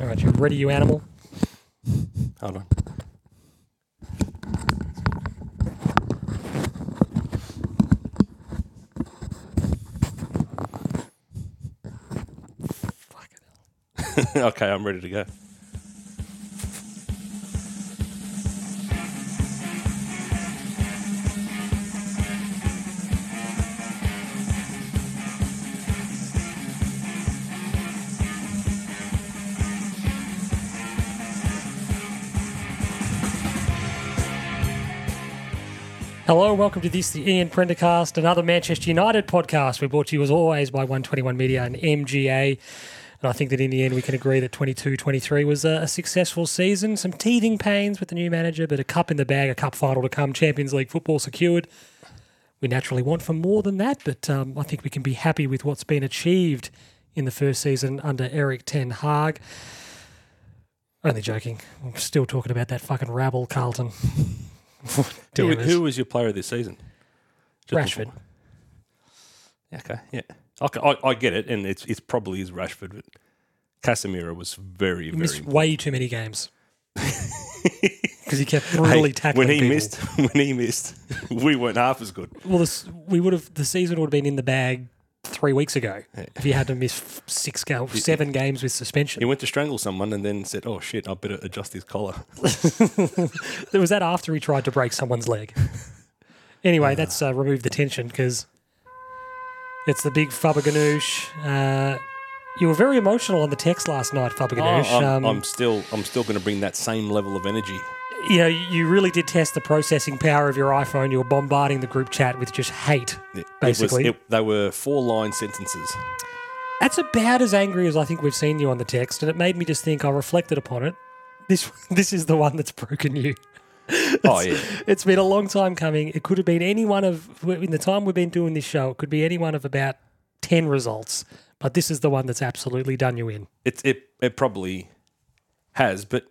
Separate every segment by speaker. Speaker 1: All right, you ready, you animal?
Speaker 2: Hold on. okay, I'm ready to go.
Speaker 1: Hello, welcome to this, the Ian Prendercast, another Manchester United podcast. We're brought to you as always by 121 Media and MGA. And I think that in the end, we can agree that 22 23 was a, a successful season. Some teething pains with the new manager, but a cup in the bag, a cup final to come, Champions League football secured. We naturally want for more than that, but um, I think we can be happy with what's been achieved in the first season under Eric Ten Hag. Only joking. I'm still talking about that fucking rabble, Carlton.
Speaker 2: Who,
Speaker 1: Damn us.
Speaker 2: who was your player of this season? Just
Speaker 1: Rashford.
Speaker 2: the- Okay, yeah. Okay, I, I get it, and it's it's probably is Rashford, but Casemiro was very very.
Speaker 1: missed
Speaker 2: important.
Speaker 1: way too many games because he kept
Speaker 2: Hey,
Speaker 1: brutally tackling
Speaker 2: when he
Speaker 1: people.
Speaker 2: missed, when he missed, we weren't half as good.
Speaker 1: Well, this, we would have the season would have been in the bag three weeks ago if he had to miss f- six go- seven games with suspension.
Speaker 2: He went to strangle someone and then said, "Oh shit, I better adjust his collar."
Speaker 1: There was that after he tried to break someone's leg.
Speaker 2: Ah.
Speaker 1: Anyway, that's uh, removed the tension because it's the big Faber Ganoush. Uh, you were very emotional on the text last night, Um, Faber Ganoush.
Speaker 2: Oh, I'm, I'm still, I'm still going to bring that same level of energy.
Speaker 1: you know, you really did test the processing power of your iPhone. You were bombarding the group chat with just hate,
Speaker 2: It-
Speaker 1: basically.
Speaker 2: it was, it, they were four line sentences.
Speaker 1: That's about as angry as I think we've seen you on the text, and it made me just think. I reflected upon it. This this is the one that's broken you.
Speaker 2: Oh yeah,
Speaker 1: It's been a long time coming. It could have been any one of in the time we've been doing this show. It could be any one of about ten results, but this is the one that's absolutely done you in.
Speaker 2: it it it probably has, but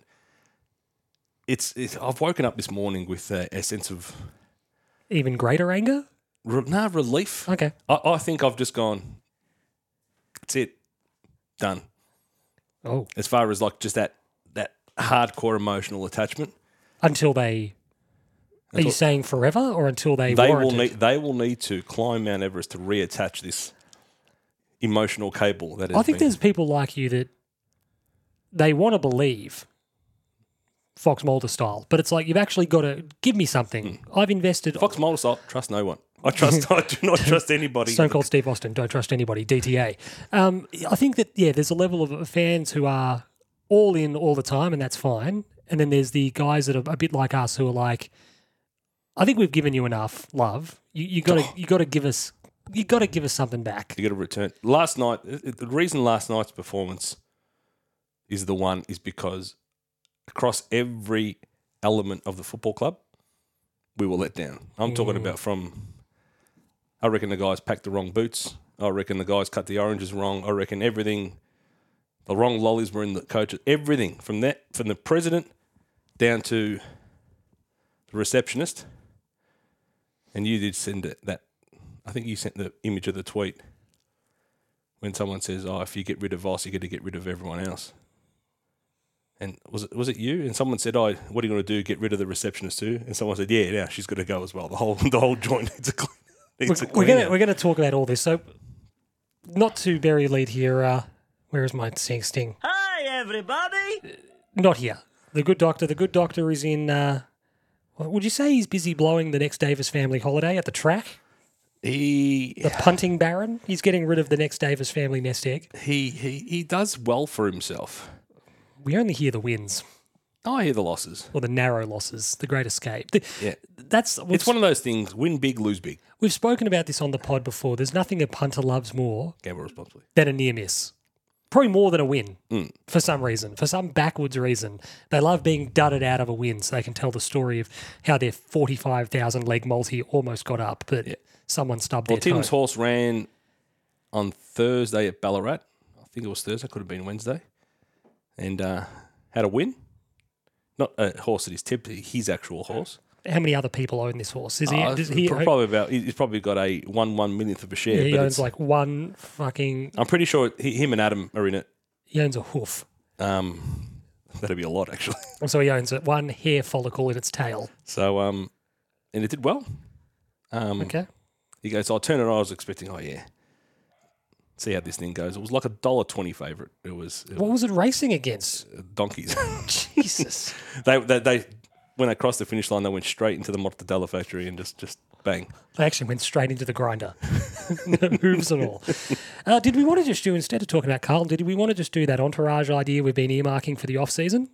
Speaker 2: it's, it's I've woken up this morning with a, a sense of
Speaker 1: Even greater anger.
Speaker 2: re, nah, relief.
Speaker 1: Okay,
Speaker 2: I, I think I've just gone. That's it, done.
Speaker 1: Oh.
Speaker 2: as far as like just that that hardcore emotional attachment,
Speaker 1: until they. Are you saying forever or until they?
Speaker 2: they
Speaker 1: warrant
Speaker 2: will
Speaker 1: it?
Speaker 2: need they will need to climb Mount Everest to reattach this emotional cable. That has
Speaker 1: I think
Speaker 2: been-
Speaker 1: there's people like you that they want to believe Fox Mulder style, but it's like you've actually got to give me something. I've invested.
Speaker 2: Fox Mulder. I trust no one. I trust. I do not trust anybody.
Speaker 1: Stone Cold Steve Austin, don't trust anybody. DTA. Um, I think that yeah, there's a level of fans who are all in all the time, and that's fine. And then there's the guys that are a bit like us who are like, I think we've given you enough love. You, you got to you got to give us you got to give us something back.
Speaker 2: You got to return. Last night, it- it- the reason last night's performance is the one is because across every element of the football club, we were let down. I'm talking about from. I reckon the guys packed the wrong boots. I reckon the guys cut the oranges wrong. I reckon everything. The wrong lollies were in the coach. Everything from that, from the president down to the receptionist. And you did send it, that I think you sent the image of the tweet when someone says, "Oh, if you get rid of us, you got to get rid of everyone else." And was it was it you? And someone said, "Oh, what are you going to do? Get rid of the receptionist too?" And someone said, "Yeah, yeah, she's got to go as well. The whole the whole joint needs a clean." Needs a
Speaker 1: we're,
Speaker 2: clean
Speaker 1: gonna
Speaker 2: out."
Speaker 1: we're gonna talk about all this. So, not to bury lead here. Uh, where is my sting sting? Uh,
Speaker 3: Hi, everybody!
Speaker 1: Not here. The good doctor. The good doctor is in. Uh, what would you say he's busy blowing the next Davis family holiday at the track?
Speaker 2: he
Speaker 1: The punting baron. He's getting rid of the next Davis family nest egg.
Speaker 2: he he he does well for himself.
Speaker 1: We only hear the wins
Speaker 2: I hear the losses.
Speaker 1: or the narrow losses. The great escape. The-
Speaker 2: Yeah.
Speaker 1: That's
Speaker 2: It's one of those things: win big, lose big.
Speaker 1: we've spoken about this on the pod before. There's nothing a punter loves more
Speaker 2: Gamble responsibly.
Speaker 1: than a near miss. Probably more than a win
Speaker 2: Hmm.
Speaker 1: for some reason, for some backwards reason. They love being dudded out of a win so they can tell the story of how their 45,000 leg multi almost got up, but someone stubbed
Speaker 2: Well,
Speaker 1: their
Speaker 2: Tim's
Speaker 1: toe.
Speaker 2: horse ran on Thursday at Ballarat. I think it was Thursday, could have been Wednesday, and uh, had a win. Not a horse that he's tipped, his actual horse.
Speaker 1: How many other people own this horse? Is he,
Speaker 2: Uh,
Speaker 1: does he,
Speaker 2: pro- probably about. He's probably got a one one millionth of a share.
Speaker 1: he
Speaker 2: but
Speaker 1: owns
Speaker 2: it's-
Speaker 1: like one fucking,
Speaker 2: I'm pretty sure he, him and Adam are in it.
Speaker 1: he owns a hoof.
Speaker 2: Um, that'd be a lot actually.
Speaker 1: And so he owns it. One hair follicle in its tail.
Speaker 2: So um, and it did well. Um,
Speaker 1: Okay.
Speaker 2: He goes, I'll turn it on. I was expecting, oh yeah. See how this thing goes. It was like a dollar twenty favorite. It was it,
Speaker 1: What was it racing against?
Speaker 2: donkeys.
Speaker 1: Jesus.
Speaker 2: they, they they when they crossed the finish line, they went straight into the mortadella factory and just just bang.
Speaker 1: They actually went straight into the grinder. no moves at all. Uh, did we want to just do, instead of talking about Carlton, did we want to just do that entourage idea we've been earmarking for the off season?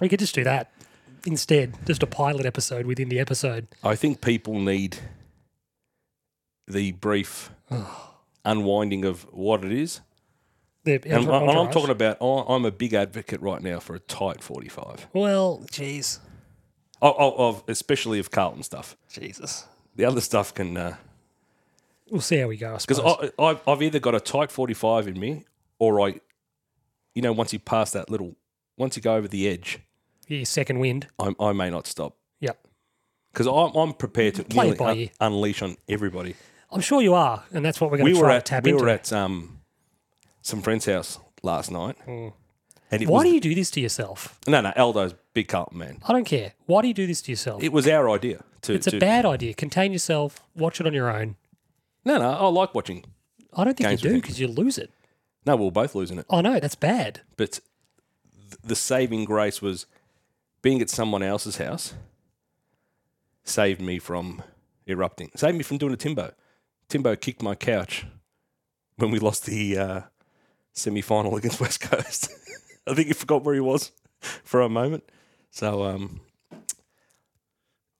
Speaker 1: we could just do that instead, just a pilot episode within the episode.
Speaker 2: I think people need the brief unwinding of what it is.
Speaker 1: The
Speaker 2: And, I- and I'm
Speaker 1: entourage.
Speaker 2: talking about, I- I'm a big advocate right now for a tight 45,
Speaker 1: Well, jeez.
Speaker 2: of, of, oh, of especially of Carlton stuff.
Speaker 1: Jesus.
Speaker 2: The other stuff can, uh,
Speaker 1: We'll see how we go, I suppose.
Speaker 2: Because I've, I've either got a tight 45 in me or I, you know, once you pass that little, once you go over the edge,
Speaker 1: yeah, second wind.
Speaker 2: I, I may not stop.
Speaker 1: Yep.
Speaker 2: Because I'm, I'm prepared to
Speaker 1: Play it
Speaker 2: nearly
Speaker 1: by
Speaker 2: un-
Speaker 1: ear.
Speaker 2: unleash on everybody.
Speaker 1: I'm sure you are, and that's what we're going
Speaker 2: We
Speaker 1: to
Speaker 2: were
Speaker 1: try to
Speaker 2: at
Speaker 1: tap
Speaker 2: we
Speaker 1: into.
Speaker 2: were at um, some friend's house last night, and it
Speaker 1: Mm. Why
Speaker 2: was
Speaker 1: do you do this to yourself?
Speaker 2: no no Aldo's big Carlton man.
Speaker 1: I don't care. Why do you do this to yourself?
Speaker 2: It was our idea to.
Speaker 1: it's a
Speaker 2: to-
Speaker 1: bad idea. Contain yourself. Watch it on your own.
Speaker 2: no no I like watching.
Speaker 1: I don't think
Speaker 2: Games
Speaker 1: you
Speaker 2: with
Speaker 1: do
Speaker 2: him.
Speaker 1: because you lose it.
Speaker 2: No, we were both losing it,
Speaker 1: I know that's bad.
Speaker 2: but th- the saving grace was being at someone else's house. Saved me from erupting. Saved me from doing a Timbo. Timbo kicked my couch when we lost the uh, semi final against West Coast. I think he forgot where he was for a moment. So um,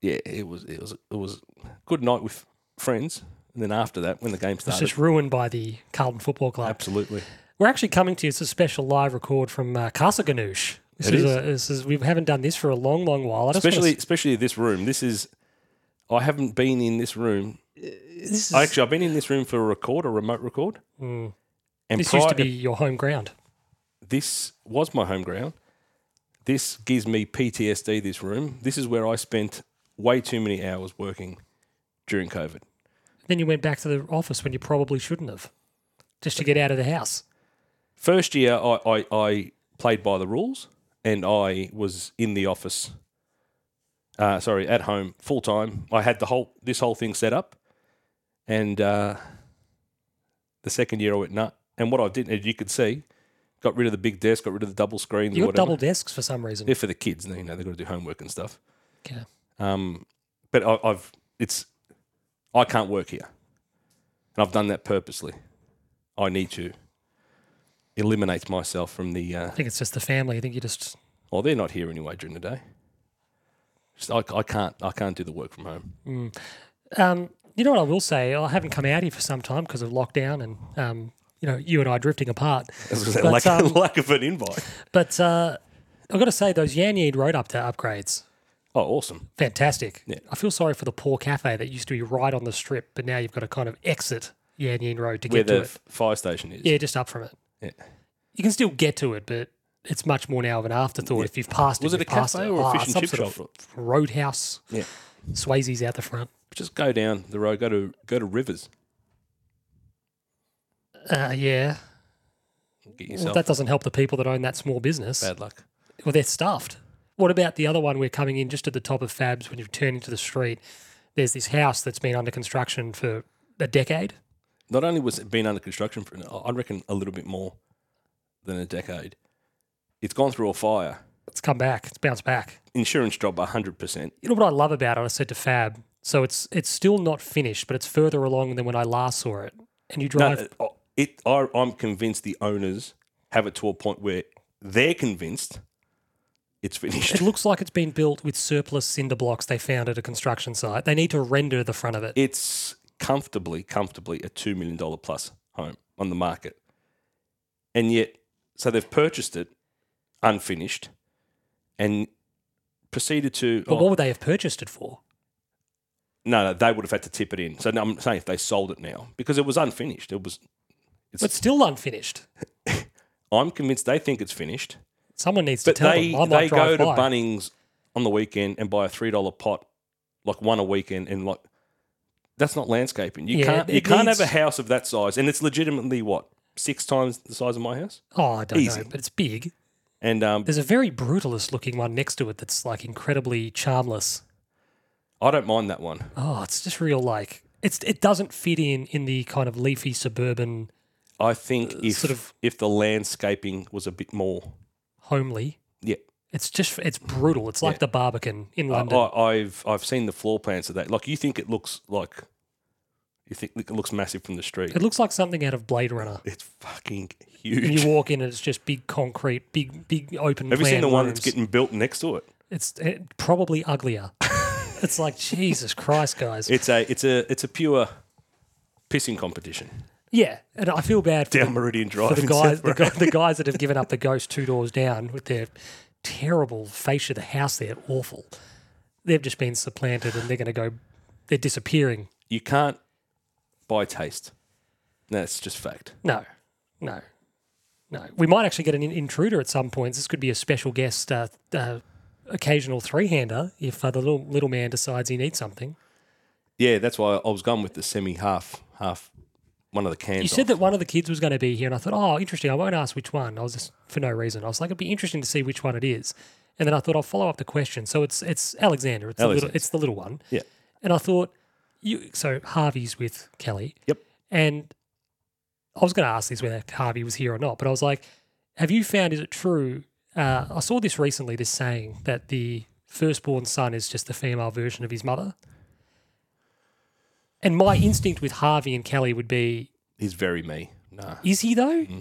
Speaker 2: yeah, it was it was it was a good night with friends. And then after that, when the game
Speaker 1: It's
Speaker 2: started,
Speaker 1: just ruined by the Carlton Football Club.
Speaker 2: absolutely
Speaker 1: We're actually coming to you. It's a special live record from uh, Casa Ganoush. This
Speaker 2: It
Speaker 1: is,
Speaker 2: is.
Speaker 1: A, this is we haven't done this for a long, long while. I just wanna
Speaker 2: especially
Speaker 1: s-
Speaker 2: especially this room. This is I haven't been in this room.
Speaker 1: this, is,
Speaker 2: Actually, I've been in this room for a record, a remote record. And
Speaker 1: Mm. this used to
Speaker 2: prior-
Speaker 1: be your home ground.
Speaker 2: this was my home ground. This gives me PTSD. This room. This is where I spent way too many hours working during COVID.
Speaker 1: Then you went back to the office when you probably shouldn't have, just to get out of the house.
Speaker 2: First year, I, I, I played by the rules and I was in the office, uh, sorry, at home full time. I had the whole this whole thing set up, and uh, the second year I went nut. And what I did, as you could see, got rid of the big desk, got rid of the double screens.
Speaker 1: You
Speaker 2: or
Speaker 1: got
Speaker 2: whatever.
Speaker 1: double desks for some reason.
Speaker 2: They're for the kids, you know, they've got to do homework and stuff.
Speaker 1: Okay.
Speaker 2: Um, but I, I've it's I can't work here, and I've done that purposely. I need to eliminate myself from the. Uh,
Speaker 1: I think it's just the family. I think you just
Speaker 2: well, they're not here anyway during the day. Just, I, I can't I can't do the work from home.
Speaker 1: Um, you know what I will say? I haven't come out here for some time because of lockdown and um, you know you and I drifting apart. But,
Speaker 2: lack,
Speaker 1: um,
Speaker 2: lack of an invite.
Speaker 1: But uh, I've got to say those Yanyeed road up to upgrades,
Speaker 2: Oh, awesome!
Speaker 1: fantastic.
Speaker 2: Yeah.
Speaker 1: I feel sorry for the poor cafe that used to be right on the strip, but now you've got to kind of exit Yanyeed Road to
Speaker 2: Where
Speaker 1: get
Speaker 2: the
Speaker 1: to it.
Speaker 2: f- fire station is.
Speaker 1: Yeah, just up from it.
Speaker 2: Yeah.
Speaker 1: You can still get to it, but it's much more now of an afterthought if you've passed it.
Speaker 2: Was it
Speaker 1: you've
Speaker 2: a
Speaker 1: passed
Speaker 2: cafe
Speaker 1: it.
Speaker 2: or a
Speaker 1: Ah,
Speaker 2: fish and
Speaker 1: some
Speaker 2: chip
Speaker 1: sort of
Speaker 2: shop?
Speaker 1: Roadhouse.
Speaker 2: Yeah.
Speaker 1: Swayze's out the front.
Speaker 2: Just go down the road. Go to go to Rivers.
Speaker 1: Uh, yeah. Well,
Speaker 2: Get yourself
Speaker 1: that doesn't help the people that own that small business.
Speaker 2: bad luck.
Speaker 1: Well, they're stuffed. What about the other one? We're coming in just at the top of Fabs when you turn into the street. There's this house that's been under construction for a decade.
Speaker 2: not only was it been under construction for, I reckon, a little bit more than a decade, it's gone through a fire.
Speaker 1: It's come back. It's bounced back.
Speaker 2: Insurance drop 100%.
Speaker 1: You know what I love about it? I said to Fab. So it's it's still not finished, but it's further along than when I last saw it. And you
Speaker 2: No, uh,
Speaker 1: drive.
Speaker 2: oh, it, I, I'm convinced the owners have it to a point where they're convinced it's
Speaker 1: It
Speaker 2: finished.
Speaker 1: looks like it's been built with surplus cinder blocks they found at a construction site. They need to render the front of it.
Speaker 2: It's comfortably, comfortably a $2 million plus home on the market. And yet, so they've purchased it unfinished and proceeded to.
Speaker 1: But
Speaker 2: oh,
Speaker 1: what would they have purchased it for?
Speaker 2: No, no, they would have had to tip it in. So no, I'm saying if they sold it now because it was unfinished. It was.
Speaker 1: It's still unfinished.
Speaker 2: I'm convinced they think it's finished,
Speaker 1: Someone needs to
Speaker 2: but
Speaker 1: tell
Speaker 2: they
Speaker 1: them. I might
Speaker 2: they go
Speaker 1: drive
Speaker 2: to
Speaker 1: by.
Speaker 2: Bunnings on the weekend and buy a three dollar pot, like one a weekend, and like that's not landscaping. You
Speaker 1: Yeah,
Speaker 2: can't
Speaker 1: it
Speaker 2: you can't
Speaker 1: needs-
Speaker 2: have a house of that size, and it's legitimately what six times the size of my house.
Speaker 1: Oh, I don't
Speaker 2: Easy.
Speaker 1: know, but it's big.
Speaker 2: And um,
Speaker 1: There's a very brutalist looking one next to it that's like incredibly charmless.
Speaker 2: I don't mind that one.
Speaker 1: Oh, it's just real like it's it doesn't fit in in the kind of leafy suburban
Speaker 2: I think if
Speaker 1: Uh, sort of-
Speaker 2: if the landscaping was a bit more,
Speaker 1: homely.
Speaker 2: yeah.
Speaker 1: It's just it's brutal. It's like the Barbican in
Speaker 2: Uh,
Speaker 1: London.
Speaker 2: I, I've I've seen the floor plans of that. Like you think it looks like you think it looks massive from the street.
Speaker 1: It looks like something out of Blade Runner.
Speaker 2: It's fucking
Speaker 1: And
Speaker 2: huge.
Speaker 1: you walk in and it's just big concrete, big big open.
Speaker 2: Have you seen
Speaker 1: plan
Speaker 2: the one
Speaker 1: rooms.
Speaker 2: that's getting built next to it?
Speaker 1: It's eh, probably uglier. it's like Jesus Christ, guys.
Speaker 2: It's a it's a it's a pure pissing competition
Speaker 1: yeah, and I feel bad for
Speaker 2: down Meridian Drive.
Speaker 1: the, for the
Speaker 2: in
Speaker 1: guys, the,
Speaker 2: Southborough.
Speaker 1: guy, the guys that have given up the ghost two doors down with their terrible fascia. The house there, awful. They've just been supplanted, and they're going to go. They're disappearing.
Speaker 2: You can't buy taste. That's just fact.
Speaker 1: No, no, no. We might actually get an in- intruder at some points. This could be a special guest, uh, uh, occasional three-hander if uh, the little little man decides he needs something.
Speaker 2: Yeah, that's why I was going with the semi half half one of the cans.
Speaker 1: You said that one of the kids was going to be here, and I thought, oh, interesting. I won't ask which one. I was just for no reason. I was like, it'd be interesting to see which one it is. And then I thought I'll follow up the question. So it's it's Alexander. It's the
Speaker 2: Alexander.
Speaker 1: little it's the little one.
Speaker 2: Yeah.
Speaker 1: And I thought you so Harvey's with Kelly.
Speaker 2: Yep.
Speaker 1: And I was going to ask this whether Harvey was here or not, but I was like, have you found is it true? Uh, I saw this recently. This saying that the firstborn son is just the female version of his mother. And my instinct with Harvey and Kelly would be
Speaker 2: He's very me. Nah.
Speaker 1: is he though?
Speaker 2: Hmm.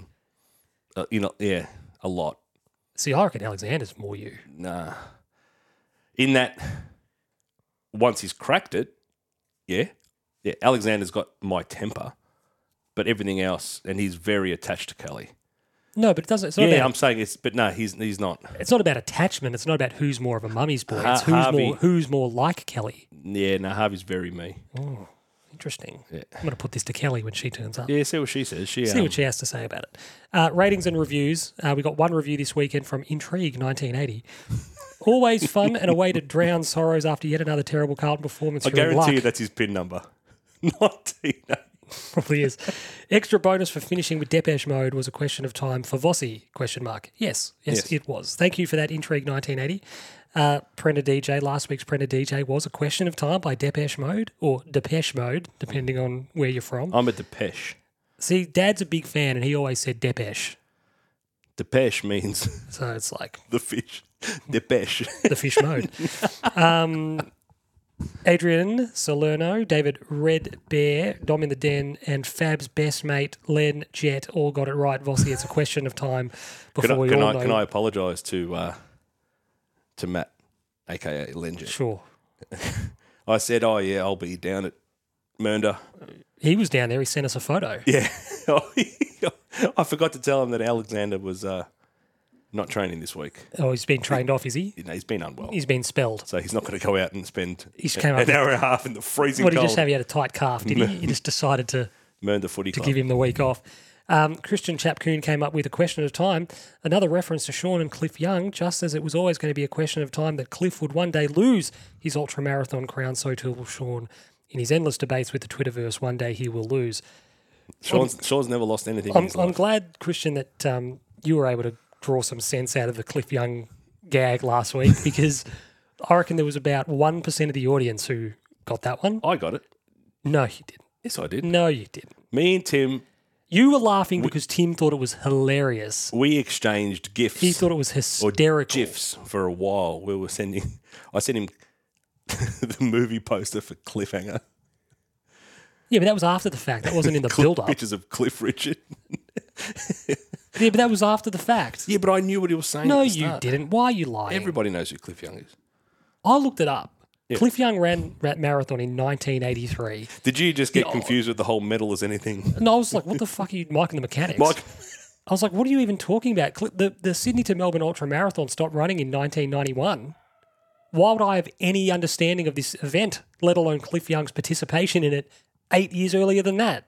Speaker 2: Uh, you know, yeah, a lot.
Speaker 1: See, I reckon Alexander's more you.
Speaker 2: Nah. In that, once he's cracked it, yeah, yeah. Alexander's got my temper, but everything else, and he's very attached to Kelly.
Speaker 1: No, but it doesn't. It's not,
Speaker 2: Yeah,
Speaker 1: about,
Speaker 2: I'm saying it's, but no, he's he's not.
Speaker 1: it's not about attachment. It's not about who's more of a mummy's boy.
Speaker 2: Ha-
Speaker 1: It's who's
Speaker 2: Harvey-
Speaker 1: more who's more like Kelly.
Speaker 2: Yeah, no, Harvey's very me.
Speaker 1: Interesting.
Speaker 2: Yeah.
Speaker 1: I'm going to put this to Kelly when she turns up.
Speaker 2: Yeah, see what she says. She
Speaker 1: See
Speaker 2: um,
Speaker 1: what she has to say about it. Uh, ratings and reviews. Uh, we got one review this weekend from Intrigue 1980. Always fun and a way to drown sorrows after yet another terrible Carlton performance.
Speaker 2: I
Speaker 1: through luck.
Speaker 2: guarantee you that's his pin number. Nineteen.
Speaker 1: probably is. Extra bonus for finishing with Depeche Mode was a question of time for Vossi? Question mark. Yes, yes,
Speaker 2: Yes.
Speaker 1: it was. Thank you for that intrigue. Nineteen eighty. Uh, Prenda DJ last week's Prenda DJ was a question of time by Depeche Mode or Depeche Mode, depending on where you're from.
Speaker 2: I'm a Depeche.
Speaker 1: See, Dad's a big fan, and he always said Depeche,
Speaker 2: Depeche means
Speaker 1: so it's like
Speaker 2: the fish. Depeche.
Speaker 1: the fish mode. Um, Adrian Salerno, David Red Bear, Dom in the Den, and Fab's best mate Len Jet all got it right. Vossi, it's a question of time before
Speaker 2: Can I,
Speaker 1: we
Speaker 2: can
Speaker 1: all
Speaker 2: I,
Speaker 1: know.
Speaker 2: can I apologise to uh, to Matt, aka Lenjet?
Speaker 1: Sure,
Speaker 2: I said, "Oh yeah, I'll be down at Mernda."
Speaker 1: he was down there. He sent us a photo.
Speaker 2: Yeah, Oh, I forgot to tell him that Alexander was uh, not training this week.
Speaker 1: Oh, he's been trained off, is he?
Speaker 2: You know, he's been unwell,
Speaker 1: He's been spelled.
Speaker 2: so he's not going to go out and spend
Speaker 1: He's came up
Speaker 2: an
Speaker 1: with-
Speaker 2: hour and a half in the freezing
Speaker 1: What did he
Speaker 2: cold.
Speaker 1: just have? He had a tight calf, did he? He just decided to.
Speaker 2: Mernda Footy Club.
Speaker 1: give him the week off. Um, Christian Chapcoon came up with a question of time, another reference to Sean and Cliff Young, just as it was always going to be a question of time that Cliff would one day lose his ultramarathon crown, so too will Sean. In his endless debates with the Twitterverse, one day he will lose.
Speaker 2: Sean's, Sean's never lost anything. in
Speaker 1: I'm,
Speaker 2: his
Speaker 1: I'm
Speaker 2: life.
Speaker 1: glad, Christian, that um, you were able to draw some sense out of the Cliff Young gag last week because I reckon there was about 1% of the audience who got that one.
Speaker 2: I got it.
Speaker 1: No, you didn't.
Speaker 2: Yes, I did.
Speaker 1: No, you didn't.
Speaker 2: Me and Tim,
Speaker 1: You were laughing because Tim thought it was hilarious.
Speaker 2: we exchanged gifts.
Speaker 1: He thought it was hysterical.
Speaker 2: GIFs for a while. We were sending. I sent him the movie poster for Cliffhanger.
Speaker 1: Yeah, but that was after the fact. That wasn't in the build up.
Speaker 2: Pictures of Cliff Richard.
Speaker 1: Yeah, but that was after the fact.
Speaker 2: Yeah, but I knew what he was saying.
Speaker 1: no,
Speaker 2: at the
Speaker 1: you
Speaker 2: start.
Speaker 1: didn't. Why are you lying?
Speaker 2: Everybody knows who Cliff Young is.
Speaker 1: I looked it up. Cliff Young ran that marathon in 1983.
Speaker 2: Did you just get confused with the whole metal as anything?
Speaker 1: And I was like, what the fuck are you, Mike and the Mechanics?
Speaker 2: Mike,
Speaker 1: I was like, what are you even talking about? Cl- The, the Sydney to Melbourne Ultra Marathon stopped running in 1991. Why would I have any understanding of this event, let alone Cliff Young's participation in it eight years earlier than that?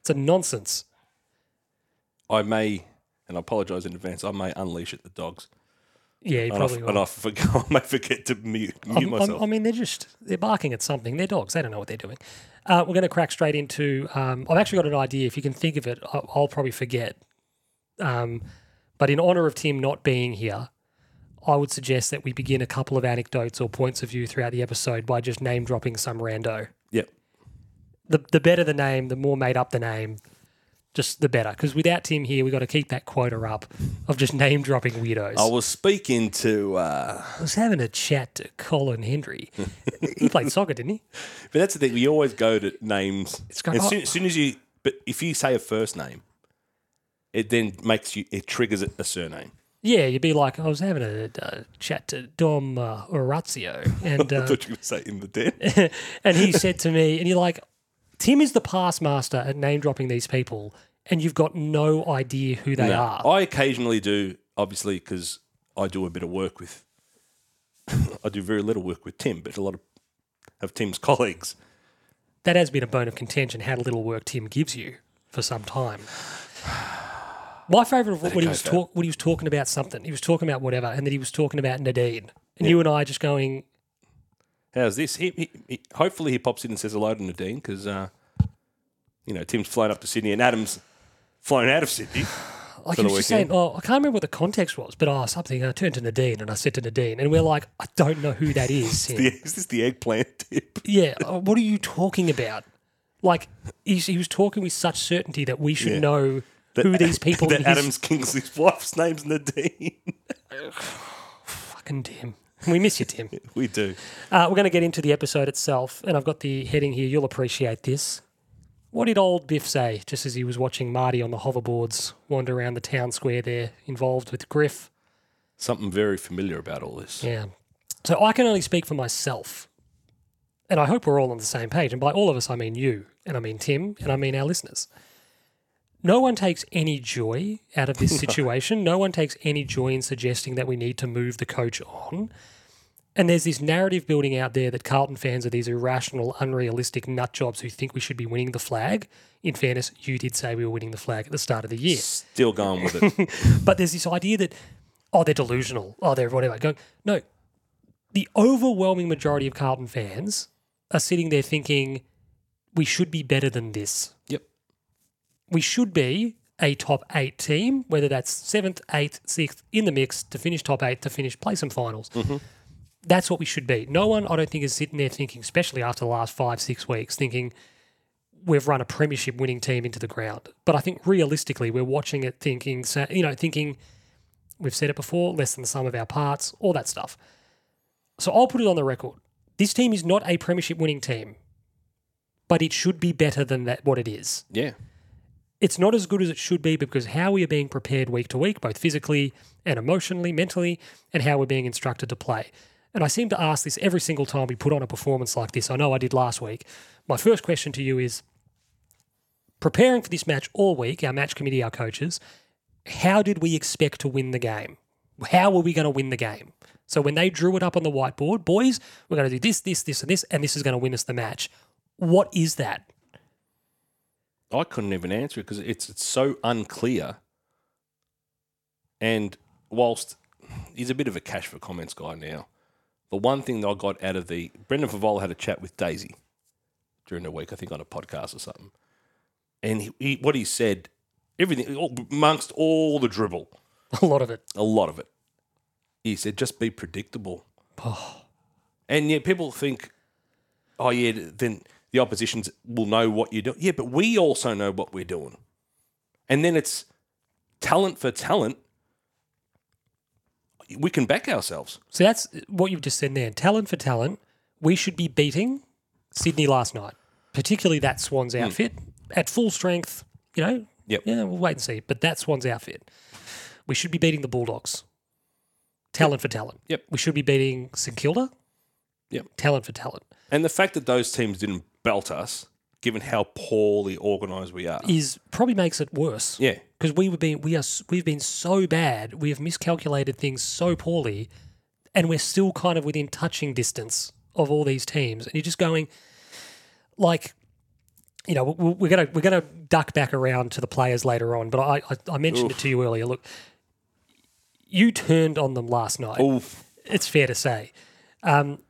Speaker 1: It's a nonsense.
Speaker 2: I may, and I apologise in advance, I may unleash at the dogs.
Speaker 1: Yeah, he
Speaker 2: and I, f-
Speaker 1: probably
Speaker 2: and
Speaker 1: will.
Speaker 2: I, forget, I may forget to mute, mute
Speaker 1: I'm- I'm-
Speaker 2: myself.
Speaker 1: I mean, they're just they're barking at something. They're dogs. They don't know what they're doing. Uh, we're going to crack straight into. Um, I've actually got an idea. If you can think of it, I'll, I'll probably forget. Um, but in honor of Tim not being here, I would suggest that we begin a couple of anecdotes or points of view throughout the episode by just name dropping some rando.
Speaker 2: yep.
Speaker 1: The the better the name, the more made up the name, just the better. Because without Tim here, we got to keep that quota up of just name dropping weirdos.
Speaker 2: I was speaking to, uh,
Speaker 1: I was having a chat to Colin Hendry. he played soccer, didn't he?
Speaker 2: but that's the thing. We always go to names.
Speaker 1: It's Oh. got-
Speaker 2: as, soon, as soon as you, but if you say a first name, it then makes you, it triggers a surname.
Speaker 1: Yeah, you'd be like, I was having a, uh chat to Dom uh, Orazio, and
Speaker 2: I
Speaker 1: uh,
Speaker 2: thought you were going to say in the den.
Speaker 1: and he said to me, and you're like, Tim is the past master at name dropping these people, and you've got no idea who they
Speaker 2: No,
Speaker 1: are.
Speaker 2: I occasionally do, obviously, because I do a bit of work with. I do very little work with Tim, but a lot of of Tim's colleagues.
Speaker 1: That has been a bone of contention. How little work Tim gives you for some time. My favourite of what when he
Speaker 2: go,
Speaker 1: was
Speaker 2: Fab.
Speaker 1: talk, when he was talking about something, he was talking about whatever, and then he was talking about Nadine, and you and I just going,
Speaker 2: How's this? He, he, he- hopefully he pops in and says hello to Nadine because uh, you know Tim's flown up to Sydney and Adam's flown out of Sydney.
Speaker 1: Like
Speaker 2: for
Speaker 1: he
Speaker 2: the
Speaker 1: was just saying,
Speaker 2: weekend.
Speaker 1: oh, I can't remember what the context was, but oh, something. I turned to Nadine and I said to Nadine, and we're like, I don't know who that is. Tim."
Speaker 2: The- is this the eggplant tip?
Speaker 1: yeah, oh, what are you talking about? Like he's, he was talking with such certainty that we should
Speaker 2: Yeah.
Speaker 1: know who these people in
Speaker 2: That
Speaker 1: his
Speaker 2: Adam's Kingsley's wife's name's Nadine.
Speaker 1: fucking Tim. We miss you, Tim.
Speaker 2: we do.
Speaker 1: Uh, we're going to get into the episode itself, and I've got the heading here. You'll appreciate this. What did old Biff say just as he was watching Marty on the hoverboards wander around the town square there, involved with Griff?
Speaker 2: Something very familiar about all this.
Speaker 1: Yeah. So I can only speak for myself. And I hope we're all on the same page. And by all of us, I mean you, and I mean Tim, and I mean our listeners. No one takes any joy out of this situation. no one takes any joy in suggesting that we need to move the coach on. And there's this narrative building out there that Carlton fans are these irrational, unrealistic nut jobs who think we should be winning the flag. In fairness, you did say we were winning the flag at the start of the year.
Speaker 2: Still going with it.
Speaker 1: But there's this idea that, oh, they're delusional. Oh, they're whatever. Going, no. The overwhelming majority of Carlton fans are sitting there thinking, we should be better than this.
Speaker 2: yep.
Speaker 1: We should be a top eight team, whether that's seventh, eighth, sixth in the mix to finish top eight, to finish play some finals. That's what we should be. No one, I don't think, is sitting there thinking, especially after the last five, six weeks, thinking, we've run a premiership winning team into the ground. But I think realistically, we're watching it thinking, so- you know, thinking we've said it before, less than the sum of our parts, all that stuff. So I'll put it on the record. This team is not a premiership winning team, but it should be better than that what it is.
Speaker 2: Yeah.
Speaker 1: It's not as good as it should be because how we are being prepared week to week, both physically and emotionally, mentally, and how we're being instructed to play. And I seem to ask this every single time we put on a performance like this. I know I did last week. My first question to you is preparing for this match all week, our match committee, our coaches, how did we expect to win the game? How were we going to win the game? So when they drew it up on the whiteboard, boys, we're going to do this, this, this, and this, and this is going to win us the match. What is that?
Speaker 2: I couldn't even answer it because it's it's so unclear. And whilst he's a bit of a cash for comments guy now, the one thing that I got out of the Brendan Favola had a chat with Daisy during the week, I think on a podcast or something, and he, he, what he said, everything all- amongst all the dribble,
Speaker 1: A lot of it.
Speaker 2: a lot of it, he said just be predictable. And yet people think, oh yeah, then the oppositions will know what you're doing. Yeah, but we also know what we're doing. And then it's talent for talent. We can back ourselves.
Speaker 1: So that's what you've just said there. Talent for talent, we should be beating Sydney last night, particularly that Swans outfit at full strength. You know,
Speaker 2: Hmm. Yep.
Speaker 1: yeah, we'll wait and see. But that Swans outfit, we should be beating the Bulldogs. Talent for talent.
Speaker 2: Yep.
Speaker 1: We should be beating St Kilda.
Speaker 2: Yep.
Speaker 1: Talent for talent
Speaker 2: And the fact that those teams didn't belt us, given how poorly organised we are.
Speaker 1: is probably makes it worse.
Speaker 2: Yeah.
Speaker 1: Because we would be we are s- we've been so bad, we have miscalculated things so poorly, and we're still kind of within touching distance of all these teams, and you're just going, like, you know, we- we're gonna we're gonna duck back around to the players later on, but I I, I mentioned it to you earlier. Look, you turned on them last night.
Speaker 2: Oof.
Speaker 1: It's fair to say. Um,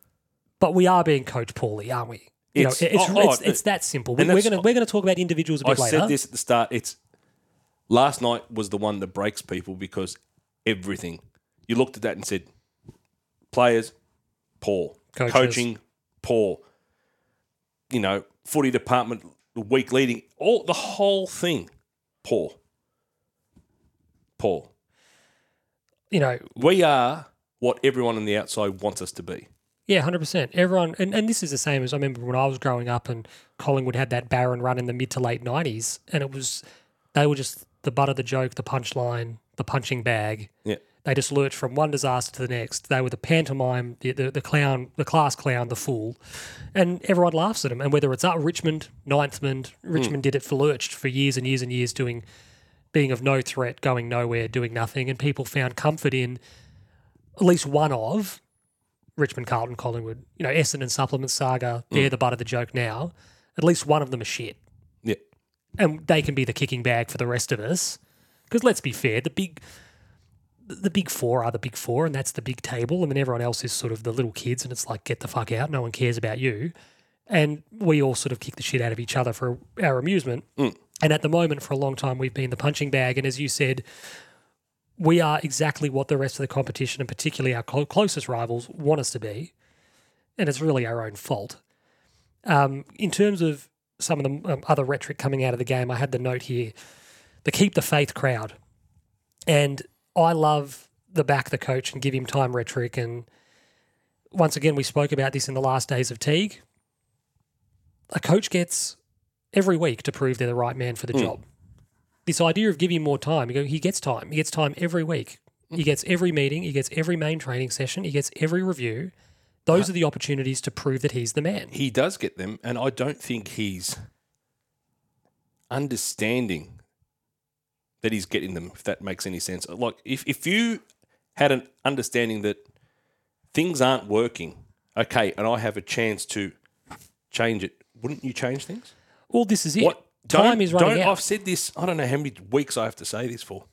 Speaker 1: but we are being coached poorly, aren't we? You
Speaker 2: It's-
Speaker 1: know, it- it's,
Speaker 2: oh, oh,
Speaker 1: it's,
Speaker 2: it-
Speaker 1: it's that simple. We,
Speaker 2: and
Speaker 1: we're
Speaker 2: that's-
Speaker 1: going to we're going to talk about individuals a
Speaker 2: I
Speaker 1: bit later.
Speaker 2: said this at the start. It's last night was the one that breaks people because everything. You looked at that and said, players, poor.
Speaker 1: Coaches.
Speaker 2: Coaching, poor. You know, footy department, the week leading, all the whole thing, poor. Poor.
Speaker 1: You know,
Speaker 2: We are what everyone on the outside wants us to be.
Speaker 1: Yeah, hundred percent. Everyone, and, and this is the same as I remember when I was growing up, and Collingwood had that barren run in the mid to late nineties, and it was they were just the butt of the joke, the punchline, the punching bag.
Speaker 2: Yeah.
Speaker 1: They just lurched from one disaster to the next. They were the pantomime, the, the, the clown, the class clown, the fool, and everyone laughs at them. And whether it's up Richmond, Ninthmond, Richmond did it for lurched for years and years and years, doing being of no threat, going nowhere, doing nothing, and people found comfort in at least one of Richmond, Carlton, Collingwood, you know, Essendon supplement saga. They're the butt of the joke now. At least one of them is shit,
Speaker 2: Yeah.
Speaker 1: and they can be the kicking bag for the rest of us. Because let's be fair, the big, the big four are the big four, and that's the big table, and then everyone else is sort of the little kids, and it's like get the fuck out, no one cares about you, and we all sort of kick the shit out of each other for our amusement. And at the moment, for a long time, we've been the punching bag, and as you said, we are exactly what the rest of the competition, and particularly our clo- closest rivals, want us to be. And it's really our own fault. Um, in terms of some of the um, other rhetoric coming out of the game, I had the note here the keep the faith crowd. And I love the back the coach and give him time rhetoric. And once again, we spoke about this in the last days of Teague. A coach gets every week to prove they're the right man for the job this idea of giving more time. You go, he gets time. He gets time every week. He gets every meeting. He gets every main training session. He gets every review. Those are the opportunities to prove that he's the man.
Speaker 2: he does get them, and I don't think he's understanding that he's getting them. If that makes any sense, like if if you had an understanding that things aren't working, okay, and I have a chance to change it, wouldn't you change things?
Speaker 1: Well, this is it.
Speaker 2: What
Speaker 1: time
Speaker 2: don't-
Speaker 1: is running
Speaker 2: don't-
Speaker 1: out.
Speaker 2: I've said this. I don't know how many weeks I have to say this for.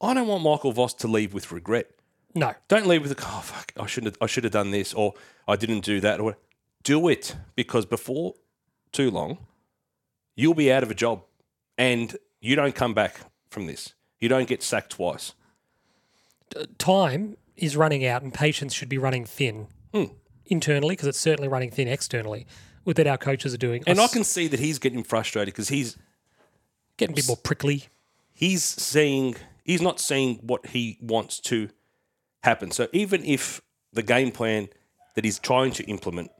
Speaker 2: I don't want Michael Voss to leave with regret.
Speaker 1: no,
Speaker 2: Don't leave with the oh fuck, I shouldn't have, I should have done this or I didn't do that or do it because before too long you'll be out of a job and you don't come back from this. You don't get sacked twice.
Speaker 1: time is running out, and patience should be running thin
Speaker 2: Hmm.
Speaker 1: internally because it's certainly running thin externally. With that, our coaches are doing,
Speaker 2: And I
Speaker 1: us
Speaker 2: can see that he's getting frustrated because he's
Speaker 1: getting a bit more prickly.
Speaker 2: he's seeing he's not seeing what he wants to happen. So even if the game plan that he's trying to implement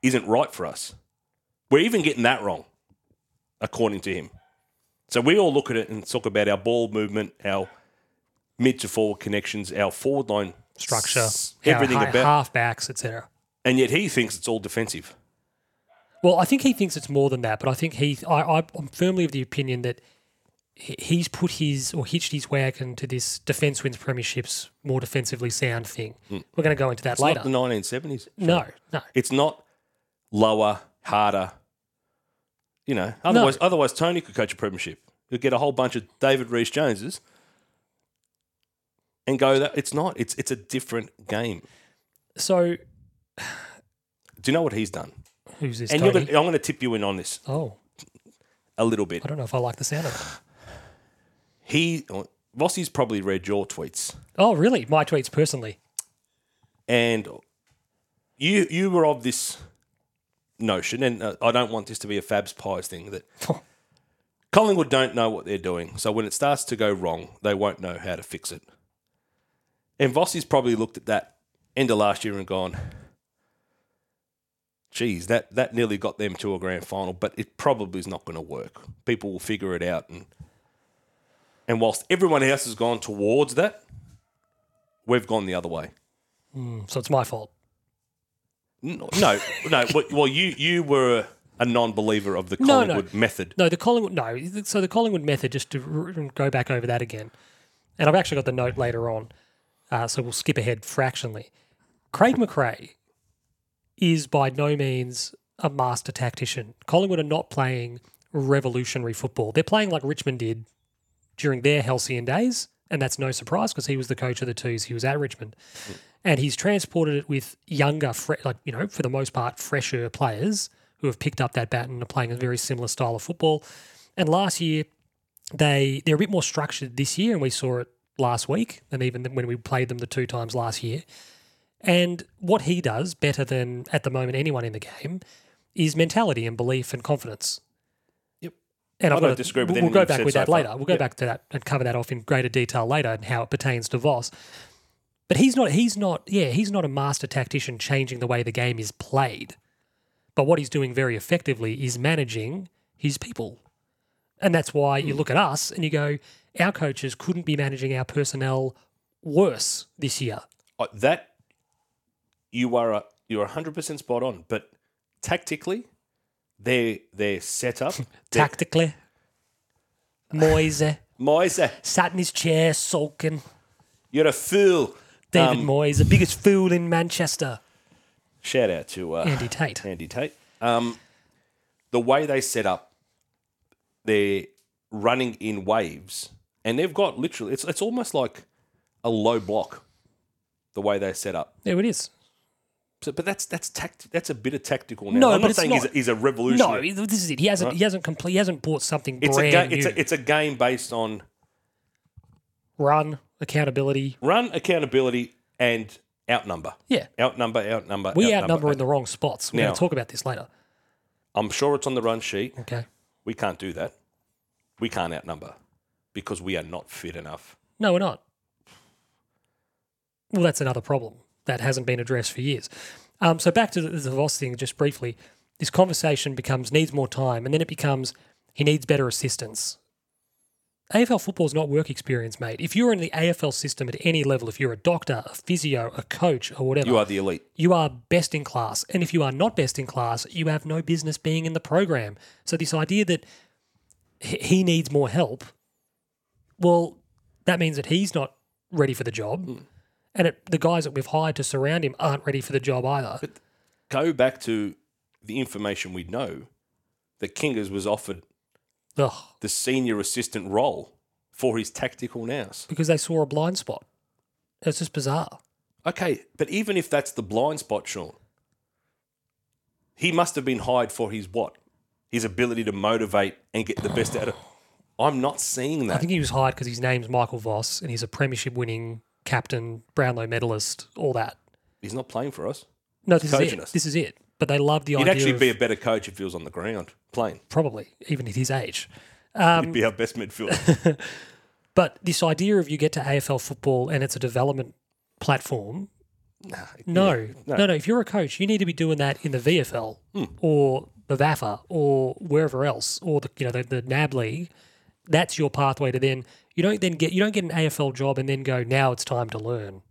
Speaker 2: isn't right for us, we're even getting that wrong, according to him. So we all look at it and talk about our ball movement, our mid to forward connections, our forward line
Speaker 1: Structure,
Speaker 2: s-
Speaker 1: how
Speaker 2: everything
Speaker 1: high-
Speaker 2: about,
Speaker 1: halfbacks, etc.
Speaker 2: and yet he thinks it's all defensive.
Speaker 1: Well, I think he thinks it's more than that, but I think he, I, I- I'm firmly of the opinion that he- he's put his or hitched his wagon to this defence wins premierships, more defensively sound thing. We're going to go into that
Speaker 2: Hmm. It's
Speaker 1: later.
Speaker 2: not the 1970s.
Speaker 1: no, no,
Speaker 2: It's not lower, harder. You know, otherwise, otherwise Tony could coach a premiership. He'd get a whole bunch of David Reese Joneses and go that it's not. It's it's a different game.
Speaker 1: So
Speaker 2: Do you know what he's done?
Speaker 1: who's this?
Speaker 2: And
Speaker 1: Tony?
Speaker 2: you're gonna, I'm going to tip you in on this
Speaker 1: oh,
Speaker 2: a little bit.
Speaker 1: I don't know if I like the sound of it.
Speaker 2: He Rossi's probably read your tweets,
Speaker 1: Oh, really? My tweets personally.
Speaker 2: and you you were of this notion, and uh, I don't want this to be a Fabs Pies thing that Collingwood don't know what they're doing, so when it starts to go wrong, they won't know how to fix it. And Vossi's probably looked at that end of last year and gone, geez, that, that nearly got them to a grand final, but it probably is not going to work. People will figure it out. And, and whilst everyone else has gone towards that, we've gone the other way.
Speaker 1: Hmm, So it's my fault.
Speaker 2: No, no, no well- well, you, you were a non believer of the
Speaker 1: No, no.
Speaker 2: Collingwood method.
Speaker 1: No, the Collingwood. No, so the Collingwood method. Just to r- go back over that again, and I've actually got the note later on, uh, so we'll skip ahead fractionally. Craig McRae is by no means a master tactician. Collingwood are not playing revolutionary football. They're playing like Richmond did during their halcyon days, and that's no surprise because he was the coach of the twos. He was at Richmond, and he's transported it with younger, fre- like you know, for the most part, fresher players who have picked up that bat and are playing a very similar style of football. And last year, they they're a bit more structured this year, and we saw it last week, and even when we played them the two times last year. And what he does better than at the moment anyone in the game is mentality and belief and confidence.
Speaker 2: Yep.
Speaker 1: And
Speaker 2: I
Speaker 1: I've
Speaker 2: don't
Speaker 1: got
Speaker 2: disagree with
Speaker 1: we'll, we'll
Speaker 2: anything
Speaker 1: go
Speaker 2: you've
Speaker 1: back
Speaker 2: said
Speaker 1: with
Speaker 2: so
Speaker 1: that
Speaker 2: far.
Speaker 1: later. We'll go
Speaker 2: Yep.
Speaker 1: back to that and cover that off in greater detail later and how it pertains to Voss. But he's not he's not yeah, he's not a master tactician changing the way the game is played. But what he's doing very effectively is managing his people. And that's why
Speaker 2: Hmm.
Speaker 1: you look at us and you go, our coaches couldn't be managing our personnel worse this year.
Speaker 2: Uh, that you are a, you're hundred percent spot on, but tactically, their their setup, their-
Speaker 1: Tactically. Moise
Speaker 2: Moise,
Speaker 1: sat in his chair sulking.
Speaker 2: you're a fool.
Speaker 1: David
Speaker 2: Um,
Speaker 1: Moyes, the biggest fool in Manchester.
Speaker 2: Shout out to uh,
Speaker 1: Andy Tate.
Speaker 2: Andy Tate. Um, the way they set up, they're running in waves, and they've got literally. It's it's almost like a low block, the way they set up.
Speaker 1: There it is.
Speaker 2: So, but that's that's tact, That's a bit of tactical now.
Speaker 1: No,
Speaker 2: I'm
Speaker 1: but
Speaker 2: not
Speaker 1: it's
Speaker 2: saying
Speaker 1: not-
Speaker 2: he's, a, he's a
Speaker 1: No,
Speaker 2: revolutionary.
Speaker 1: this is it. He hasn't. He hasn't complete. He hasn't bought something
Speaker 2: it's a
Speaker 1: brand
Speaker 2: game.
Speaker 1: new.
Speaker 2: It's a, it's a game based on
Speaker 1: Run accountability.
Speaker 2: run accountability and outnumber.
Speaker 1: Yeah,
Speaker 2: Outnumber, outnumber.
Speaker 1: we outnumber in the wrong spots. We're going
Speaker 2: Now-
Speaker 1: to talk about this later.
Speaker 2: I'm sure it's on the run sheet.
Speaker 1: Okay.
Speaker 2: We can't do that. We can't outnumber because we are not fit enough.
Speaker 1: No, we're not. Well, that's another problem that hasn't been addressed for years. Um, so back to the, the Voss thing, just briefly. This conversation becomes needs more time, and then it becomes he needs better assistance. AFL football is not work experience, mate. If you're in the AFL system at any level, if you're a doctor, a physio, a coach, or whatever,
Speaker 2: You are the elite.
Speaker 1: you are best in class. And if you are not best in class, you have no business being in the program. So, this idea that h- he needs more help, well, that means that he's not ready for the job.
Speaker 2: Hmm.
Speaker 1: And it, the guys that we've hired to surround him aren't ready for the job either.
Speaker 2: Go back to the information we know that Kingers was offered
Speaker 1: Ugh,
Speaker 2: the senior assistant role for his tactical nous.
Speaker 1: because they saw a blind spot. It's just bizarre.
Speaker 2: Okay, but even if that's the blind spot, Sean, he must have been hired for his what? His ability to motivate and get the best out of. I'm not seeing
Speaker 1: I
Speaker 2: that.
Speaker 1: think he was hired because his name's Michael Voss and he's a premiership winning captain, Brownlow medalist, all that.
Speaker 2: He's not playing for us.
Speaker 1: No, this is
Speaker 2: Coaching
Speaker 1: it.
Speaker 2: us.
Speaker 1: This is it. But they love the
Speaker 2: He'd
Speaker 1: idea.
Speaker 2: actually
Speaker 1: of-
Speaker 2: be a better coach if he was on the ground playing.
Speaker 1: probably even at his age. Um,
Speaker 2: He'd be our best midfielder.
Speaker 1: But this idea of you get to AFL football and it's a development platform, no, no,
Speaker 2: no.
Speaker 1: no, If you're a coach, you need to be doing that in the VFL or the VAFA or wherever else, or the you know the, the NAB league. That's your pathway to then. You don't then get you don't get an AFL job and then go now it's time to learn.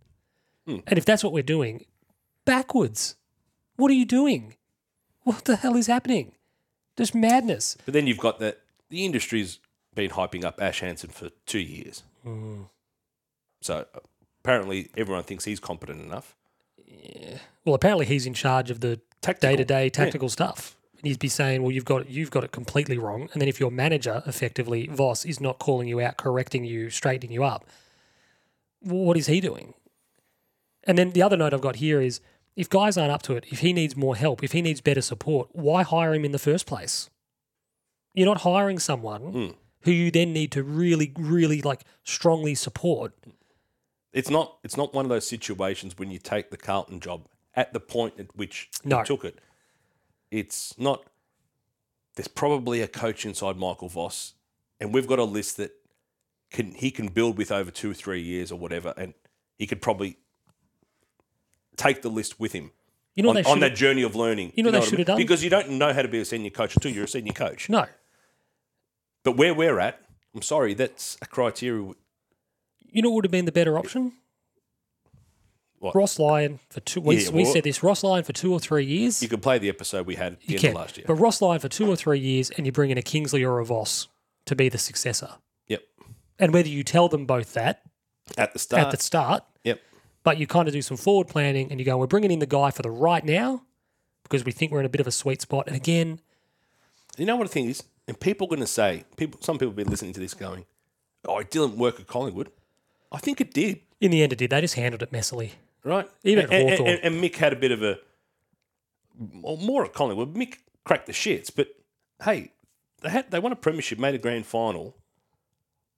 Speaker 1: And if that's what we're doing, backwards. What are you doing? What the hell is happening? Just madness.
Speaker 2: but then you've got that the industry's been hyping up Ash Hansen for two years.
Speaker 1: Hmm.
Speaker 2: So apparently everyone thinks he's competent enough.
Speaker 1: Well, apparently he's in charge of the
Speaker 2: Tactical.
Speaker 1: day to day tactical stuff. And he'd be saying, "Well, you've got you've got it completely wrong." And then if your manager, effectively Voss, is not calling you out, correcting you, straightening you up, w- what is he doing? And then the other note I've got here is, if guys aren't up to it, if he needs more help, if he needs better support, why hire him in the first place? You're not hiring someone
Speaker 2: Hmm.
Speaker 1: who you then need to really, really like strongly support.
Speaker 2: It's not it's not one of those situations when you take the Carlton job at the point at which
Speaker 1: No.
Speaker 2: you took it. It's not there's probably a coach inside Michael Voss and we've got a list that can he can build with over two or three years or whatever and he could probably take the list with him.
Speaker 1: You know,
Speaker 2: on,
Speaker 1: they
Speaker 2: on
Speaker 1: should
Speaker 2: that journey of learning.
Speaker 1: You know they
Speaker 2: what I
Speaker 1: should have
Speaker 2: mean?
Speaker 1: done?
Speaker 2: because you don't know how to be a senior coach until you're a senior coach.
Speaker 1: no.
Speaker 2: But where we're at, I'm sorry, that's a criteria.
Speaker 1: You know what would have been the better option?
Speaker 2: What?
Speaker 1: Ross Lyon for two. We,
Speaker 2: Yeah,
Speaker 1: we
Speaker 2: well-
Speaker 1: said this. Ross Lyon for two or three years.
Speaker 2: You could play the episode we had at the
Speaker 1: You
Speaker 2: end
Speaker 1: can,
Speaker 2: of last year.
Speaker 1: but Ross Lyon for two or three years, and you bring in a Kingsley or a Voss to be the successor.
Speaker 2: Yep,
Speaker 1: And whether you tell them both that
Speaker 2: at the start.
Speaker 1: at the start,
Speaker 2: yep,
Speaker 1: but you kind of do some forward planning, and you go, "We're bringing in the guy for the right now because we think we're in a bit of a sweet spot." And again,
Speaker 2: you know what the thing is, and people are going to say people. Some people will be listening to this going, "Oh, it didn't work at Collingwood." I think it did.
Speaker 1: In the end, it did. They just handled it messily.
Speaker 2: Right.
Speaker 1: Even
Speaker 2: and,
Speaker 1: at
Speaker 2: and-
Speaker 1: Hawthorn.
Speaker 2: and- and Mick had a bit of a well, more at Collingwood. Mick cracked the shits, but hey, they had they won a premiership, made a grand final,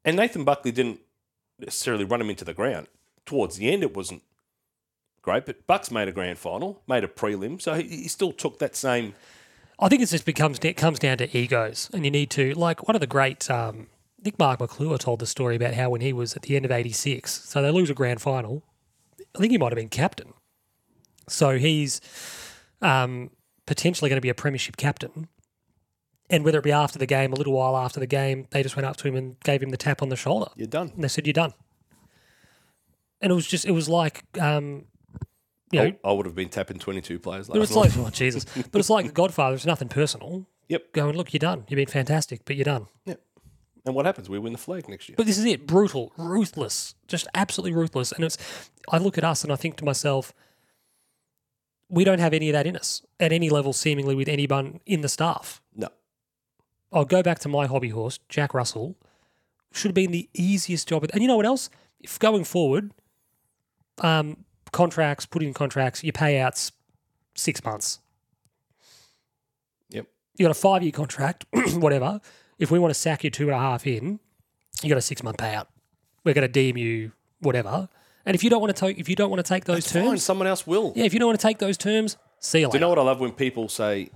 Speaker 2: and Nathan Buckley didn't necessarily run him into the ground. Towards the end, it wasn't great, but Bucks made a grand final, made a prelim, so he, he still took that same.
Speaker 1: I think it just becomes it comes down to egos, and you need to like one of the great. Um, I think Mark McClure told the story about how when he was at the end of '86, so they lose a grand final. I think he might have been captain, so he's um, potentially going to be a premiership captain. And whether it be after the game, a little while after the game, they just went up to him and gave him the tap on the shoulder,
Speaker 2: You're done.
Speaker 1: and they said, "You're done." And it was just it was like um, you know
Speaker 2: I, I would have been tapping twenty two players
Speaker 1: but
Speaker 2: last
Speaker 1: it's
Speaker 2: night.
Speaker 1: like, oh, Jesus. But it's like The Godfather. It's nothing personal.
Speaker 2: Yep.
Speaker 1: Going, look, you're done. You've been fantastic, but you're done.
Speaker 2: Yep. And what happens? We win the flag next year.
Speaker 1: But this is it. Brutal, ruthless, just absolutely ruthless. And it's, I look at us and I think to myself, we don't have any of that in us at any level, seemingly with anyone in the staff.
Speaker 2: no,
Speaker 1: I'll go back to my hobby horse, Jack Russell. Should have been the easiest job. And you know what else? If going forward, um, contracts, put in contracts, your payouts, six months.
Speaker 2: yep.
Speaker 1: you got a five year contract, whatever. If we want to sack you two and a half in, you got a six month payout. We're going to deem you whatever. And if you don't want to take, if you don't want to take those terms,
Speaker 2: Fine, someone else will.
Speaker 1: yeah, if you don't want to take those terms, see you
Speaker 2: Do you
Speaker 1: later.
Speaker 2: know what I love when people say,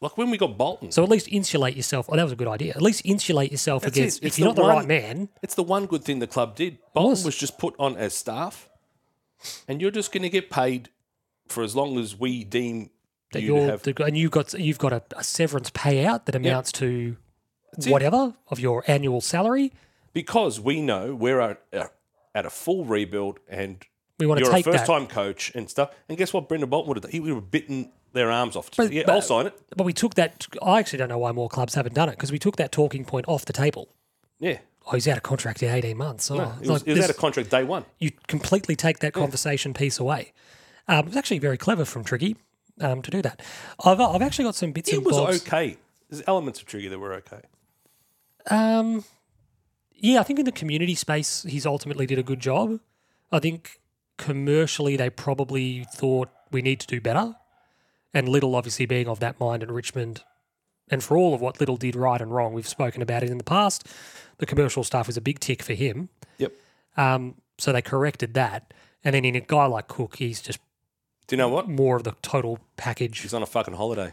Speaker 2: like when we got Bolton?
Speaker 1: so at least insulate yourself. Oh, that was a good idea. At least insulate yourself
Speaker 2: That's it.
Speaker 1: against.
Speaker 2: It's
Speaker 1: If you're not
Speaker 2: the
Speaker 1: the
Speaker 2: one-
Speaker 1: right man,
Speaker 2: It's the one good thing the club did. Bolton
Speaker 1: was.
Speaker 2: was. just put on as staff, and you're just going to get paid for as long as we deem
Speaker 1: that
Speaker 2: you
Speaker 1: you're
Speaker 2: to have.
Speaker 1: the, and you've got you've got a, a severance payout that amounts to whatever of your annual salary.
Speaker 2: because we know we're at, uh, at a full rebuild, and
Speaker 1: We want to
Speaker 2: you're a
Speaker 1: take that.
Speaker 2: first-time coach and stuff. And guess what? Brendan Bolton would have done. He would have bitten their arms off. yeah, I'll sign it.
Speaker 1: But we took that. I actually don't know why more clubs haven't done it because we took that talking point off the table.
Speaker 2: Yeah,
Speaker 1: oh, he's out of contract in 18 months. Oh,
Speaker 2: it was,
Speaker 1: like
Speaker 2: it was
Speaker 1: this-
Speaker 2: out of contract day one.
Speaker 1: you completely take that conversation piece away. Um, it was actually very clever from Triggy um, to do that. I've, uh, I've actually got some bits
Speaker 2: It
Speaker 1: and
Speaker 2: was
Speaker 1: bobs.
Speaker 2: okay. There's elements of trigger that were okay.
Speaker 1: Um, yeah, I think in the community space, he's ultimately did a good job. I think commercially, they probably thought we need to do better. And Little, obviously, being of that mind in Richmond, and for all of what Little did right and wrong, we've spoken about it in the past. The commercial stuff was a big tick for him.
Speaker 2: Yep.
Speaker 1: Um, so they corrected that. And then in a guy like Cook, he's just
Speaker 2: Do you know what?
Speaker 1: more of the total package.
Speaker 2: He's on a fucking holiday.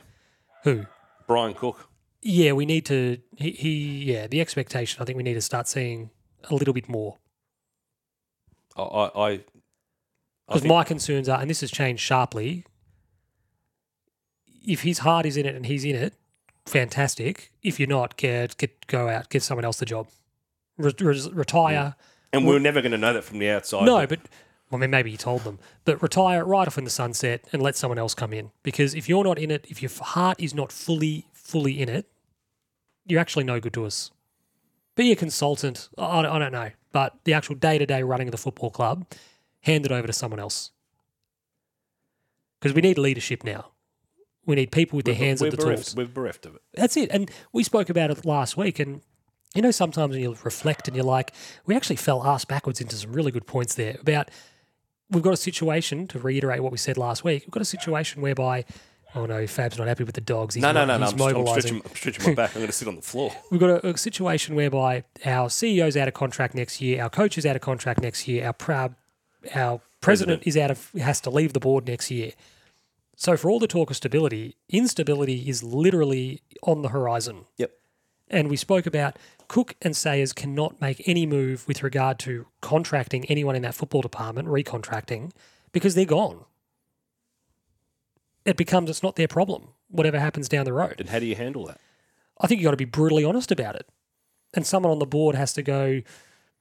Speaker 1: Who?
Speaker 2: Brian Cook.
Speaker 1: Yeah, we need to. He, he yeah, the expectation. I think we need to start seeing a little bit more
Speaker 2: I, I, I
Speaker 1: because
Speaker 2: think-
Speaker 1: my concerns are, and this has changed sharply. If his heart is in it and he's in it, fantastic. If you're not, get, get go out, give someone else the job, Re- res- retire.
Speaker 2: And we are never going to know that from the outside.
Speaker 1: No, but well, I mean, maybe he told them, but retire right off in the sunset and let someone else come in. Because if you're not in it, if your heart is not fully, fully in it, you're actually no good to us. Be a consultant. I, I don't- I don't know, but the actual day to day running of the football club, hand it over to someone else. Because we need leadership now. We need people with their hands
Speaker 2: we're
Speaker 1: at the
Speaker 2: bereft,
Speaker 1: tools.
Speaker 2: We're bereft of it.
Speaker 1: That's it. And we spoke about it last week. And, you know, sometimes when you reflect and you're like, we actually fell ass backwards into some really good points there about we've got a situation, to reiterate what we said last week, we've got a situation whereby, oh no, Fab's not happy with the dogs. He's
Speaker 2: No, no,
Speaker 1: not-
Speaker 2: no, no.
Speaker 1: He's
Speaker 2: I'm, just- I'm,
Speaker 1: mobilizing.
Speaker 2: stretching, I'm stretching my back. I'm going to sit on the floor.
Speaker 1: We've got a, a situation whereby our CEO's out of contract next year, our coach is out of contract next year, our proud, our president, is out of has to leave the board next year. So for all the talk of stability, instability is literally on the horizon
Speaker 2: Yep.
Speaker 1: and we spoke about Cook and Sayers cannot make any move with regard to contracting anyone in that football department, recontracting, because they're gone. It becomes it's not their problem, whatever happens down the road.
Speaker 2: And how do you handle that?
Speaker 1: I think you got to be brutally honest about it. And someone on the board has to go,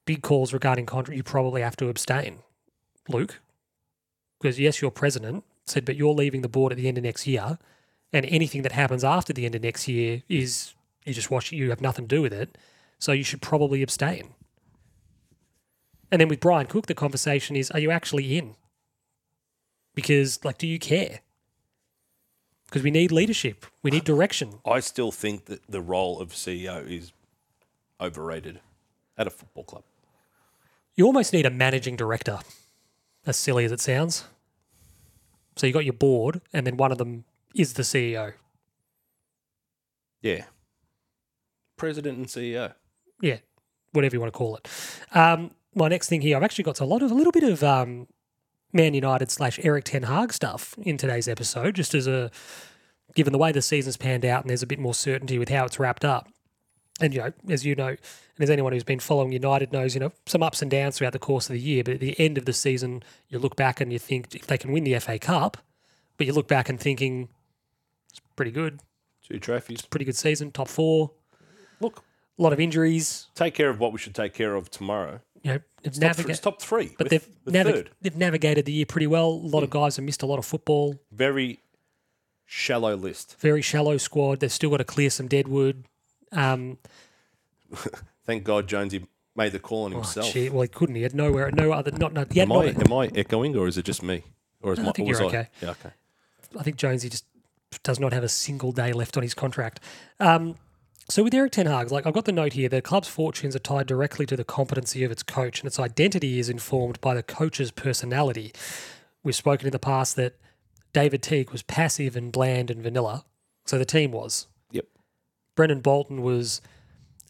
Speaker 1: big calls regarding contract, you probably have to abstain, Luke. Because, yes, your president said, but you're leaving the board at the end of next year. And anything that happens after the end of next year is you just watch it, you have nothing to do with it. So you should probably abstain. And then with Brian Cook, the conversation is, are you actually in? Because, like, do you care? Because we need leadership, we need direction.
Speaker 2: I still think that the E role of CEO is overrated at a football club.
Speaker 1: You almost need a managing director, as silly as it sounds. So you got your board, and then one of them is the E CEO.
Speaker 2: Yeah. President and E CEO.
Speaker 1: yeah, whatever you want to call it. Um, my next thing here, I've actually got a lot of a little bit of um, Man United slash Eric Ten Hag stuff in today's episode, just as a given the way the season's panned out and there's a bit more certainty with how it's wrapped up. And you know, as you know, and as anyone who's been following United knows, you know some ups and downs throughout the course of the year. But at the end of the season, you look back and you think if they can win the FA Cup, but you look back and thinking it's pretty good,
Speaker 2: Two trophies.
Speaker 1: pretty good season, top four,
Speaker 2: Look,
Speaker 1: a lot of injuries,
Speaker 2: take care of what we should take care of tomorrow.
Speaker 1: you know, it's
Speaker 2: Top three,
Speaker 1: navigate.
Speaker 2: it's top three.
Speaker 1: But
Speaker 2: with
Speaker 1: they've,
Speaker 2: the
Speaker 1: navi-
Speaker 2: third. Hmm.
Speaker 1: they've navigated the year pretty well. A lot of guys have missed a lot of football.
Speaker 2: Very shallow list.
Speaker 1: Very shallow squad. They've still got to clear some dead wood. Um,
Speaker 2: Thank God Jonesy made the call on himself.
Speaker 1: Oh, gee, well, he couldn't. He had nowhere, no other, not, not, he had
Speaker 2: am, I,
Speaker 1: not,
Speaker 2: am I echoing or is it just me? Or is
Speaker 1: No, I
Speaker 2: my,
Speaker 1: think
Speaker 2: or was
Speaker 1: you're
Speaker 2: I-
Speaker 1: okay.
Speaker 2: Yeah, okay.
Speaker 1: I think Jonesy just does not have a single day left on his contract. Um, so with Eric Ten Hag, like I've got the note here, the club's fortunes are tied directly to the competency of its coach, and its identity is informed by the coach's personality. We've spoken in the past that David Teague was passive and bland and vanilla, so the team was.
Speaker 2: Yep.
Speaker 1: Brendan Bolton was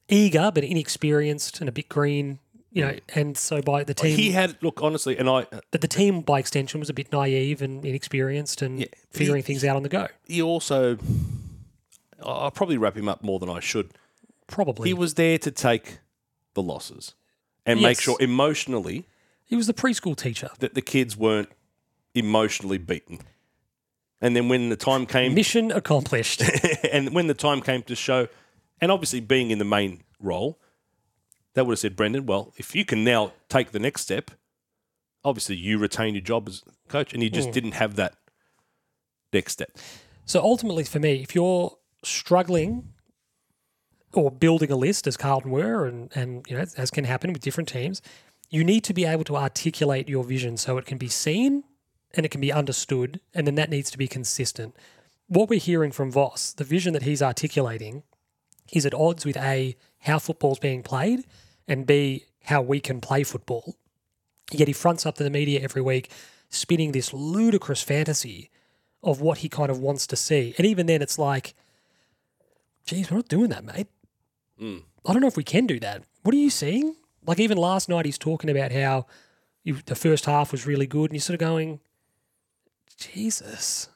Speaker 1: eager but inexperienced and a bit green, you know, and so by the team
Speaker 2: He had, look, honestly, and I,
Speaker 1: that the team by extension was a bit naive and inexperienced and figuring things out on the go.
Speaker 2: he also, I- I'll probably wrap him up more than I should.
Speaker 1: Probably.
Speaker 2: He
Speaker 1: He was,
Speaker 2: was there to take the losses and make
Speaker 1: Yes.
Speaker 2: sure emotionally
Speaker 1: the preschool teacher.
Speaker 2: that the kids weren't emotionally beaten. And then when the time came
Speaker 1: Mission accomplished.
Speaker 2: and when the time came to show, and obviously being in the main role, they would have said, Brendan, well, if you can now take the next step, obviously you retain your job as coach, and you
Speaker 1: Mm.
Speaker 2: just didn't have that next step.
Speaker 1: so ultimately for me, if you're struggling or building a list as Carlton were and, and you know, as can happen with different teams, you need to be able to articulate your vision so it can be seen and it can be understood, and then that needs to be consistent. What we're hearing from Voss, the vision that he's articulating is at odds with A, how football's being played, and B, how we can play football. Yet he fronts up to the media every week, spinning this ludicrous fantasy of what he kind of wants to see. And even then, it's like, geez, we're not doing that, mate. I don't know if we can do that. What are you seeing? Like, even last night, he's talking about how you, the first half was really good, and you're sort of going, Jesus,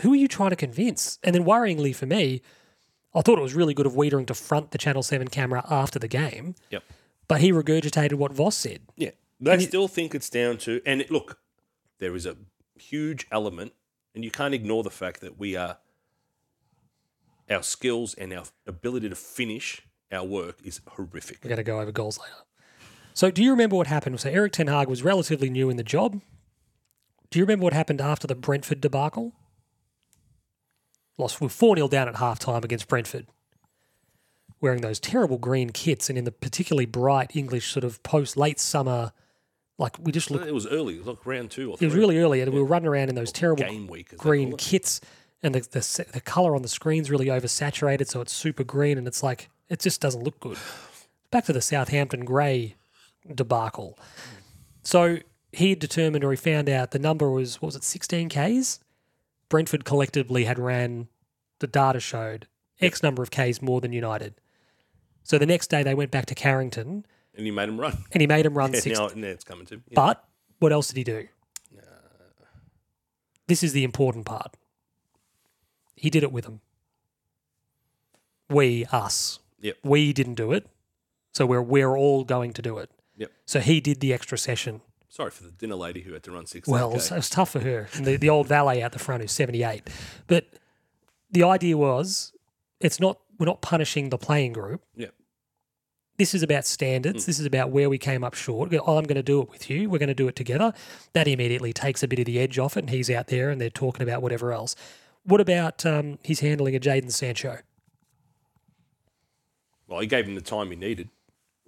Speaker 1: who are you trying to convince? And then, worryingly for me, I thought it was really good of Wiedering to front the Channel 7 camera after the game,
Speaker 2: Yep.
Speaker 1: but he regurgitated what Voss said.
Speaker 2: Yeah. They still think it's down to, and it, look, there is a huge element, and you can't ignore the fact that we are, our skills and our ability to finish our work is horrific.
Speaker 1: We're going to go over goals later. So, do you remember what happened? So, Eric Ten Hag was relatively new in the job. Do you remember what happened after the Brentford debacle? Lost, we 4 0 down at half time against Brentford, wearing those terrible green kits and in the particularly bright English sort of post late summer. Like, we just looked,
Speaker 2: It was early, look, round two or
Speaker 1: it
Speaker 2: three.
Speaker 1: was really early and we were running around in those terrible
Speaker 2: game week. as they
Speaker 1: green
Speaker 2: call it.
Speaker 1: kits and the, the se- the color on the screen's really oversaturated, so it's super green and it's like it just doesn't look good. Back to the Southampton grey debacle. So he determined or he found out the number was what was it 16 Ks? Brentford collectively had ran the data showed X number of Ks more than United. So the next day they went back to Carrington
Speaker 2: And you made him run.
Speaker 1: and he made him run
Speaker 2: Yeah,
Speaker 1: 16.
Speaker 2: now, now it's coming to. Yeah. Uh.
Speaker 1: But what else did he do? This is the important part. He did it with them. We, us.
Speaker 2: Yep.
Speaker 1: We didn't do it. So we're we're all going to do it.
Speaker 2: Yep.
Speaker 1: So he did the extra session.
Speaker 2: Sorry for the dinner lady who had to run six.
Speaker 1: Well, it was, it was tough for her. And the, the old valet out the front who's 78. But the idea was it's not we're not punishing the playing group.
Speaker 2: yeah,
Speaker 1: This is about
Speaker 2: Mm.
Speaker 1: standards. This is about where we came up short. Go, "Oh, I'm going to do it with you. We're going to do it together. That immediately takes a bit of the edge off it, and he's out there and they're talking about whatever else. What about um, his handling of Jaden Sancho
Speaker 2: well, he gave him the time he needed.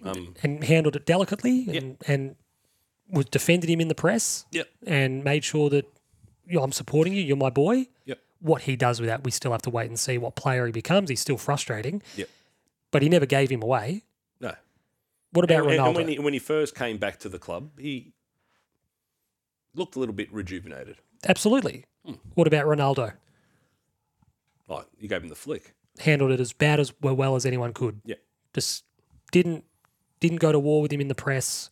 Speaker 2: Um,
Speaker 1: and handled it delicately and, and was defended him in the press
Speaker 2: yep,
Speaker 1: and made sure that you know, I'm supporting you. You're my boy.
Speaker 2: yep,
Speaker 1: What he does with that, we still have to wait and see what player he becomes. He's still frustrating,
Speaker 2: yep.
Speaker 1: but he never gave him away.
Speaker 2: No,
Speaker 1: What about
Speaker 2: and, and-
Speaker 1: Ronaldo?
Speaker 2: and when he when he first came back to the club, he looked a little bit rejuvenated.
Speaker 1: Absolutely.
Speaker 2: Hmm.
Speaker 1: What about Ronaldo?
Speaker 2: Like you gave him the flick.
Speaker 1: Handled it as bad as well, well as anyone could.
Speaker 2: Yeah.
Speaker 1: Just didn't didn't go to war with him in the press.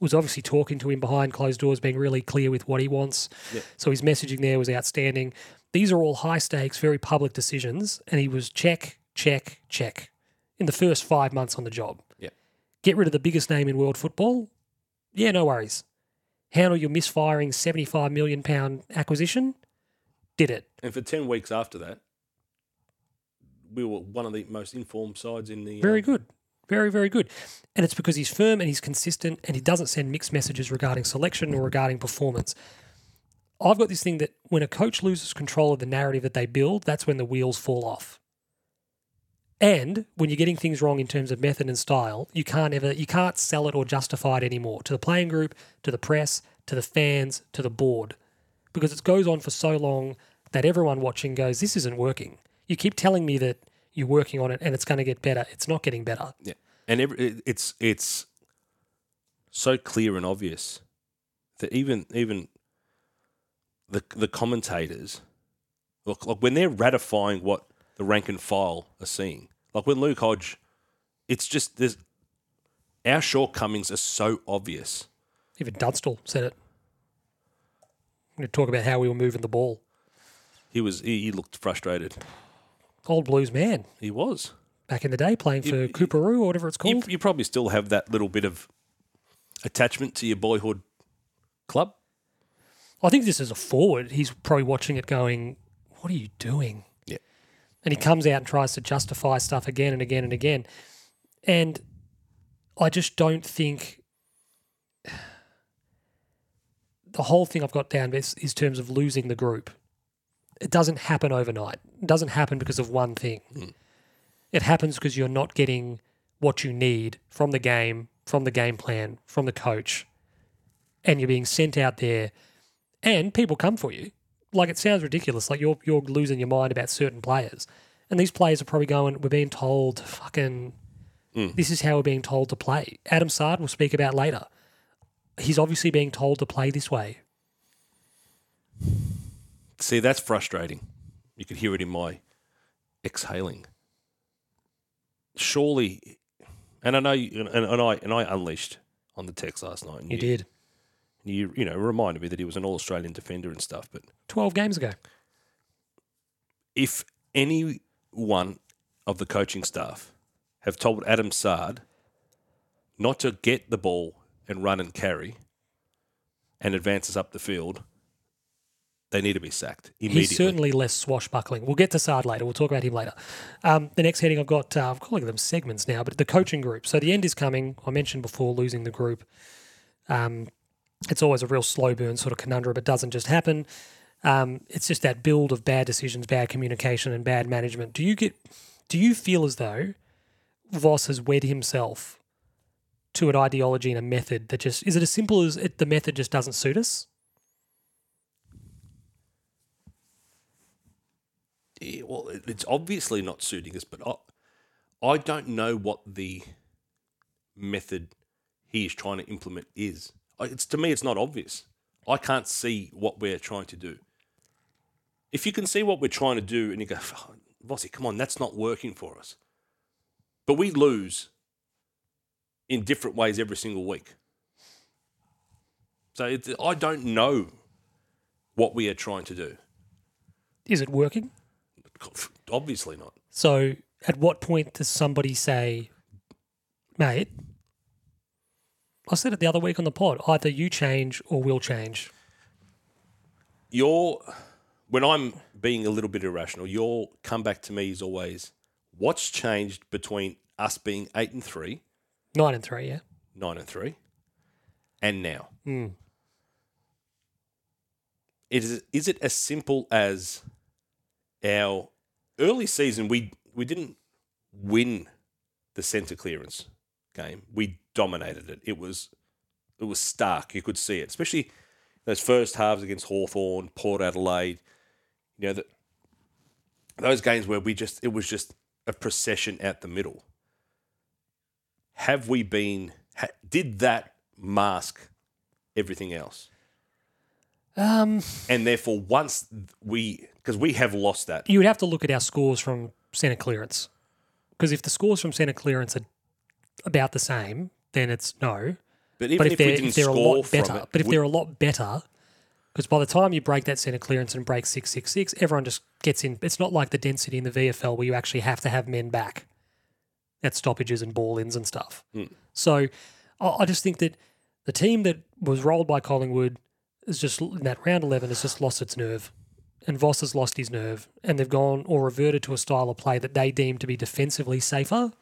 Speaker 1: Was obviously talking to him behind closed doors, being really clear with what he wants. So his messaging there was outstanding. These are all high stakes, very public decisions, and he was check, check, check in the first five months on the job.
Speaker 2: Yeah.
Speaker 1: Get rid of the biggest name in world football. Yeah, no worries. Handle your misfiring seventy-five million pound acquisition. Did it.
Speaker 2: And for ten weeks after that, we were one of the most informed sides in the.
Speaker 1: Very
Speaker 2: um,
Speaker 1: good. Very, very good. And it's because he's firm and he's consistent and he doesn't send mixed messages regarding selection or regarding performance. I've got this thing that when a coach loses control of the narrative that they build, that's when the wheels fall off. And when you're getting things wrong in terms of method and style, you can't ever you can't sell it or justify it anymore to the playing group, to the press, to the fans, to the board. Because it goes on for so long that everyone watching goes, This isn't working. You keep telling me that you're working on it and it's gonna get better. It's not getting better.
Speaker 2: Yeah, and every, it- it's it's so clear and obvious that even even the the commentators look like when they're ratifying what the rank and file are seeing, like when Luke Hodge, it's just there's our shortcomings are so obvious.
Speaker 1: Even Dunstall said it. We talk about how we were moving the ball.
Speaker 2: He was he, he looked frustrated.
Speaker 1: Old blues man
Speaker 2: He was.
Speaker 1: back in the day playing for
Speaker 2: You-
Speaker 1: Cooperoo or whatever it's
Speaker 2: You,
Speaker 1: called.
Speaker 2: you probably still have that little bit of attachment to your boyhood club.
Speaker 1: I think this is a forward. He's probably watching it going, What are you doing?
Speaker 2: Yeah.
Speaker 1: And he comes out and tries to justify stuff again and again and again. And I just don't think the whole thing I've got down is, is terms of losing the group. It doesn't happen overnight. It doesn't happen because of one thing. It happens because you're not getting what you need from the game, from the game plan, from the coach. And you're being sent out there and people come for you. Like it sounds ridiculous. Like you're you're losing your mind about certain players, and these players are probably going. We're being told, fucking, this is how we're being told to play. Adam Sard will speak about later. He's obviously being told to play this way.
Speaker 2: See, that's frustrating. You could hear it in my exhaling. Surely, and I know, you, and, and I and I unleashed on the text last night. And
Speaker 1: You did
Speaker 2: You you know reminded me that he was an All Australian defender and stuff. But
Speaker 1: twelve games ago.
Speaker 2: if any one of the coaching staff have told Adam Sard not to get the ball and run and carry and advances up the field, they need to be sacked immediately.
Speaker 1: He's certainly less swashbuckling. We'll get to Sard later. We'll talk about him later. Um, the next heading I've got, uh, I'm calling them segments now, but the coaching group. So the end is coming. I mentioned before losing the group. Um, it's always a real slow burn sort of conundrum. It doesn't just happen. Um, it's just that build of bad decisions, bad communication, and bad management. Do you get? Do you feel as though Voss has wed himself to an ideology and a method that just is it as simple as it, the method just doesn't suit us?
Speaker 2: Yeah, eh, well, it- it's obviously not suiting us, but I, I don't know what the method he is trying to implement is. I- It's to me, it's not obvious. I can't see what we're trying to do. If you can see what we're trying to do, and you go, "Fuck, Vossi, come on, that's not working for us. But we lose in different ways every single week. So it's, I don't know what we are trying to do.
Speaker 1: Is it working?
Speaker 2: Obviously not.
Speaker 1: So, at what point does somebody say, mate, I said it the other week on the pod either you change or we'll change?
Speaker 2: your when I'm being a little bit irrational, your comeback to me is always what's changed between us being eight and three,
Speaker 1: Nine and three, yeah.
Speaker 2: nine and three, and now. It is is it as simple as our early season we we didn't win the centre clearance game. We dominated it. It was it was stark. You could see it, especially those first halves against Hawthorn, Port Adelaide. You know that those games where we just it was just a procession out the middle. Have we been ha- did that mask everything else?
Speaker 1: Um,
Speaker 2: And therefore, once we, because we have lost that,
Speaker 1: you would have to look at our scores from centre clearance. Because if the scores from centre clearance are about the same, then it's no.
Speaker 2: but even
Speaker 1: But if,
Speaker 2: if,
Speaker 1: they're,
Speaker 2: we didn't
Speaker 1: if they're a
Speaker 2: score
Speaker 1: lot
Speaker 2: from
Speaker 1: better,
Speaker 2: it,
Speaker 1: but if
Speaker 2: we-
Speaker 1: they're a lot better, because by the time you break that centre clearance and break 666, everyone just gets in. It's not like the density in the VFL where you actually have to have men back at stoppages and ball ins and stuff.
Speaker 2: Hmm.
Speaker 1: So I, I just think that the team that was rolled by Collingwood is just in that round 11 has just lost its nerve. And Voss has lost his nerve, and they've gone or reverted to a style of play that they deem to be defensively safer,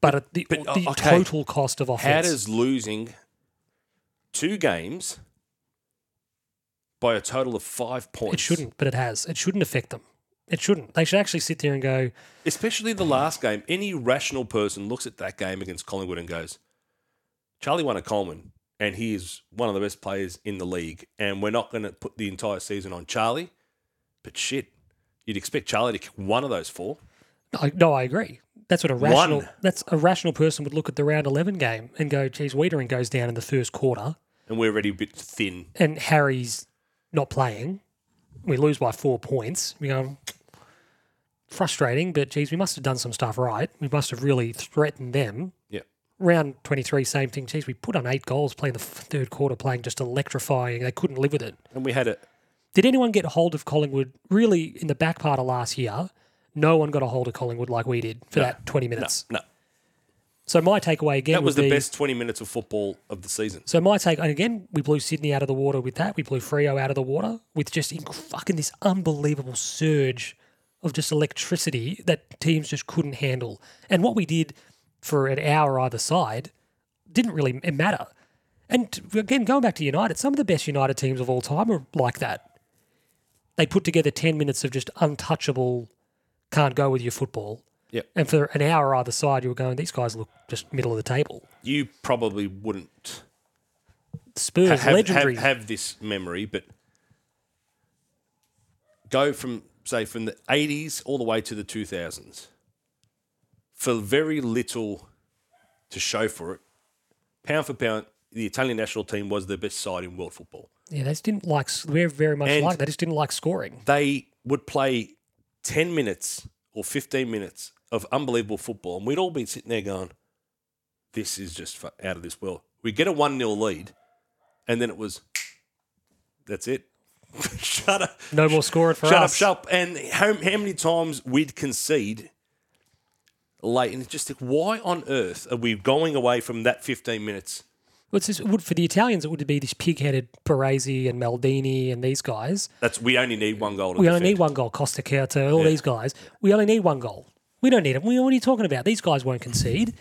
Speaker 1: but at the,
Speaker 2: but, uh,
Speaker 1: the
Speaker 2: okay.
Speaker 1: total cost of offense.
Speaker 2: How does losing two games by a total of five points?
Speaker 1: It shouldn't, but it has. It shouldn't affect them. It shouldn't. They should actually sit there and go,
Speaker 2: Especially the last game. Any rational person looks at that game against Collingwood and goes, Charlie won a Coleman, and he is one of the best players in the league. And we're not going to put the entire season on Charlie. But shit, you'd expect Charlie to kick one of those four.
Speaker 1: I, no, I agree. That's what a rational
Speaker 2: One.
Speaker 1: that's a rational person would look at the round eleven game and go, geez, Wiedering goes down in the first quarter
Speaker 2: And we're already a bit thin.
Speaker 1: and Harry's not playing. We lose by four points. We go frustrating, but geez, we must have done some stuff right. We must have really threatened them.
Speaker 2: Yeah.
Speaker 1: Round twenty three, same thing. Geez, we put on eight goals playing the f- third quarter, playing just electrifying. They couldn't live with it.
Speaker 2: And we had a
Speaker 1: Did anyone get hold of Collingwood really in the back part of last year? No one got a hold of Collingwood like we did for that 20 minutes.
Speaker 2: No.
Speaker 1: So my takeaway again
Speaker 2: That was
Speaker 1: would
Speaker 2: the
Speaker 1: be-
Speaker 2: best 20 minutes of football of the season.
Speaker 1: So my take and again, we blew Sydney out of the water with that. We blew Frio out of the water with just inc- fucking this unbelievable surge of just electricity that teams just couldn't handle. And what we did for an hour either side didn't really m- matter. And t- again, going back to United, some of the best United teams of all time are like that. They put together ten minutes of just untouchable, can't go with your football.
Speaker 2: Yep.
Speaker 1: And for an hour either side, you were going, these guys look just middle of the table.
Speaker 2: You probably wouldn't
Speaker 1: Spurs,
Speaker 2: have,
Speaker 1: legendary.
Speaker 2: Have, have this memory, but go from say from the eighties all the way to the two thousands for very little to show for it. Pound for pound, the Italian national team was the best side in world football.
Speaker 1: Yeah, they just didn't like. We're very much
Speaker 2: And-
Speaker 1: like they just didn't like scoring.
Speaker 2: They would play ten minutes or fifteen minutes of unbelievable football, and we'd all be sitting there going, "This is just fu- out of this world." We get a one 0 lead, and then it was, "That's it." Shut up.
Speaker 1: No more scoring for
Speaker 2: shut
Speaker 1: us.
Speaker 2: up, shut up. And how, how many times we'd concede late, and it's just like, why on earth are we going away from that 15 minutes?
Speaker 1: What's this, would for the Italians? It would be this pig-headed Baresi and Maldini and these guys.
Speaker 2: That's we only need one goal. To
Speaker 1: We only need one goal. Costa Curta, all these guys. We only need one goal. We don't need them. We, what are you talking about? These guys won't concede,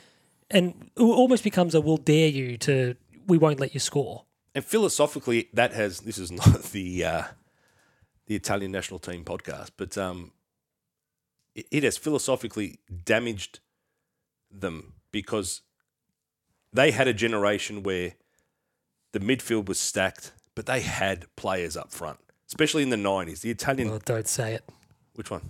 Speaker 1: and it almost becomes a "we'll dare you" to "we won't let you score."
Speaker 2: And philosophically, that has this is not the uh, the Italian national team podcast, but um, it, it has philosophically damaged them because they had a generation where the midfield was stacked, but they had players up front, especially in the nineties. The Italian
Speaker 1: Well, don't say it.
Speaker 2: Which one?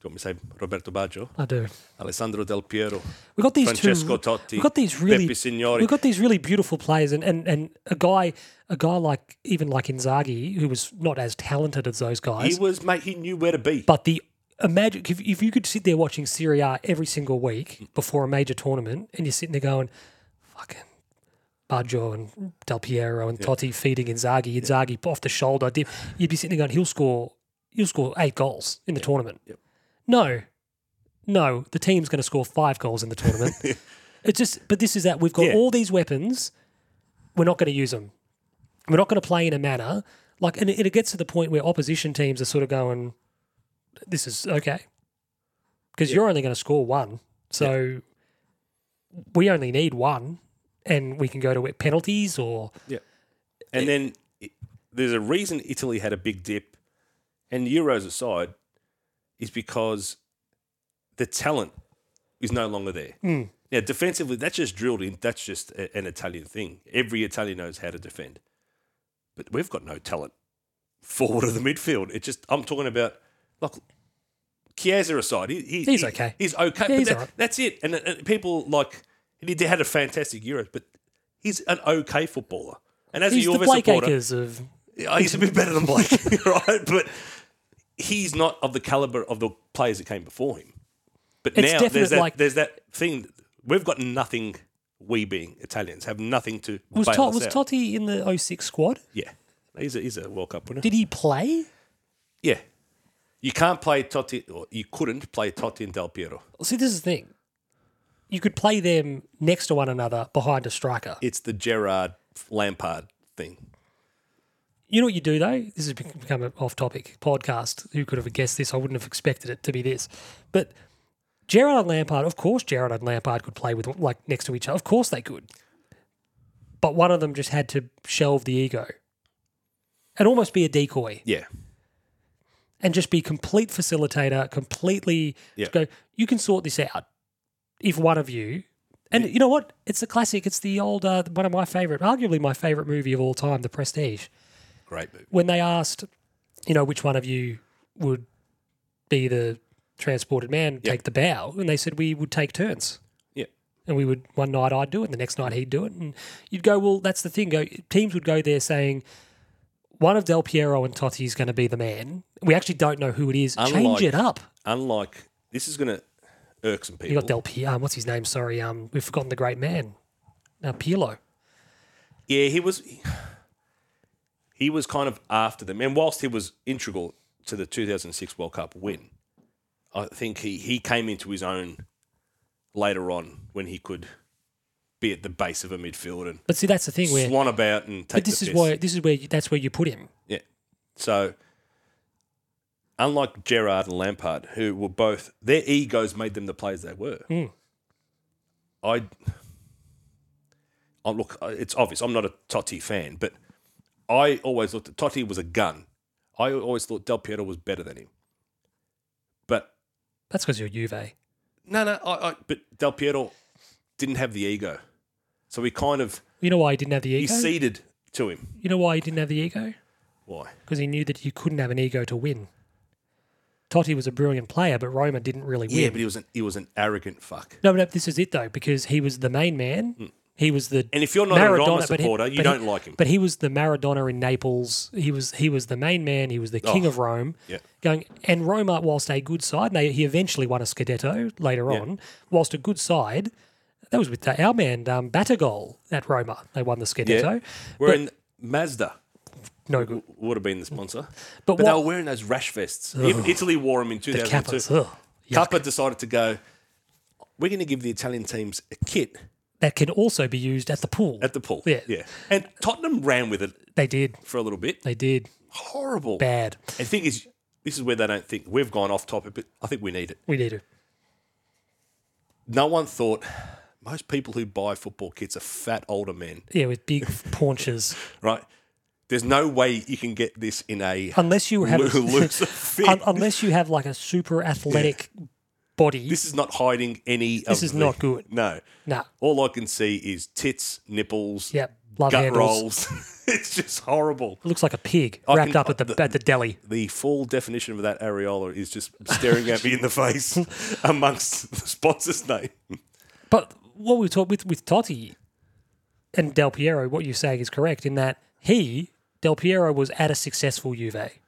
Speaker 2: Do you want me to say Roberto Baggio,
Speaker 1: I do.
Speaker 2: Alessandro Del Piero?
Speaker 1: We got these
Speaker 2: Francesco
Speaker 1: two,
Speaker 2: Totti,
Speaker 1: We got these really.
Speaker 2: Pepe Signori.
Speaker 1: We got these really beautiful players, and, and, and a guy, a guy like even like Inzaghi, who was not as talented as those guys,
Speaker 2: He was, mate, he knew where to be.
Speaker 1: but the imagine if, if you could sit there watching Serie A every single week before a major tournament, and you're sitting there going, "Fucking Baggio and Del Piero and Totti feeding Inzaghi, Inzaghi off the shoulder," dip, you'd be sitting there going, "He'll score, he'll score eight goals in the tournament."
Speaker 2: Yep.
Speaker 1: No, no, the team's going to score five goals in the tournament. it's just, but this is that we've got
Speaker 2: Yeah.
Speaker 1: all these weapons, we're not going to use them. We're not going to play in a manner like, and it, it gets to the point where opposition teams are sort of going, "This is okay," because you're only going to score one, so we only need one, and we can go to it penalties or
Speaker 2: and then it, there's a reason Italy had a big dip, and Euros aside, is because the talent is no longer there.
Speaker 1: Hmm.
Speaker 2: Now, defensively, that's just drilled in. That's just a- an Italian thing. Every Italian knows how to defend, but we've got no talent forward of the midfield. It just I'm talking about like Chiesa aside. He, he-
Speaker 1: He's
Speaker 2: he-
Speaker 1: okay.
Speaker 2: He's okay.
Speaker 1: Yeah,
Speaker 2: but
Speaker 1: he's
Speaker 2: that-
Speaker 1: all right.
Speaker 2: That's it. And, and people like And he had a fantastic Euros, but he's an okay footballer. And as
Speaker 1: He's
Speaker 2: a
Speaker 1: the
Speaker 2: Juve
Speaker 1: Blake
Speaker 2: supporter,
Speaker 1: Acres of
Speaker 2: yeah, he's a bit better than Blake, right? But he's not of the caliber of the players that came before him. But
Speaker 1: It's
Speaker 2: now
Speaker 1: definite,
Speaker 2: there's that
Speaker 1: like-
Speaker 2: there's that thing we've got nothing. We being Italians have nothing to
Speaker 1: was
Speaker 2: bail
Speaker 1: Tot,
Speaker 2: us
Speaker 1: was
Speaker 2: out.
Speaker 1: Totti in the 06 squad?
Speaker 2: Yeah, he's a, he's a World Cup winner.
Speaker 1: Did he play?
Speaker 2: yeah, you can't play Totti, or you couldn't play Totti and Del Piero.
Speaker 1: See, this is the thing. You could play them next to one another behind a striker.
Speaker 2: It's the Gerard Lampard thing.
Speaker 1: You know what you do though? This has bec- become an off-topic podcast. Who could have guessed this? I wouldn't have expected it to be this. But Gerard and Lampard, of course, Gerard and Lampard could play with like next to each other. Of course, they could. But one of them just had to shelve the ego and almost be a decoy
Speaker 2: Yeah,
Speaker 1: and just be complete facilitator, completely just
Speaker 2: Yeah.
Speaker 1: go. You can sort this out if one of you. And you know what? It's a classic. It's the old uh, one of my favorite, arguably my favorite movie of all time, The Prestige
Speaker 2: great move.
Speaker 1: when they asked, you know, which one of you would be the transported man, take the bow, and they said we would take turns.
Speaker 2: Yeah,
Speaker 1: And we would one night I'd do it, and the next night he'd do it, and you'd go, well, that's the thing. Go teams would go there saying, one of Del Piero and Totti is going to be the man. We actually don't know who it is. Change
Speaker 2: Unlike-
Speaker 1: it up.
Speaker 2: unlike this is going to irk some people.
Speaker 1: You got Del Piero. Um, what's his name? Sorry, um, we've forgotten the great man, uh, Pirlo.
Speaker 2: Yeah, he was. He was kind of after them, and whilst he was integral to the 2006 World Cup win, I think he he came into his own later on when he could be at the base of a midfield and
Speaker 1: But see, that's the thing where.
Speaker 2: swan about and
Speaker 1: But
Speaker 2: take.
Speaker 1: this
Speaker 2: the
Speaker 1: is
Speaker 2: piss.
Speaker 1: why. This is where. You, that's where you put him.
Speaker 2: Yeah. So, unlike Gerard and Lampard, who were both their egos made them the players they were.
Speaker 1: Hmm.
Speaker 2: I, I look. It's obvious. I'm not a Totti fan, but I always looked at Totti was a gun. I always thought Del Piero was better than him. But
Speaker 1: That's because you're Juve.
Speaker 2: no, no. I, I but Del Piero didn't have the ego, so he kind of
Speaker 1: You know why he didn't have the ego.
Speaker 2: he ceded to him.
Speaker 1: You know why he didn't have the ego?
Speaker 2: Why?
Speaker 1: Because he knew that you couldn't have an ego to win. Totti was a brilliant player, but Roma didn't really win.
Speaker 2: Yeah, but he was an he was an arrogant fuck.
Speaker 1: no, but this is it though, because he was the main man. He was the
Speaker 2: Hmm. And if you're not a
Speaker 1: Maradona,
Speaker 2: Roma
Speaker 1: but he-
Speaker 2: supporter, you
Speaker 1: but he-
Speaker 2: don't like him.
Speaker 1: But he was the Maradona in Naples. He was he was the main man. He was the king
Speaker 2: Oh,
Speaker 1: of Rome.
Speaker 2: yeah.
Speaker 1: Going and Roma, whilst a good side, and they, he eventually won a Scudetto later on. Whilst a good side, that was with our man um, Batagol at Roma. They won the Scudetto.
Speaker 2: We're
Speaker 1: But
Speaker 2: in Mazda.
Speaker 1: no good.
Speaker 2: Would have been the sponsor,
Speaker 1: But
Speaker 2: but,
Speaker 1: what-
Speaker 2: they were wearing those rash vests. Even Italy wore them in
Speaker 1: The
Speaker 2: 2002.
Speaker 1: Kappas. Ugh. Yuck.
Speaker 2: Kappa decided to go. We're going to give the Italian teams a kit
Speaker 1: that can also be used at the pool.
Speaker 2: at the pool.
Speaker 1: Yeah.
Speaker 2: yeah. And Tottenham ran with it
Speaker 1: they did.
Speaker 2: for a little bit.
Speaker 1: They did.
Speaker 2: Horrible.
Speaker 1: Bad.
Speaker 2: And thing is, this is where they don't think we've gone off topic, but I think we need it.
Speaker 1: We need to.
Speaker 2: No one thought. Most people who buy football kits are fat older men,
Speaker 1: Yeah, with big paunches.
Speaker 2: right? There's no way you can get this in a
Speaker 1: Unless you have
Speaker 2: loose fit.
Speaker 1: un- unless you have like a super athletic body.
Speaker 2: This is not hiding any.
Speaker 1: This
Speaker 2: of
Speaker 1: is
Speaker 2: the-
Speaker 1: not good.
Speaker 2: No.
Speaker 1: nah.
Speaker 2: All I can see is tits, nipples,
Speaker 1: Yep. Love
Speaker 2: gut
Speaker 1: handles.
Speaker 2: rolls. it's just horrible.
Speaker 1: Looks like a pig
Speaker 2: I
Speaker 1: wrapped
Speaker 2: can-
Speaker 1: up at the, at the deli.
Speaker 2: The full definition of that areola is just staring at me in the face amongst the sponsor's name.
Speaker 1: But what we talked with with Totti and Del Piero, what you're saying is correct in that he Del Piero was at a successful Juve.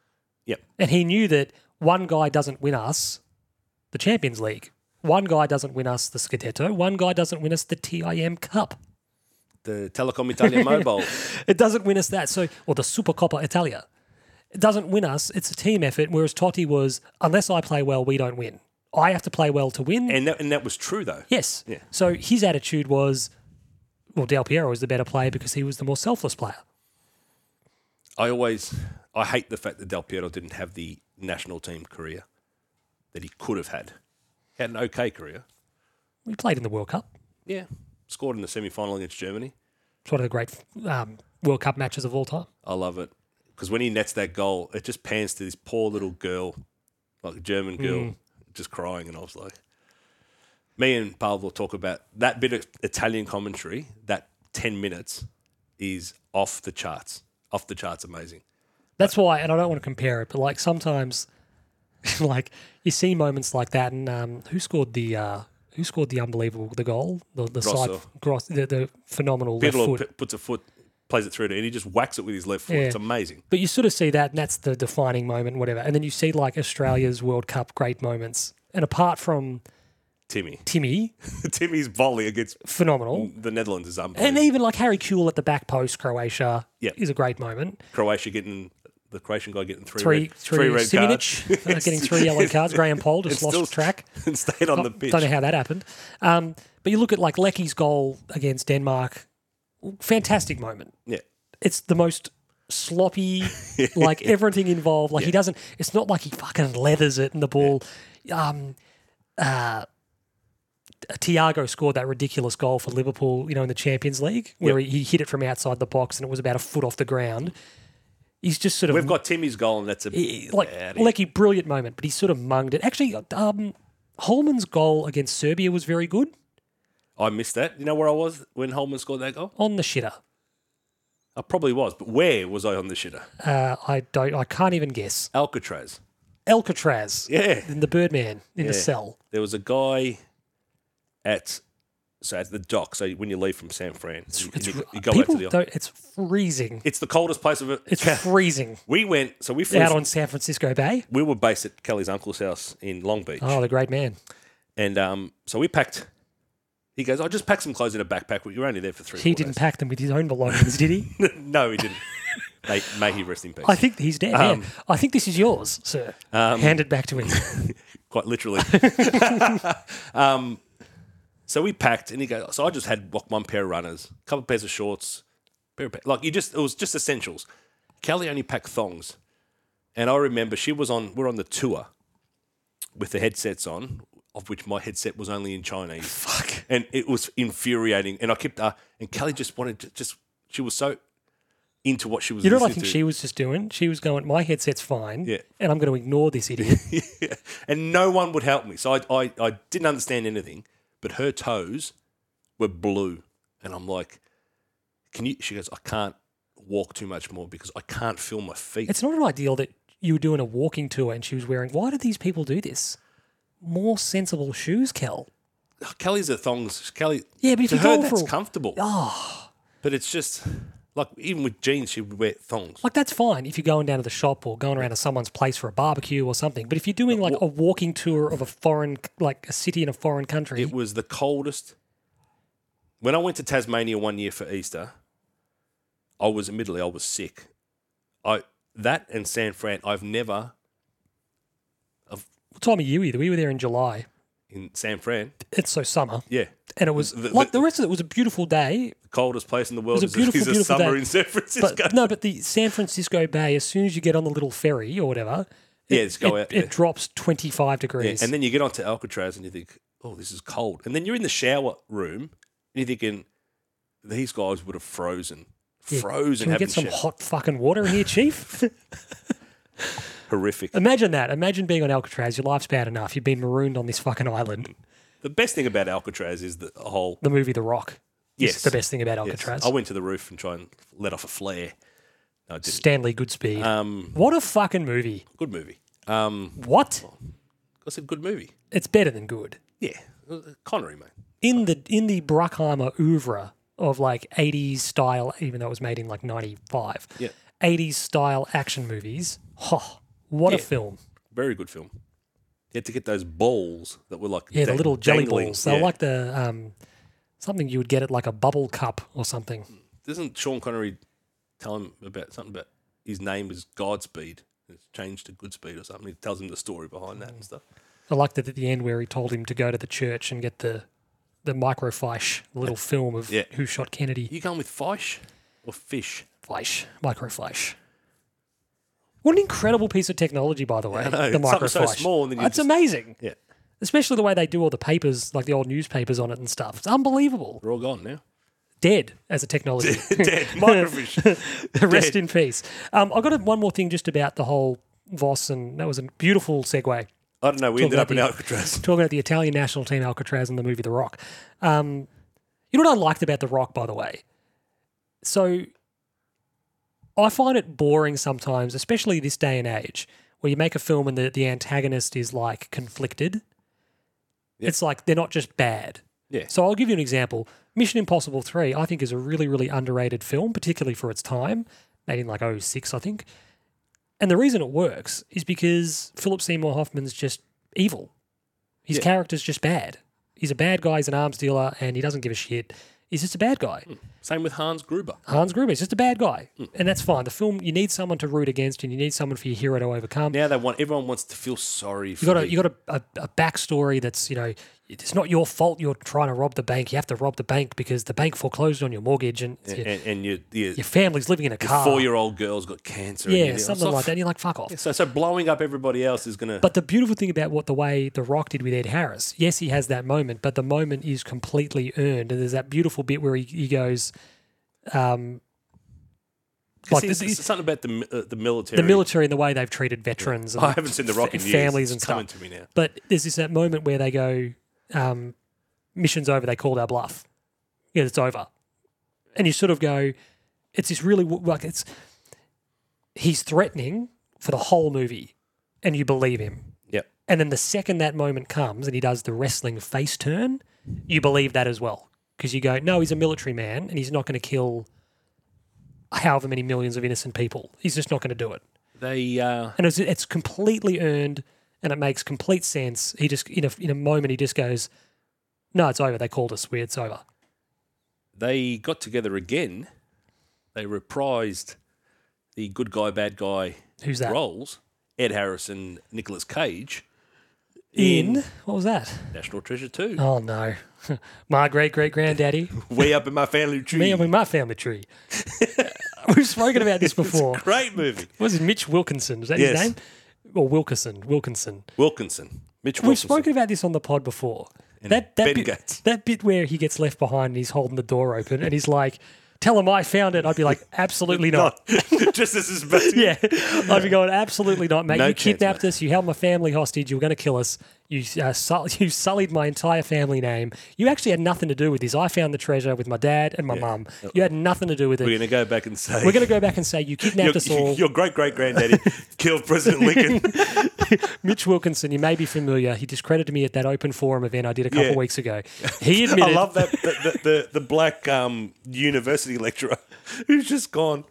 Speaker 2: Yep.
Speaker 1: And he knew that one guy doesn't win us the Champions League. One guy doesn't win us the Scudetto. One guy doesn't win us the TIM Cup.
Speaker 2: The Telecom Italia Mobile.
Speaker 1: It doesn't win us that. So, or the Supercoppa Italia. It doesn't win us. It's a team effort. Whereas Totti was, unless I play well, we don't win. I have to play well to win.
Speaker 2: And that, and that was true, though.
Speaker 1: yes.
Speaker 2: Yeah.
Speaker 1: So his attitude was, well, Del Piero was the better player because he was the more selfless player.
Speaker 2: I always, I hate the fact that Del Piero didn't have the national team career that he could have had. He had an okay career.
Speaker 1: We played in the World Cup.
Speaker 2: Yeah. Scored in the semi final against Germany.
Speaker 1: It's one of the great um, World Cup matches of all time.
Speaker 2: I love it because when he nets that goal, it just pans to this poor little girl, like a German girl,
Speaker 1: Mm.
Speaker 2: just crying, and I was like, me and Pavel talk about that bit of Italian commentary. That ten minutes is off the charts. Off the charts, amazing.
Speaker 1: That's why, and I don't want to compare it, but like sometimes, like you see moments like that, and um, who scored the uh, who scored the unbelievable the goal? The, the side
Speaker 2: Grosso.
Speaker 1: gross, the, the phenomenal left
Speaker 2: Pirlo
Speaker 1: foot.
Speaker 2: p- puts a foot, plays it through to, and he just whacks it with his left foot.
Speaker 1: Yeah.
Speaker 2: It's amazing.
Speaker 1: But you sort of see that, and that's the defining moment, whatever. And then you see like Australia's World Cup great moments, and apart from
Speaker 2: Timmy,
Speaker 1: Timmy,
Speaker 2: Timmy's volley against
Speaker 1: phenomenal.
Speaker 2: the Netherlands is unbelievable.
Speaker 1: And even like Harry Kuehl at the back post, Croatia,
Speaker 2: Yep.
Speaker 1: is a great moment.
Speaker 2: Croatia getting the Croatian guy getting three
Speaker 1: Three,
Speaker 2: red,
Speaker 1: three,
Speaker 2: red
Speaker 1: Simonic,
Speaker 2: cards.
Speaker 1: uh, getting three yellow cards. Graham Pole just
Speaker 2: It's
Speaker 1: lost
Speaker 2: still-
Speaker 1: track.
Speaker 2: and stayed on the pitch.
Speaker 1: Don't know how that happened. Um, but you look at like Lecky's goal against Denmark, fantastic moment.
Speaker 2: Yeah,
Speaker 1: It's the most sloppy, like everything involved. Like he doesn't. It's not like he fucking leathers it and the ball. Um, uh, Tiago scored that ridiculous goal for Liverpool, you know, in the Champions League, where he, he hit it from outside the box and it was about a foot off the ground. He's just sort of
Speaker 2: we've got Timmy's goal, and that's a
Speaker 1: he- like Lecky, brilliant moment, but he sort of munged it. Actually, um, Holman's goal against Serbia was very good
Speaker 2: I missed that. You know where I was when Holman scored that goal?
Speaker 1: on the shitter.
Speaker 2: I probably was, but where was I on the shitter?
Speaker 1: Uh, I don't, I can't even guess.
Speaker 2: Alcatraz.
Speaker 1: Alcatraz
Speaker 2: Yeah,
Speaker 1: in the Birdman in the
Speaker 2: Yeah.
Speaker 1: cell.
Speaker 2: there was a guy at so at the dock. So when you leave from San Fran, you,
Speaker 1: It's,
Speaker 2: you- you go back
Speaker 1: people
Speaker 2: to the.
Speaker 1: don't. It's freezing.
Speaker 2: It's the coldest place of it.
Speaker 1: It's freezing
Speaker 2: we went. So we flew.
Speaker 1: out on San Francisco Bay.
Speaker 2: we were based at Kelly's uncle's house in Long Beach,
Speaker 1: Oh, the great man.
Speaker 2: and um, so we packed. He goes, "I just packed some clothes in a backpack. We were only there for three.
Speaker 1: He
Speaker 4: Four
Speaker 1: didn't pack them with his own belongings, did he?
Speaker 2: no, he didn't. may, may he rest in peace.
Speaker 1: I think he's dead.
Speaker 2: Um,
Speaker 1: yeah. I think this is yours, sir. Hand it back to him.
Speaker 2: quite literally. um, so we packed, and he goes. So I just had like one pair of runners, a couple of pairs of shorts, pair of pa- like you just it was just essentials. Kelly only packed thongs, and I remember she was on. We're on the tour with the headsets on, of which my headset was only in Chinese. Fuck, and it was infuriating. And I kept uh, and Kelly just wanted to just she was so into what she was.
Speaker 1: You know what I
Speaker 2: listening
Speaker 1: think
Speaker 2: to.
Speaker 1: she was just doing? She was going, my headset's fine,
Speaker 2: Yeah.
Speaker 1: and I'm going to ignore this idiot.
Speaker 2: and no one would help me. So I, I, I didn't understand anything, but her toes were blue. And I'm like, can you? She goes, I can't walk too much more because I can't feel my feet.
Speaker 1: it's not an ideal that you were doing a walking tour and she was wearing. Why do these people do this? More sensible shoes, Kel.
Speaker 2: Kelly's are thongs. Kelly,
Speaker 1: Yeah, but if
Speaker 2: to
Speaker 1: you
Speaker 2: her,
Speaker 1: go
Speaker 2: that's
Speaker 1: for a- Oh.
Speaker 2: comfortable. But it's just like, even with jeans, she would wear thongs.
Speaker 1: Like that's fine if you're going down to the shop or going around to someone's place for a barbecue or something. But if you're doing like a walking tour of a foreign, like a city in a foreign country,
Speaker 2: It was the coldest. When I went to Tasmania one year for Easter, I was admittedly I was sick. I that and San Fran. I've never
Speaker 1: what time of year were you? We were there in July.
Speaker 2: in San Fran.
Speaker 1: It's so summer,
Speaker 2: Yeah,
Speaker 1: and it was
Speaker 2: The- the-
Speaker 1: like the rest of it was a beautiful day.
Speaker 2: the coldest place in the world
Speaker 1: a
Speaker 2: is,
Speaker 1: beautiful,
Speaker 2: is a
Speaker 1: beautiful
Speaker 2: summer
Speaker 1: day.
Speaker 2: in San Francisco.
Speaker 1: But no, but the San Francisco Bay. As soon as you get on the little ferry or whatever,
Speaker 2: yeah, just go
Speaker 1: it,
Speaker 2: out. yeah.
Speaker 1: it drops 25
Speaker 2: Yeah,
Speaker 1: degrees.
Speaker 2: And then you get onto Alcatraz and you think, oh, this is cold. And then you're in the shower room and you're thinking, these guys would have frozen. Frozen,
Speaker 1: Can we
Speaker 2: having
Speaker 1: get some
Speaker 2: shower.
Speaker 1: hot fucking water in here, Chief?
Speaker 2: horrific.
Speaker 1: Imagine that. Imagine being on Alcatraz. Your life's bad enough. You've been marooned on this fucking island.
Speaker 2: The best thing about Alcatraz is the whole.
Speaker 1: The movie The Rock. is
Speaker 2: Yes.
Speaker 1: The best thing about
Speaker 2: Yes.
Speaker 1: Alcatraz.
Speaker 2: I went to the roof and tried and let off a flare. No, I didn't.
Speaker 1: Stanley Goodspeed.
Speaker 2: Um,
Speaker 1: what a fucking movie.
Speaker 2: good movie. Um,
Speaker 1: What?
Speaker 2: I said good movie.
Speaker 1: It's better than good.
Speaker 2: Yeah, Uh, Connery, mate.
Speaker 1: In the in the Bruckheimer oeuvre of like 80s style, even though it was made in like 95,
Speaker 2: Yeah.
Speaker 1: 80s style action movies. Oh, what a
Speaker 2: Yeah.
Speaker 1: film.
Speaker 2: Very good film. You had to get those balls that were like
Speaker 1: Yeah, the
Speaker 2: dang-
Speaker 1: little jelly
Speaker 2: dangling.
Speaker 1: balls. They're
Speaker 2: Yeah.
Speaker 1: like the um, something you would get at like a bubble cup or something.
Speaker 2: doesn't Sean Connery tell him about something about his name is Godspeed? It's changed to Goodspeed or something. He tells him the story behind that and stuff.
Speaker 1: I liked it at the end where he told him to go to the church and get the the microfiche, the little film of
Speaker 2: Yeah.
Speaker 1: who shot Kennedy.
Speaker 2: You going with Feisch or Fish?
Speaker 1: Fleisch, microfiche. What an incredible piece of technology, by the way.
Speaker 2: know.
Speaker 1: The
Speaker 2: Something
Speaker 1: microfiche.
Speaker 2: so small and then you
Speaker 1: That's
Speaker 2: just-
Speaker 1: amazing.
Speaker 2: Yeah,
Speaker 1: Especially the way they do all the papers, like the old newspapers on it and stuff. It's unbelievable.
Speaker 2: they're all gone now.
Speaker 1: Dead as a technology.
Speaker 2: Dead microfish.
Speaker 1: Rest in peace. Um, I've got a- one more thing just about the whole Voss, and that was a beautiful segue.
Speaker 2: I don't know. We ended
Speaker 1: about
Speaker 2: up in
Speaker 1: the-
Speaker 2: Alcatraz.
Speaker 1: talking about the Italian national team Alcatraz in the movie The Rock. Um, you know what I liked about The Rock, by the way? So I find it boring sometimes, especially this day and age, where you make a film and the, the antagonist is like conflicted. It's like they're not just bad.
Speaker 2: Yeah.
Speaker 1: So I'll give you an example. Mission Impossible 3, I think, is a really, really underrated film, particularly for its time, made in like 06, I think. And the reason it works is because Philip Seymour Hoffman's just evil. His
Speaker 2: Yeah.
Speaker 1: character's just bad. He's a bad guy, he's an arms dealer, and he doesn't give a shit. He's just a bad guy.
Speaker 2: Same with Hans Gruber.
Speaker 1: Hans Gruber is just a bad guy. And that's fine. The film, you need someone to root against and you need someone for your hero to overcome.
Speaker 2: Now they want everyone wants to feel sorry for
Speaker 1: You got a
Speaker 2: the-
Speaker 1: you got a, a, a backstory that's you know it's not your fault you're trying to rob the bank. You have to rob the bank because the bank foreclosed on your mortgage and it's your,
Speaker 2: and, and your, your
Speaker 1: your family's living in a car.
Speaker 2: four year old girl's got cancer.
Speaker 1: yeah,
Speaker 2: and you-
Speaker 1: something
Speaker 2: so-
Speaker 1: like that. And you're like fuck off.
Speaker 2: So so blowing up everybody else is gonna.
Speaker 1: But the beautiful thing about what the way The Rock did with Ed Harris, yes, he has that moment, but the moment is completely earned. And there's that beautiful bit where he, he goes, um, like
Speaker 2: See,
Speaker 1: the,
Speaker 2: it's- it's something about the mi- uh, the military.
Speaker 1: the military and the way they've treated veterans. And
Speaker 2: I haven't seen the Rock in
Speaker 1: fa-
Speaker 2: years.
Speaker 1: families and
Speaker 2: It's coming
Speaker 1: stuff.
Speaker 2: to me now.
Speaker 1: But there's this that moment where they go, um, mission's over. They called our bluff. Yeah, it's over. And you sort of go, it's this really w- like it's he's threatening for the whole movie, and you believe him.
Speaker 2: Yep.
Speaker 1: And then the second that moment comes and he does the wrestling face turn, you believe that as well because you go, no, he's a military man and he's not going to kill however many millions of innocent people. He's just not going to do it
Speaker 2: They uh,
Speaker 1: and it's it's completely earned and it makes complete sense. He just in a in a moment he just goes, "No, it's over. They called us. We it's over."
Speaker 2: they got together again. They reprised the good guy, bad guy
Speaker 1: Who's that?
Speaker 2: roles. Ed Harris and Nicolas Cage
Speaker 1: In, what was that?
Speaker 2: National Treasure Two.
Speaker 1: Oh no, my great great granddaddy,
Speaker 2: Way up in my family tree.
Speaker 1: me and my family tree. We've spoken about this before.
Speaker 2: Great movie.
Speaker 1: Was it Mitch Wilkinson? Is that
Speaker 2: Yes.
Speaker 1: his name? Or Wilkerson? Wilkinson.
Speaker 2: Wilkinson, Mitch
Speaker 1: We've
Speaker 2: Wilkinson.
Speaker 1: spoken about this on the pod before. That that
Speaker 2: Ben
Speaker 1: bit,
Speaker 2: Gates.
Speaker 1: that bit where he gets left behind and he's holding the door open and he's like, "Tell him I found it." I'd be like, "Absolutely not."
Speaker 2: Just as is about
Speaker 1: Yeah, I'd be going absolutely not, mate.
Speaker 2: No
Speaker 1: you
Speaker 2: chance,
Speaker 1: kidnapped us. You held my family hostage. You were going to kill us. You uh, sull- you sullied my entire family name. You actually had nothing to do with this. I found the treasure with my dad and my mum. You had nothing to do with it.
Speaker 2: We're going to go back and say
Speaker 1: We're going to go back and say you kidnapped us all.
Speaker 2: your, your great great granddaddy killed President Lincoln.
Speaker 1: Mitch Wilkinson, you may be familiar. He discredited me at that open forum event I did a couple
Speaker 2: Yeah.
Speaker 1: weeks ago. He admitted.
Speaker 2: I love that the the, the, the black um, university lecturer who's just gone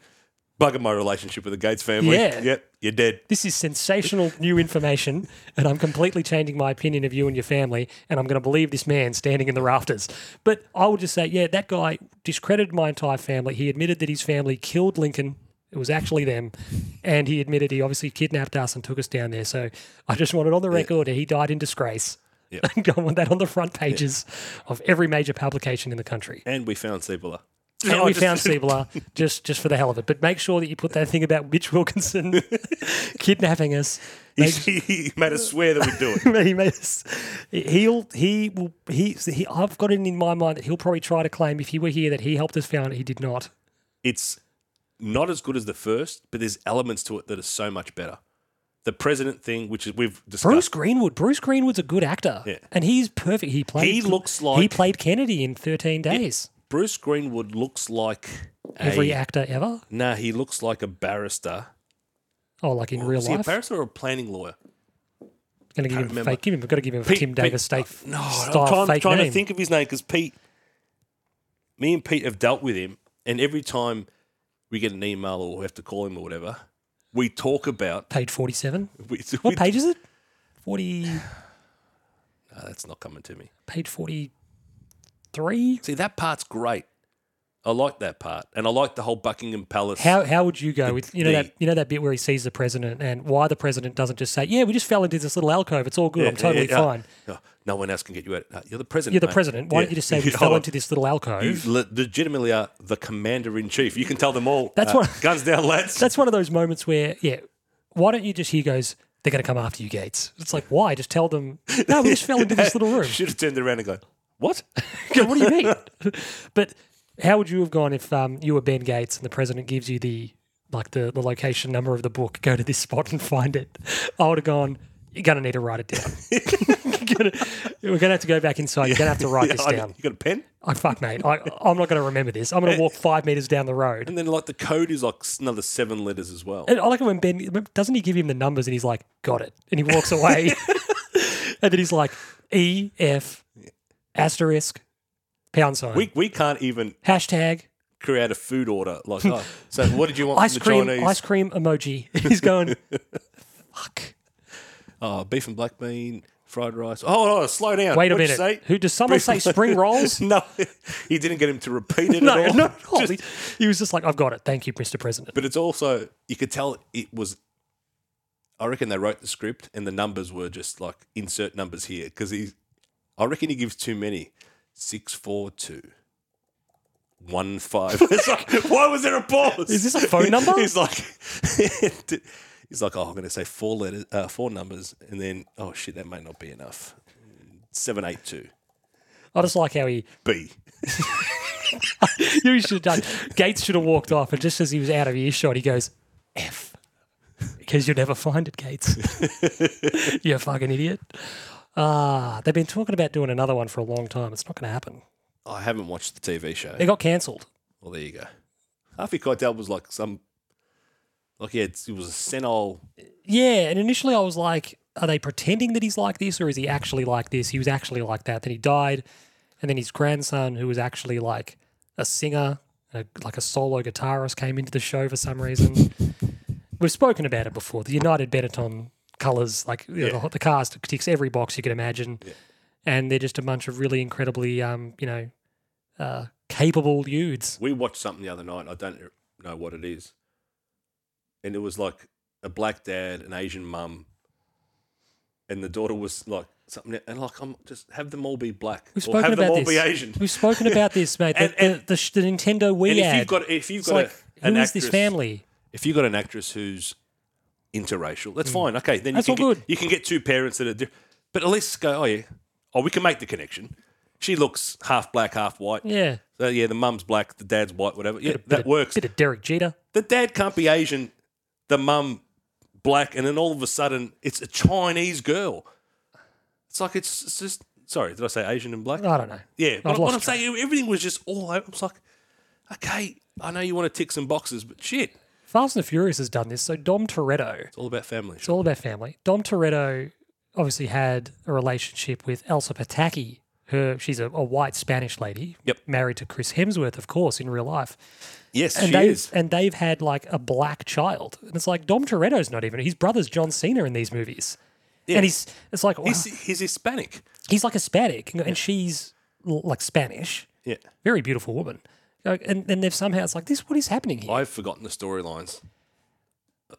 Speaker 2: bugger my relationship with the Gates family.
Speaker 1: Yeah.
Speaker 2: Yep, you're dead.
Speaker 1: This is sensational new information, and I'm completely changing my opinion of you and your family, and I'm going to believe this man standing in the rafters. But I would just say, yeah, that guy discredited my entire family. He admitted that his family killed Lincoln. It was actually them. And he admitted he obviously kidnapped us and took us down there. So I just want it on the record that he died in disgrace.
Speaker 2: Yeah.
Speaker 1: And I want that on the front pages of every major publication in the country.
Speaker 2: And we found Cibola.
Speaker 1: And we found Siebler just just for the hell of it. But make sure that you put that thing about Mitch Wilkinson kidnapping us. Make
Speaker 2: He, he made us swear that we'd do it.
Speaker 1: he made us, he'll he will he, he I've got it in my mind that he'll probably try to claim if he were here that he helped us found it. He did not.
Speaker 2: It's not as good as the first, but there's elements to it that are so much better. The president thing, which is we've discussed.
Speaker 1: Bruce Greenwood. Bruce Greenwood's a good actor,
Speaker 2: Yeah.
Speaker 1: and he's perfect. He played.
Speaker 2: He looks
Speaker 1: he
Speaker 2: like-
Speaker 1: played Kennedy in thirteen days.
Speaker 2: Bruce Greenwood looks like a,
Speaker 1: Every actor ever.
Speaker 2: Nah, he looks like a barrister.
Speaker 1: Oh, like in real
Speaker 2: Is he a
Speaker 1: life.
Speaker 2: barrister or a planning lawyer?
Speaker 1: Going to give him
Speaker 2: remember.
Speaker 1: fake. Give him. Got to give him a
Speaker 2: Pete-
Speaker 1: Tim
Speaker 2: Pete-
Speaker 1: Davis fake.
Speaker 2: No,
Speaker 1: style
Speaker 2: I'm trying,
Speaker 1: fake
Speaker 2: trying to
Speaker 1: name.
Speaker 2: think of his name because Pete, me and Pete have dealt with him, and every time we get an email or we have to call him or whatever, we talk about.
Speaker 1: Page forty-seven.
Speaker 2: We,
Speaker 1: What
Speaker 2: we-
Speaker 1: page is it? Forty.
Speaker 2: Ah, that's not coming to me.
Speaker 1: Page forty-three.
Speaker 2: See, that part's great. I like that part, and I like the whole Buckingham Palace.
Speaker 1: How how would you go with you know
Speaker 2: the-
Speaker 1: that you know that bit where he sees the president and why the president doesn't just say yeah we just fell into this little alcove it's all good I'm totally
Speaker 2: Yeah, yeah.
Speaker 1: fine
Speaker 2: No, no one else can get you out. No, you're the president.
Speaker 1: you're the
Speaker 2: mate.
Speaker 1: president why
Speaker 2: Yeah.
Speaker 1: don't you just say we
Speaker 2: Yeah,
Speaker 1: fell
Speaker 2: hold
Speaker 1: into
Speaker 2: on.
Speaker 1: this little alcove
Speaker 2: You le- legitimately are the commander in chief. You can tell them all.
Speaker 1: That's
Speaker 2: uh,
Speaker 1: what-
Speaker 2: Guns down, lads.
Speaker 1: that's one of those moments where yeah why don't you just he goes they're going to come after you Gates it's like why just tell them no we just fell into this little room
Speaker 2: Should have turned around and go, what?
Speaker 1: Yeah, what do you mean? but how would you have gone if um, you were Ben Gates and the president gives you the like the, the location number of the book? Go to this spot and find it. I would have gone. You're gonna need to write it down. You're gonna- we're gonna have to go back inside. You're gonna have to write this
Speaker 2: I-
Speaker 1: down.
Speaker 2: You got a pen?
Speaker 1: Oh, fuck, mate. I, I'm not gonna remember this. I'm gonna walk five meters down the road.
Speaker 2: And then like the code is like s- another seven letters as well.
Speaker 1: And I like it when Ben doesn't he give him the numbers and he's like, "Got it," and he walks away. And then he's like, E, F, asterisk, pound sign,
Speaker 2: We, we can't even
Speaker 1: hashtag,
Speaker 2: create a food order. Like, oh, so what did you want
Speaker 1: ice
Speaker 2: from the
Speaker 1: cream,
Speaker 2: Chinese?
Speaker 1: ice cream emoji. He's going, fuck.
Speaker 2: Oh, beef and black bean, fried rice. Oh, no, slow down.
Speaker 1: Wait a
Speaker 2: What'd you
Speaker 1: minute.
Speaker 2: say?
Speaker 1: Who does someone say spring rolls?
Speaker 2: No, he didn't get him to repeat it
Speaker 1: No,
Speaker 2: at all.
Speaker 1: no, no.
Speaker 2: Just-
Speaker 1: he was just like, I've got it. Thank you, Mr. President.
Speaker 2: but it's also you could tell it was. I reckon they wrote the script and the numbers were just like insert numbers here because he, I reckon he gives too many. Six four two. One five. It's like, why was there a pause?
Speaker 1: Is this a phone number?
Speaker 2: He's like, he's like, oh, I'm going to say four letters, uh, four numbers, and then oh shit, that may not be enough. Seven eight two
Speaker 1: I just like how he,
Speaker 2: B.
Speaker 1: you should have done. Gates should have walked off, and just as he was out of earshot, he goes, F. Because you'll never find it, Gates. you fucking idiot. Ah, they've been talking about doing another one for a long time. It's not going to happen.
Speaker 2: I haven't watched the TV show.
Speaker 1: It got cancelled.
Speaker 2: Well, there you go. Harvey Keitel was like some, like yeah, it was a senile.
Speaker 1: Yeah, and initially I was like, are they pretending that he's like this or is he actually like this? He was actually like that. Then he died. And then his grandson, who was actually like a singer, a, like a solo guitarist, came into the show for some reason. We've spoken about it before. The United Benetton colors, like you know,
Speaker 2: Yeah.
Speaker 1: the, the cast ticks every box you can imagine. And they're just a bunch of really incredibly, um, you know, uh, capable dudes.
Speaker 2: We watched something the other night. I don't know what it is, and it was like a black dad, an Asian mum, and the daughter was like something, and like I'm just have them all be black,
Speaker 1: We've
Speaker 2: or
Speaker 1: spoken
Speaker 2: have them
Speaker 1: about
Speaker 2: all
Speaker 1: this.
Speaker 2: be Asian.
Speaker 1: We've spoken about this, mate. The-
Speaker 2: And- and-
Speaker 1: the, the, sh the Nintendo Wii
Speaker 2: And if
Speaker 1: ad.
Speaker 2: you've got if you've
Speaker 1: It's
Speaker 2: got
Speaker 1: like,
Speaker 2: a,
Speaker 1: who
Speaker 2: an
Speaker 1: is this
Speaker 2: actress-
Speaker 1: family?
Speaker 2: If you got an actress who's interracial, that's fine. Okay, then
Speaker 1: Mm. That's
Speaker 2: you
Speaker 1: all
Speaker 2: can
Speaker 1: good.
Speaker 2: Get, you can get two parents that are different. But at least go, oh yeah, oh we can make the connection. She looks half black, half white.
Speaker 1: Yeah.
Speaker 2: So yeah, the mum's black, the dad's white, whatever. Yeah,
Speaker 1: Bit of- bit
Speaker 2: that
Speaker 1: of-
Speaker 2: works.
Speaker 1: Bit of Derek Jeter.
Speaker 2: The dad can't be Asian, the mum black, and then all of a sudden it's a Chinese girl. It's like it's, it's just sorry, did I say Asian and black?
Speaker 1: I don't know.
Speaker 2: Yeah,
Speaker 1: I've
Speaker 2: what, what
Speaker 1: lost
Speaker 2: I'm saying, everything was just all. over. I was like, okay, I know you want to tick some boxes, but shit, it's
Speaker 1: Fast and the Furious has done this. So Dom Toretto,
Speaker 2: all about family.
Speaker 1: it's all about family. Dom Toretto obviously had a relationship with Elsa Pataki. Her, she's a, a white Spanish lady,
Speaker 2: Yep.
Speaker 1: married to Chris Hemsworth, of course, in real life.
Speaker 2: Yes,
Speaker 1: And
Speaker 2: she
Speaker 1: they've
Speaker 2: is.
Speaker 1: and they've had like a black child, and it's like Dom Toretto's not even his brother's John Cena in these movies, and he's it's like wow,
Speaker 2: He's,
Speaker 1: he's,
Speaker 2: he's Hispanic.
Speaker 1: like Hispanic, and, and she's l- like Spanish,
Speaker 2: Yeah,
Speaker 1: very beautiful woman, Like, and then they've somehow it's like this. What is happening here?
Speaker 2: I've forgotten the storylines.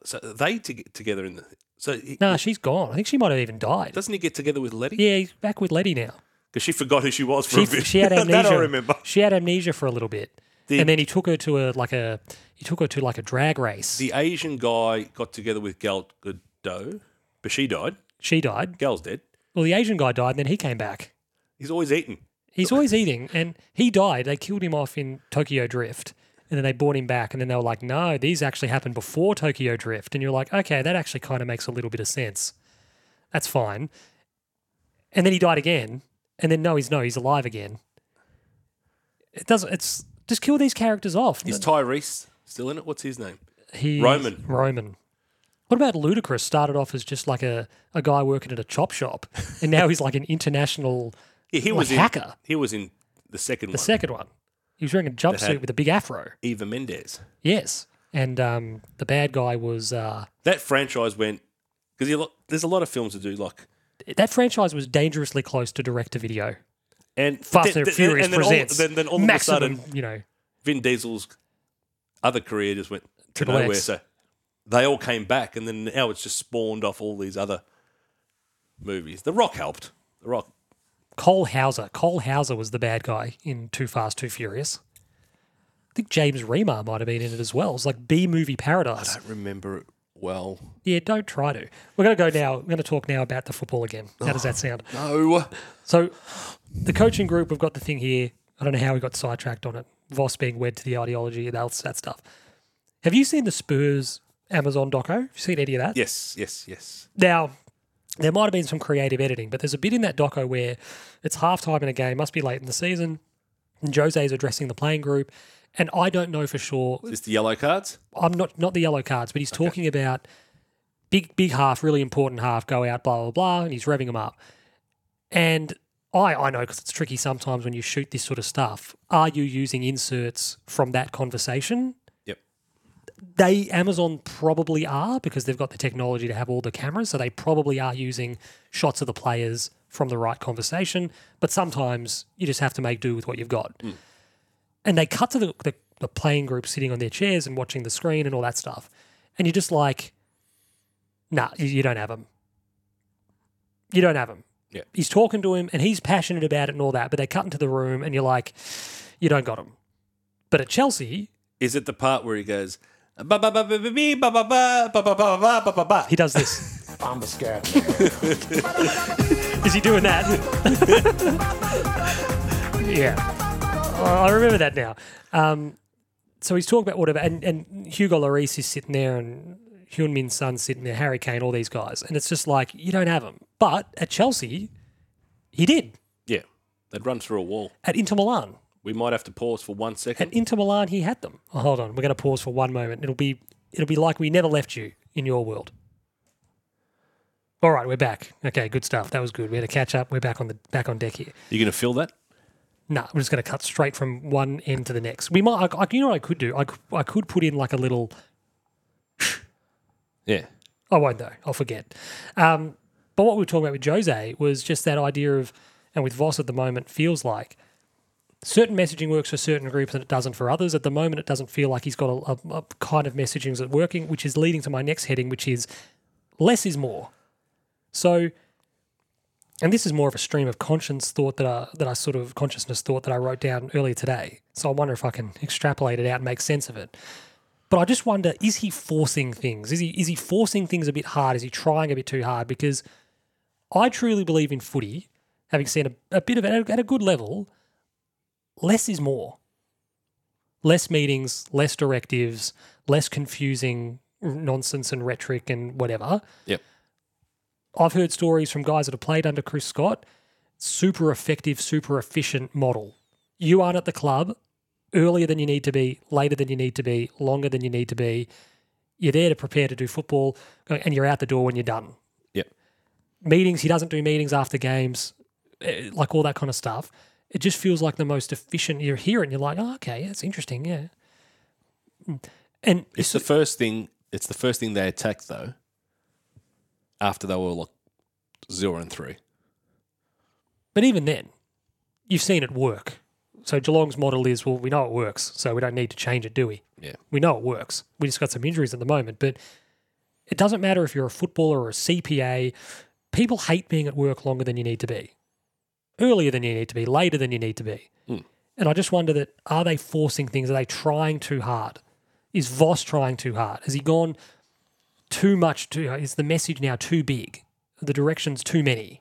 Speaker 2: So they to get together in the. So he,
Speaker 1: Nah, she's gone. I think she might have even died.
Speaker 2: doesn't he get together with Letty?
Speaker 1: Yeah, he's back with Letty now.
Speaker 2: because she forgot who she was for
Speaker 1: She,
Speaker 2: a bit.
Speaker 1: she had amnesia.
Speaker 2: that I remember.
Speaker 1: She had amnesia for a little bit, and then he took her to a like a he took her to like a drag race.
Speaker 2: The Asian guy got together with Gal Gadot, but she died.
Speaker 1: she died.
Speaker 2: Gal's dead.
Speaker 1: Well, the Asian guy died, and then he came back.
Speaker 2: He's always eating.
Speaker 1: He's always eating, and he died. They killed him off in Tokyo Drift, and then they brought him back, and then they were like, "No, these actually happened before Tokyo Drift." And you're like, "Okay, that actually kind of makes a little bit of sense. That's fine." And then he died again, and then no, he's no, he's alive again. It doesn't. It's just kill these characters off.
Speaker 2: Is Tyrese still in it? What's his name?
Speaker 1: He
Speaker 2: Roman.
Speaker 1: Roman. What about Ludacris? Started off as just like a, a guy working at a chop shop, and now he's like an international
Speaker 2: Yeah, he
Speaker 1: Like
Speaker 2: was in,
Speaker 1: hacker.
Speaker 2: He was in the second
Speaker 1: The
Speaker 2: one.
Speaker 1: second one. He was wearing a jumpsuit
Speaker 2: had-
Speaker 1: with a big afro.
Speaker 2: Eva Mendes.
Speaker 1: Yes. And um, the bad guy was uh,
Speaker 2: That franchise went because there's a lot of films to do like
Speaker 1: that franchise was dangerously close to direct to video.
Speaker 2: and
Speaker 1: Fast
Speaker 2: then-
Speaker 1: and
Speaker 2: then-
Speaker 1: Furious
Speaker 2: then all-
Speaker 1: presents
Speaker 2: then, then all of a
Speaker 1: maximum,
Speaker 2: sudden,
Speaker 1: you know,
Speaker 2: Vin Diesel's other career just went to
Speaker 1: Triple X.
Speaker 2: nowhere. So they all came back, and then now it's just spawned off all these other movies. The Rock helped. The Rock.
Speaker 1: Cole Hauser. Cole Hauser was the bad guy in Too Fast, Too Furious. I think James Remar might have been in it as well. It's like B movie paradise.
Speaker 2: don't remember it well.
Speaker 1: Yeah, don't try to. We're going to go now. We're going to talk now about the football again. How does that
Speaker 2: Ah.
Speaker 1: sound?
Speaker 2: No.
Speaker 1: So, the coaching group, we've got the thing here. I don't know how we got sidetracked on it. Voss being wed to the ideology and all that stuff. Have you seen the Spurs Amazon doco? Have you seen any of that?
Speaker 2: Yes, yes, yes.
Speaker 1: Now, there might have been some creative editing, but there's a bit in that doco where it's halftime in a game, must be late in the season, and Jose's addressing the playing group. And I don't know for sure
Speaker 2: Just the yellow cards.
Speaker 1: I'm not not the yellow cards, but he's talking about big big half, really important half, go out, blah blah blah, and he's revving them up. And I, I know because it's tricky sometimes when you shoot this sort of stuff. Are you using inserts from that conversation?
Speaker 2: Yep.
Speaker 1: They Amazon probably are because they've got the technology to have all the cameras, so they probably are using shots of the players from the right conversation. But sometimes you just have to make do with what you've got. And they cut to the, the the playing group sitting on their chairs and watching the screen and all that stuff, and you're just like, nah, you, you don't have them. You don't have them
Speaker 2: Yeah.
Speaker 1: he's talking to him and he's passionate about it and all that, but they cut into the room and you're like, you don't got him. But at Chelsea,
Speaker 2: Is it the part where he goes, ba ba ba ba ba bee, ba ba ba ba ba ba ba ba ba ba?
Speaker 1: he does this.
Speaker 4: I'm a scat.
Speaker 1: Is he doing that? yeah. I I remember that now. Um, so he's talking about whatever, and, and Hugo Lloris is sitting there and Hyun Min Sun's sitting there, Harry Kane, all these guys. And it's just like, you don't have him. But at Chelsea, he did.
Speaker 2: Yeah. They'd run through a wall.
Speaker 1: At Inter Milan,
Speaker 2: We might have to pause for one
Speaker 1: At
Speaker 2: second.
Speaker 1: Inter Milan, he had them. Oh, hold on, we're going to pause for one moment. It'll be it'll be like we never left you in your world. All right, we're back. Okay, good stuff. That was good. We had a catch up. We're back on the back on deck here.
Speaker 2: You going to fill that?
Speaker 1: Nah, we're just going to cut straight from one end to the next. We might. I, I, you know what I could do? I, could- I could put in like a little.
Speaker 2: Yeah.
Speaker 1: I won't though. I'll forget. Um, but what we were talking about with Jose was just that idea of, and with Voss at the moment feels like certain messaging works for certain groups and it doesn't for others. At the moment, it doesn't feel like he's got a, a, a kind of messaging that's working, which is leading to my next heading, which is less is more. So, and this is more of a stream of conscience thought that I, that I sort of consciousness thought that I wrote down earlier today. So I wonder if I can extrapolate it out and make sense of it. But I just wonder: is he forcing things? Is he is he forcing things a bit hard? Is he trying a bit too hard? Because I truly believe in footy, having seen a, a bit of it at a- at a good level. Less is more. Less meetings, less directives, less confusing nonsense and rhetoric and whatever.
Speaker 2: Yep.
Speaker 1: I've heard stories from guys that have played under Chris Scott. Super effective, super efficient model. You aren't at the club earlier than you need to be, later than you need to be, longer than you need to be. You're there to prepare to do football, and you're out the door when you're done.
Speaker 2: Yep.
Speaker 1: Meetings, he doesn't do meetings after games, eh, like all that kind of stuff. It just feels like the most efficient. You're here and you're like, oh, okay, that's interesting, yeah. Mm. And
Speaker 2: It's the first thing. It's the first thing they attacked though. After they were like zero and three.
Speaker 1: But even then, you've seen it work. So Geelong's model is, well, we know it works, so we don't need to change it, do we?
Speaker 2: Yeah.
Speaker 1: We know it works. We just got some injuries at the moment, but it doesn't matter if you're a footballer or a CPA. People hate being at work longer than you need to be, earlier than you need to be, later than you need to be. And I just wonder that are they forcing things? Are they trying too hard? Is Voss trying too hard? Has he gone too much? Too is the message now too big? The directions too many?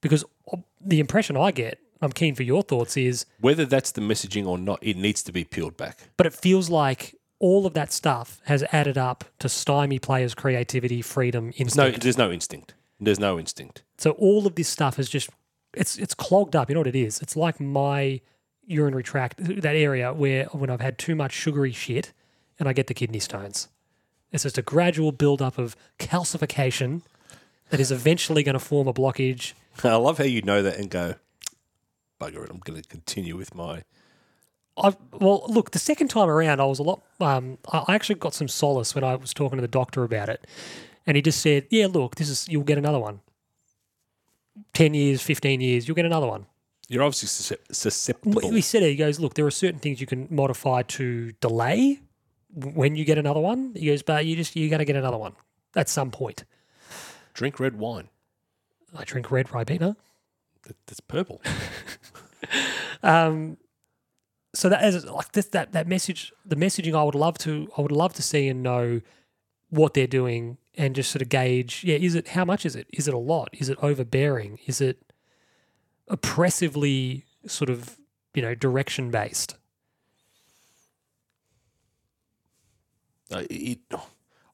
Speaker 1: Because ob- the impression I get, I'm keen for your thoughts, is
Speaker 2: Whether that's the messaging or not, it needs to be peeled back.
Speaker 1: but it feels like all of that stuff has added up to stymie players' creativity, freedom,
Speaker 2: No,
Speaker 1: instinct.
Speaker 2: there's no instinct. There's no instinct.
Speaker 1: So all of this stuff is just it's it's clogged up. You know what it is? It's like my urinary tract, that area where when I've had too much sugary shit and I get the kidney stones. It's just a gradual buildup of calcification that is eventually going to form a blockage.
Speaker 2: I love how you know that and go, bugger it. I'm going to continue with my.
Speaker 1: I well, look, the second time around, I was a lot. Um, I I actually got some solace when I was talking to the doctor about it, and he just said, "Yeah, look, this is you'll get another one. Ten years, fifteen years, you'll get another one."
Speaker 2: You're obviously suscep- susceptible.
Speaker 1: He said it. He goes, "Look, there are certain things you can modify to delay when you get another one." He goes, "But you just you're going to get another one at some point."
Speaker 2: Drink red wine.
Speaker 1: I drink red Ribena.
Speaker 2: That- That's purple.
Speaker 1: so that as like this that that message the messaging I would love to I would love to see and know what they're doing and just sort of gauge yeah is it how much is it is it a lot is it overbearing is it oppressively sort of you know direction based
Speaker 2: Uh, it,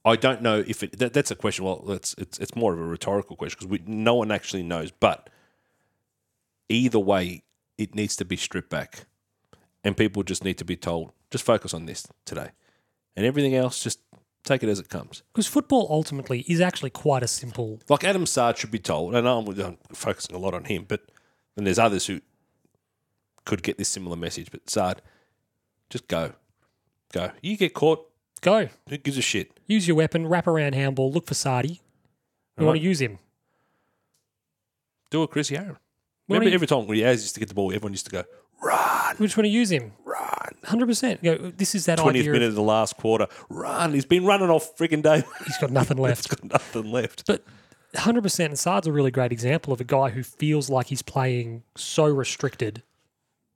Speaker 2: I don't know if it. That, that's a question. Well, that's it's it's more of a rhetorical question because no one actually knows. But either way, it needs to be stripped back, and people just need to be told just focus on this today, and everything else just Take it as it comes.
Speaker 1: Because football ultimately is actually quite a simple.
Speaker 2: Like Adam Sard should be told, and I'm, I'm focusing a lot on him, but then there's others who could get this similar message. But Sard, just go, go. You get caught,
Speaker 1: Go.
Speaker 2: who gives a shit?
Speaker 1: Use your weapon, wrap around handball, look for Sardi. You want
Speaker 2: Right.
Speaker 1: to use him.
Speaker 2: Do it, Chris Aaron.
Speaker 1: What
Speaker 2: Remember
Speaker 1: do you-
Speaker 2: every time we Yaz used to get the ball, everyone used to go, run,
Speaker 1: We just want to use him.
Speaker 2: run.
Speaker 1: 100%. You know, this is that
Speaker 2: 20th
Speaker 1: idea.
Speaker 2: minute
Speaker 1: Of,
Speaker 2: of the last quarter, run. He's been running off frigging day.
Speaker 1: he's got nothing left.
Speaker 2: He's got nothing left.
Speaker 1: But 100%, and Sard's a really great example of a guy who feels like he's playing so restricted,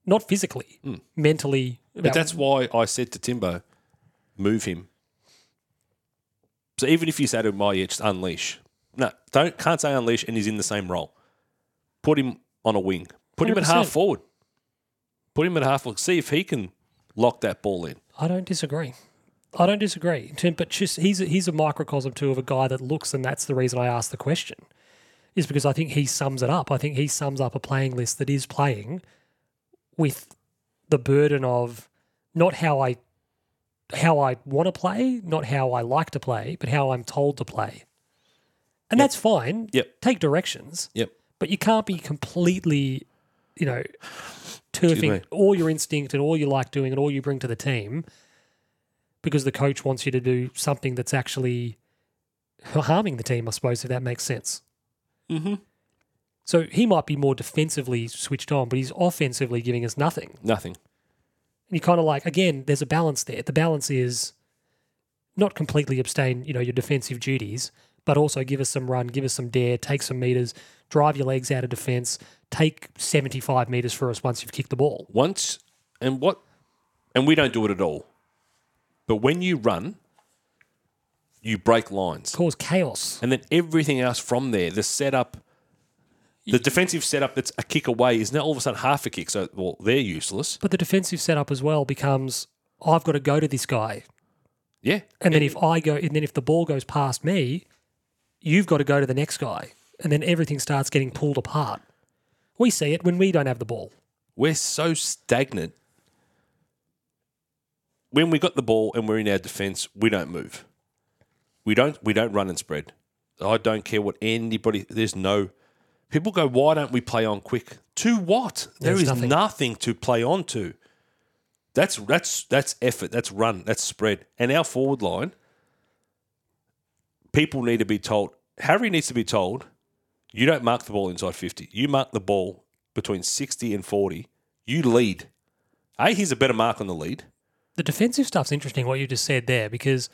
Speaker 1: not physically, mentally.
Speaker 2: But that's why I said to Timbo, move him. So even if you say to him, oh, yeah, just unleash. No, don't can't say unleash and he's in the same role. Put him on a wing. Put him at
Speaker 1: 100%.
Speaker 2: half forward. Put him at half forward. See if he can lock that ball in.
Speaker 1: I don't disagree. I don't disagree. Tim, but just, he's, a, he's a microcosm too of a guy that looks, and that's the reason I asked the question, is because I think he sums it up. I think he sums up a playing list that is playing with the burden of not how I how I want to play, not how I like to play, but how I'm told to play. And that's fine.
Speaker 2: Yep.
Speaker 1: Take directions,
Speaker 2: Yep.
Speaker 1: but you can't be completely, you know,
Speaker 2: me.
Speaker 1: turfing all your instinct and all you like doing and all you bring to the team because the coach wants you to do something that's actually harming the team, I suppose, if that makes sense.
Speaker 2: Mm-hmm.
Speaker 1: So he might be more defensively switched on, but he's offensively giving us nothing.
Speaker 2: Nothing.
Speaker 1: And you kind of like, again, there's a balance there. The balance is not completely abstain, you know, your defensive duties, but also give us some run, give us some dare, take some meters, drive your legs out of defense, take 75 meters for us once you've kicked the ball.
Speaker 2: Once and what and we don't do it at all. But when you run, you break lines.
Speaker 1: Cause chaos.
Speaker 2: And then everything else from there, the setup, the defensive setup that's a kick away is now all of a sudden half a kick. So, well, they're useless.
Speaker 1: But the defensive setup as well becomes I've got to go to this guy.
Speaker 2: Yeah.
Speaker 1: And then if I go, and then if the ball goes past me, you've got to go to the next guy. And then everything starts getting pulled apart. We see it when we don't have the ball.
Speaker 2: We're so stagnant. When we got the ball and we're in our defense, we don't move. We don't we don't run and spread. I don't care what anybody there's no people go, why don't we play on quick? To what? There
Speaker 1: There's
Speaker 2: is
Speaker 1: nothing.
Speaker 2: nothing. to play on to. That's that's that's effort, that's run, that's spread. And our forward line, people need to be told Harry needs to be told you don't mark the ball inside 50. You mark the ball between 60 and 40. You lead. A, he's a better mark on the lead.
Speaker 1: The defensive stuff's interesting what you just said there because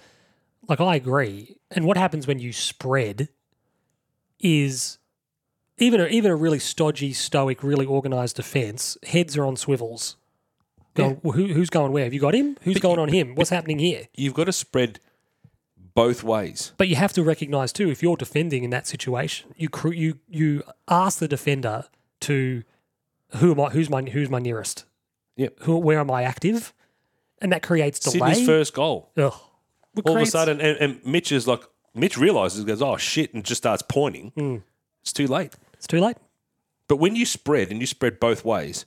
Speaker 1: like I agree. And what happens when you spread is even a, even a really stodgy, stoic, really organized defense, heads are on swivels. Going, "Well, who, who's going where? Have you got him? Who's going on him? What's happening here?
Speaker 2: You've got to spread both ways.
Speaker 1: But you have to recognize too, if you're defending in that situation, you cr- you you ask the defender to who am I? Who's my who's my nearest?
Speaker 2: Yep.
Speaker 1: Who? Where am I active? And that creates delay.
Speaker 2: Sydney's first goal.
Speaker 1: Ugh. It
Speaker 2: All of a
Speaker 1: creates-
Speaker 2: sudden, and, and Mitch is like, Mitch realizes, goes, oh shit, and just starts pointing.
Speaker 1: Hmm.
Speaker 2: It's too late.
Speaker 1: it's too late.
Speaker 2: But when you spread and you spread both ways,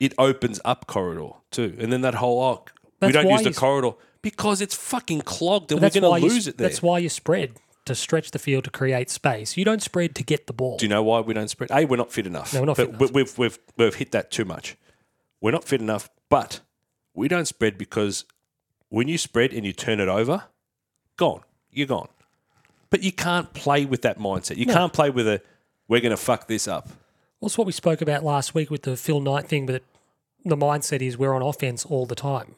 Speaker 2: it opens up corridor too. And then that whole, oh,
Speaker 1: That's
Speaker 2: we don't
Speaker 1: why
Speaker 2: use the
Speaker 1: you s-
Speaker 2: corridor because it's fucking clogged and we're
Speaker 1: That's why
Speaker 2: going to
Speaker 1: you,
Speaker 2: lose it there.
Speaker 1: That's why you spread to stretch the field to create space. You don't spread to get the ball.
Speaker 2: Do you know why we don't spread? A, we're not fit enough.
Speaker 1: No, we're not
Speaker 2: but
Speaker 1: fit enough.
Speaker 2: we- We've, we've, we've hit that too much. We're not fit enough, but we don't spread because when you spread and you turn it over, gone. You're gone. But you can't play with that mindset. You can't play with a, we're going to fuck this up.
Speaker 1: Well, it's what we spoke about last week with the Phil Knight thing, but the mindset is we're on offense all the time.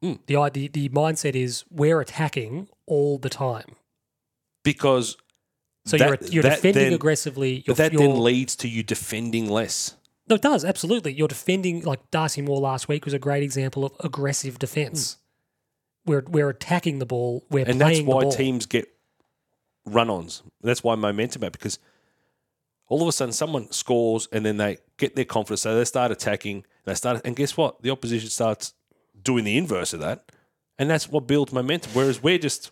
Speaker 2: Hmm.
Speaker 1: The, i- the the mindset is we're attacking all the time.
Speaker 2: Because
Speaker 1: So
Speaker 2: That-
Speaker 1: you're you're
Speaker 2: that
Speaker 1: defending
Speaker 2: then-
Speaker 1: aggressively. You're,
Speaker 2: but that
Speaker 1: you're,
Speaker 2: then leads to you defending less.
Speaker 1: no, it does absolutely. You're defending like Darcy Moore last week was a great example of aggressive defense. We're we're attacking the ball. We're
Speaker 2: Hmm. And that's
Speaker 1: playing the
Speaker 2: why
Speaker 1: ball.
Speaker 2: teams get run ons. That's why momentum out because all of a sudden someone scores and then they get their confidence. So they start attacking. They start and guess what? The opposition starts doing the inverse of that. And that's what builds momentum. Whereas we're just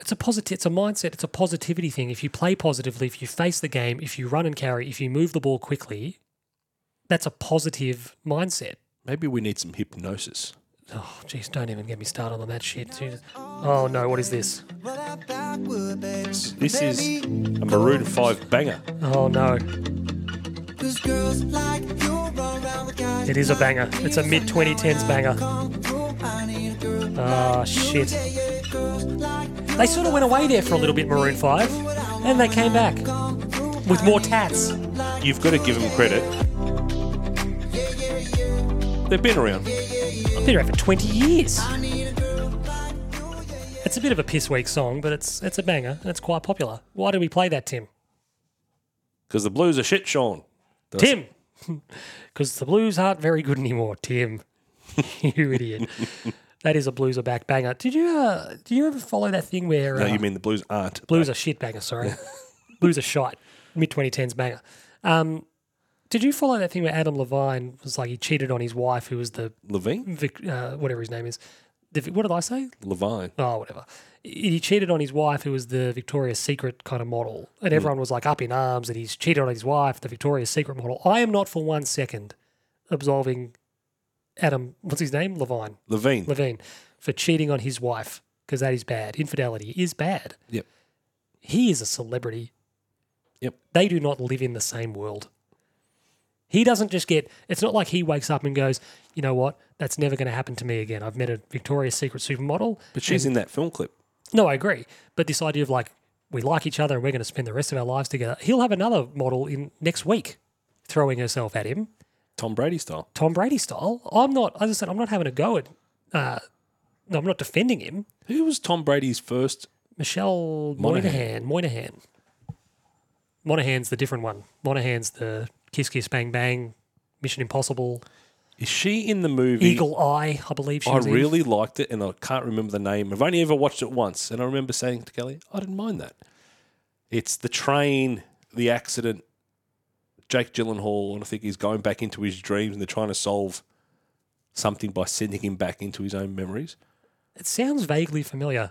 Speaker 1: It's a positive. It's a mindset. It's a positivity thing. If you play positively, if you face the game, if you run and carry, if you move the ball quickly, that's a positive mindset.
Speaker 2: maybe we need some hypnosis.
Speaker 1: Oh, jeez, don't even get me started on that shit. Jesus. Oh no, what is this?
Speaker 2: This is a Maroon 5 banger.
Speaker 1: Oh no,
Speaker 4: It
Speaker 1: it is a banger. It's a mid 2010s banger. Oh shit. They sort of went away there for a little bit, Maroon 5, and they came back with more tats.
Speaker 2: You've got to give them credit. They've been around.
Speaker 1: They've been around for 20 years. It's a bit of a piss week song, but it's it's a banger and it's quite popular. Why do we play that, Tim?
Speaker 2: Because the Blues are shit, Sean.
Speaker 1: Tim! Because the blues aren't very good anymore, Tim. you idiot. that is a blues are back banger. Did you uh, do you ever follow that thing where
Speaker 2: No,
Speaker 1: uh,
Speaker 2: you mean the Blues aren't.
Speaker 1: blues are shit banger? Sorry, blues are shite. Mid 2010s banger. Um, did you follow that thing where Adam Levine was like he cheated on his wife, who was the
Speaker 2: Levine?
Speaker 1: Vic, uh, whatever his name is. The, Vic- what did I say?
Speaker 2: Levine.
Speaker 1: oh whatever he cheated on his wife who was the victoria's secret kind of model and everyone was like up in arms that he's cheated on his wife the victoria's secret model i am not for one second absolving adam what's his name levine
Speaker 2: Levine.
Speaker 1: levine for cheating on his wife because that is bad infidelity is bad
Speaker 2: Yep.
Speaker 1: he is a celebrity
Speaker 2: Yep.
Speaker 1: they do not live in the same world he doesn't just get it's not like he wakes up and goes you know what that's never going to happen to me again i've met a victoria's secret supermodel
Speaker 2: But she's in that film clip.
Speaker 1: no, I agree. But this idea of like we like each other and we're going to spend the rest of our lives together. He'll have another model in next week throwing herself at him,
Speaker 2: Tom Brady style.
Speaker 1: Tom Brady style. I'm not. As I said, I'm not having a go at. Uh, no, I'm not defending him.
Speaker 2: Who was Tom Brady's first?
Speaker 1: Michelle Moynihan.
Speaker 2: Moynihan.
Speaker 1: Moynihan. Moynihan's the different one. Moynihan's the kiss, kiss, bang, bang, Mission Impossible,
Speaker 2: Is she in the movie?
Speaker 1: Eagle Eye, I believe she
Speaker 2: I
Speaker 1: was in.
Speaker 2: Oh, really liked it, and I can't remember the name. I've only ever watched it once, and I remember saying to Kelly, "I didn't mind that." It's the train, the accident, Jake Gyllenhaal, and I think he's going back into his dreams, and they're trying to solve something by sending him back into his own memories.
Speaker 1: It sounds vaguely familiar.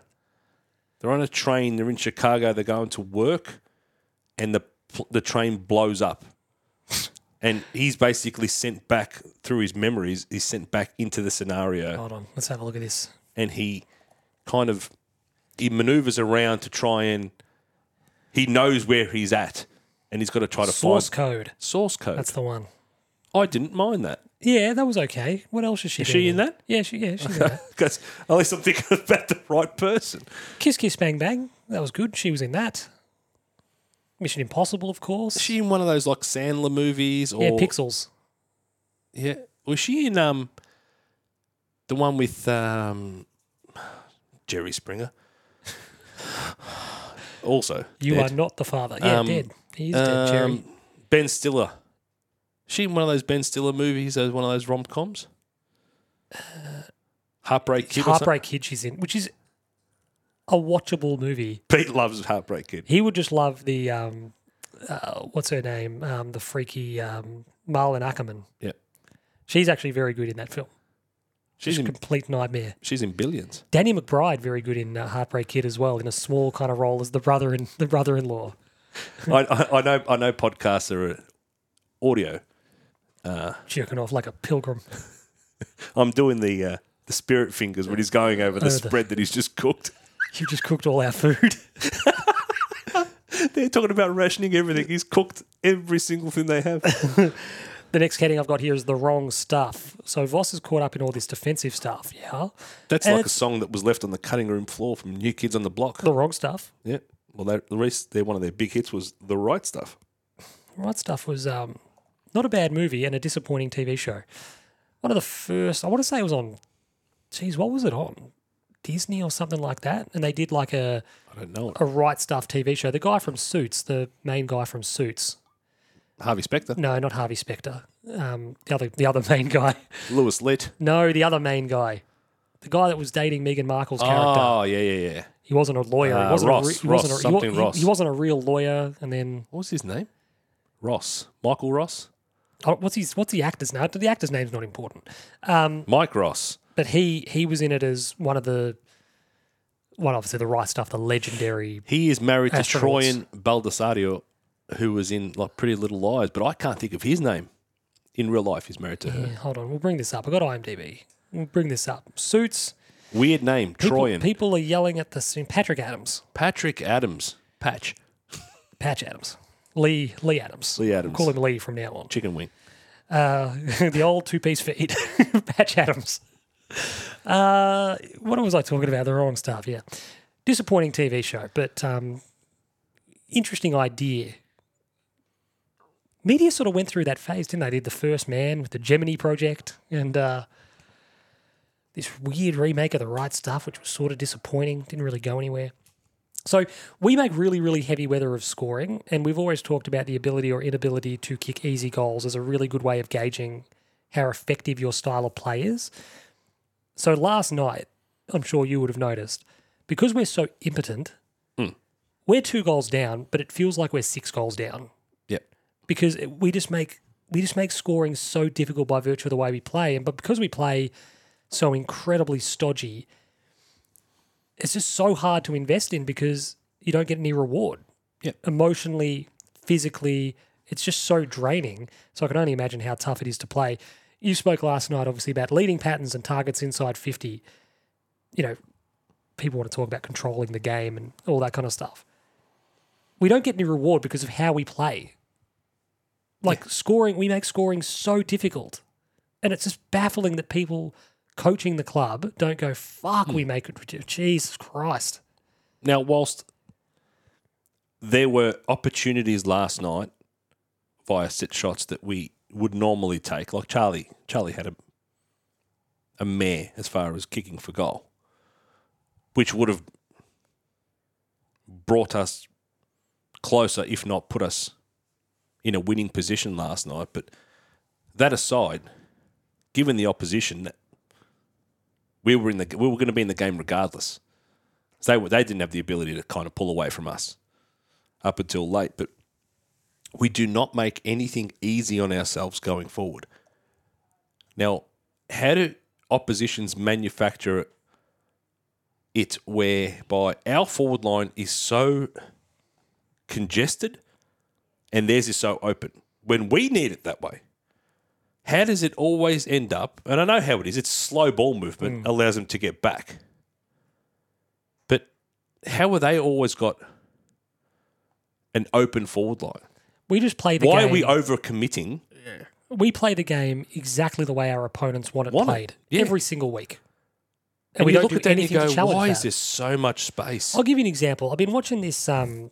Speaker 2: They're on a train. They're in Chicago. They're going to work, and the pl- the train blows up, and he's basically sent back through his memories. He's sent back into the scenario.
Speaker 1: Hold on, let's have a look at this.
Speaker 2: and he kind of he maneuvers around to try and he knows where he's at and he's got to try to
Speaker 1: Source
Speaker 2: find
Speaker 1: code.
Speaker 2: source code.
Speaker 1: That's the one.
Speaker 2: I didn't mind that
Speaker 1: Yeah, that was okay. What else is she? Is
Speaker 2: she in that?
Speaker 1: Yeah, she. Yeah, she's in that.
Speaker 2: because at least I'm thinking about the right person.
Speaker 1: Kiss Kiss Bang Bang. That was good. She was in that. Mission Impossible, of course.
Speaker 2: Is she in one of those like Sandler movies or
Speaker 1: yeah, Pixels.
Speaker 2: Yeah. Was she in um the one with um Jerry Springer? also,
Speaker 1: You
Speaker 2: dead.
Speaker 1: are not the father. Yeah,
Speaker 2: Um,
Speaker 1: dead. He is dead, Jerry.
Speaker 2: Um, Ben Stiller. Is she in one of those Ben Stiller movies, those one of those rom coms? Heartbreak Kid. Uh, Heartbreak.
Speaker 1: Heartbreak Kid. She's in, which is a watchable movie.
Speaker 2: Pete loves Heartbreak Kid.
Speaker 1: He would just love the um, uh, what's her name? Um, the freaky um, Marlon Ackerman.
Speaker 2: Yeah,
Speaker 1: She's actually very good in that film.
Speaker 2: she's in
Speaker 1: Complete nightmare.
Speaker 2: she's in billions.
Speaker 1: Danny McBride very good in uh, Heartbreak Kid as well, in a small kind of role as the brother and the brother-in-law.
Speaker 2: I, I, I know I know podcasts are audio.
Speaker 1: jerking off like a pilgrim.
Speaker 2: I'm doing the uh, the spirit fingers when he's going over the
Speaker 1: Oh, the-
Speaker 2: spread that he's just cooked.
Speaker 1: You just cooked all our food.
Speaker 2: They're talking about rationing everything. He's cooked every single thing they have.
Speaker 1: the next heading I've got here is the wrong stuff. So Voss is caught up in all this defensive stuff. Yeah.
Speaker 2: That's
Speaker 1: And
Speaker 2: like a
Speaker 1: it's-
Speaker 2: song that was left on the cutting room floor from New Kids on the Block.
Speaker 1: The wrong stuff.
Speaker 2: Yeah. Well, they, the rest, they're one of their big hits was the right stuff.
Speaker 1: The right stuff was um, not a bad movie and a disappointing TV show. One of the first, I want to say it was on, geez, what was it on? Disney or something like that. And they did like a,
Speaker 2: I don't know.
Speaker 1: a right stuff TV show. The guy from Suits, the main guy from Suits.
Speaker 2: Harvey Specter,
Speaker 1: No, not Harvey Specter. Um, the other, the other main guy.
Speaker 2: Lewis Litt.
Speaker 1: No, the other main guy. The guy that was dating Megan Markle's character.
Speaker 2: Oh, yeah, yeah, yeah.
Speaker 1: He wasn't a lawyer. he
Speaker 2: Uh,
Speaker 1: wasn't
Speaker 2: Ross,
Speaker 1: a re- he
Speaker 2: Ross,
Speaker 1: wasn't a, he wa-
Speaker 2: something
Speaker 1: he,
Speaker 2: Ross.
Speaker 1: He wasn't a real lawyer. And then
Speaker 2: What was his name? Ross. Michael Ross?
Speaker 1: oh, what's his what's the actor's name? The actor's name's not important.
Speaker 2: Mike Ross.
Speaker 1: But he he was in it as one of the well, obviously the right stuff, the legendary.
Speaker 2: He is married to
Speaker 1: Astronauts.
Speaker 2: Troyan Baldassario, who was in like Pretty Little Liars, but I can't think of his name in real life. He's married to her.
Speaker 1: Hold on, we'll bring this up. I got IMDb. we'll bring this up. Suits.
Speaker 2: Weird name,
Speaker 1: People,
Speaker 2: Troyan.
Speaker 1: people are yelling at this. Patrick Adams.
Speaker 2: Patrick Adams. Patch.
Speaker 1: Patch Adams. Lee Lee Adams.
Speaker 2: Lee Adams.
Speaker 1: Call him Lee from now on.
Speaker 2: Chicken wing.
Speaker 1: the old two piece feed, Patch Adams. Uh, what was I talking about? The wrong stuff, yeah. Disappointing TV show, but um, interesting idea. Media sort of went through that phase, didn't they? Did the first man with the Gemini project and uh, this weird remake of The Right Stuff, which was sort of disappointing, didn't really go anywhere. So we make really, really heavy weather of scoring, and we've always talked about the ability or inability to kick easy goals as a really good way of gauging how effective your style of play is. So last night, I'm sure you would have noticed, because we're so impotent, we're two goals down, but it feels like we're six goals down
Speaker 2: Yep.
Speaker 1: because it- we just make we just make scoring so difficult by virtue of the way we play, and but because we play so incredibly stodgy, it's just so hard to invest in because you don't get any reward.
Speaker 2: Yep.
Speaker 1: Emotionally, physically, it's just so draining. So I can only imagine how tough it is to play. You spoke last night, obviously, about leading patterns and targets inside fifty. You know, people want to talk about controlling the game and all that kind of stuff. We don't get any reward because of how we play. Like scoring, we make scoring so difficult. And it's just baffling that people coaching the club don't go, fuck,
Speaker 2: Hmm.
Speaker 1: we make it. Jesus Christ.
Speaker 2: Now, whilst there were opportunities last night via set shots that we would normally take, like Charlie, Charlie had a a mare as far as kicking for goal, which would have brought us closer, if not put us in a winning position last night. But that aside, given the opposition, that we were in the we were going to be in the game regardless. So they were- they didn't have the ability to kind of pull away from us up until late. But we do not make anything easy on ourselves going forward. Now, how do oppositions manufacture it whereby our forward line is so congested and theirs is so open when we need it that way? How does it always end up? And I know how it is. It's slow ball movement allows them to get back. But how are they always got an open forward line?
Speaker 1: We just play the
Speaker 2: Why
Speaker 1: game.
Speaker 2: are we overcommitting?
Speaker 1: we play the game exactly the way our opponents want it
Speaker 2: Want it,
Speaker 1: played
Speaker 2: yeah.
Speaker 1: every single week. And,
Speaker 2: And
Speaker 1: we
Speaker 2: you
Speaker 1: don't do
Speaker 2: that and you
Speaker 1: anything to challenge
Speaker 2: Why
Speaker 1: that. Oh.
Speaker 2: is there so much space?
Speaker 1: I'll give you an example. I've been watching this. Um,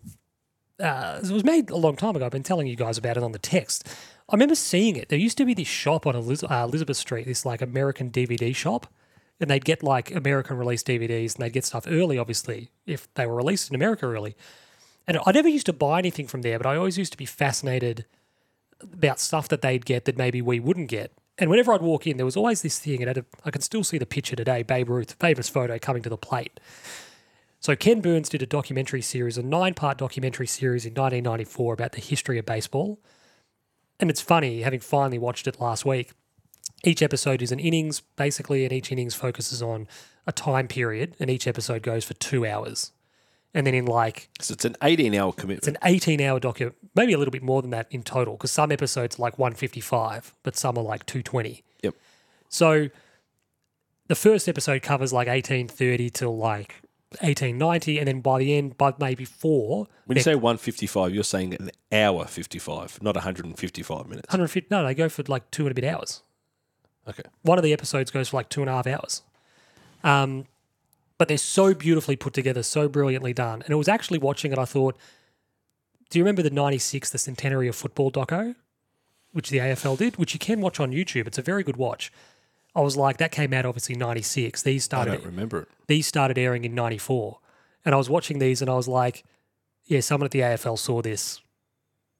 Speaker 1: uh, it was made a long time ago. I've been telling you guys about it on the text. I remember seeing it. There used to be this shop on Eliz- uh, Elizabeth Street, this like American DVD shop, and they'd get like American released DVDs, and they'd get stuff early, obviously, if they were released in America early. And I never used to buy anything from there, but I always used to be fascinated about stuff that they'd get that maybe we wouldn't get. And whenever I'd walk in, there was always this thing, and I'd, I can still see the picture today, Babe Ruth, famous photo coming to the plate. So Ken Burns did a documentary series, a nine-part documentary series in 1994 about the history of baseball. And it's funny, having finally watched it last week, each episode is an innings, basically, and each innings focuses on a time period, and each episode goes for two hours. And then in like
Speaker 2: So it's an 18 hour
Speaker 1: it's
Speaker 2: commitment.
Speaker 1: an 18 hour document, maybe a little bit more than that in total, because some episodes are like 155, but some are like 220.
Speaker 2: Yep.
Speaker 1: So the first episode covers like 1830 till like 1890, and then by the end, by maybe four,
Speaker 2: When you say 155, you're saying an hour 55, not 155 minutes.
Speaker 1: 150, no, they go for like two and a bit hours.
Speaker 2: Okay.
Speaker 1: One of the episodes goes for like two and a half hours. Um, but they're so beautifully put together, so brilliantly done. And it was actually watching it, I thought, do you remember the 96, the centenary of football doco, which the AFL did, which you can watch on YouTube? It's a very good watch. I was like, that came out obviously 96. These
Speaker 2: I
Speaker 1: started
Speaker 2: don't remember it.
Speaker 1: these started airing in 94 and i was watching these and i was like yeah someone at the afl saw this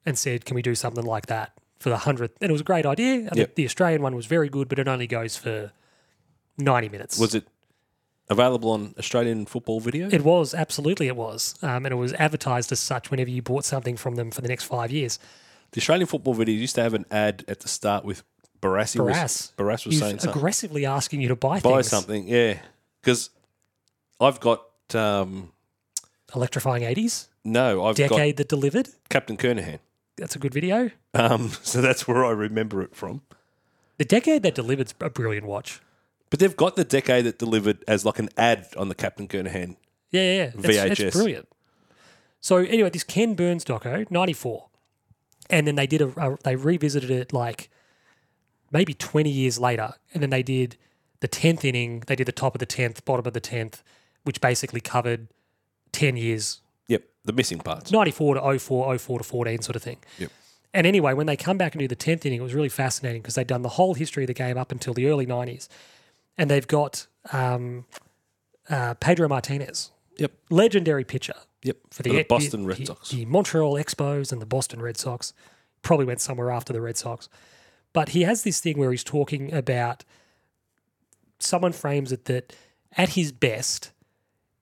Speaker 1: and said can we do something like that for the 100th and it was a great idea and
Speaker 2: Yep.
Speaker 1: the australian one was very good but it only goes for 90 minutes
Speaker 2: Was it available on Australian football video?
Speaker 1: it was absolutely it was um, and it was advertised as such whenever you bought something from them for the next five years
Speaker 2: the Australian football video used to have an ad at the start with Barassi.
Speaker 1: Barras,
Speaker 2: Was, Barras was
Speaker 1: he's
Speaker 2: saying something.
Speaker 1: aggressively asking you to buy,
Speaker 2: Buy
Speaker 1: things.
Speaker 2: something, yeah. Because I've got, um,
Speaker 1: Electrifying 80s,
Speaker 2: no, I've got
Speaker 1: Decade That Delivered.
Speaker 2: Captain Kernahan.
Speaker 1: That's a good video.
Speaker 2: Um, so that's where I remember it from.
Speaker 1: The Decade That Delivered's a brilliant watch.
Speaker 2: But they've got the decade that delivered as like an ad on the Captain Kernahan.
Speaker 1: Yeah, yeah, yeah. It's,
Speaker 2: VHS.
Speaker 1: it's brilliant. So anyway, this Ken Burns doco, ninety four, and then they did a, a they revisited it like maybe twenty years later, and then they did the tenth inning. They did the top of the tenth, bottom of the tenth, which basically covered ten years
Speaker 2: Yep, the missing parts.
Speaker 1: 94 to 04, 04 to 14 sort of thing.
Speaker 2: Yep.
Speaker 1: And anyway, when they come back and do the 10th inning, it was really fascinating because they'd done the whole history of the game up until the early 90s. And they've got um, uh, Pedro Martinez,
Speaker 2: Yep,
Speaker 1: legendary pitcher
Speaker 2: yep.
Speaker 1: for the, E-
Speaker 2: Boston Red
Speaker 1: the-
Speaker 2: Sox.
Speaker 1: The Montreal Expos and the Boston Red Sox. Probably went somewhere after the Red Sox. But he has this thing where he's talking about someone frames it that at his best,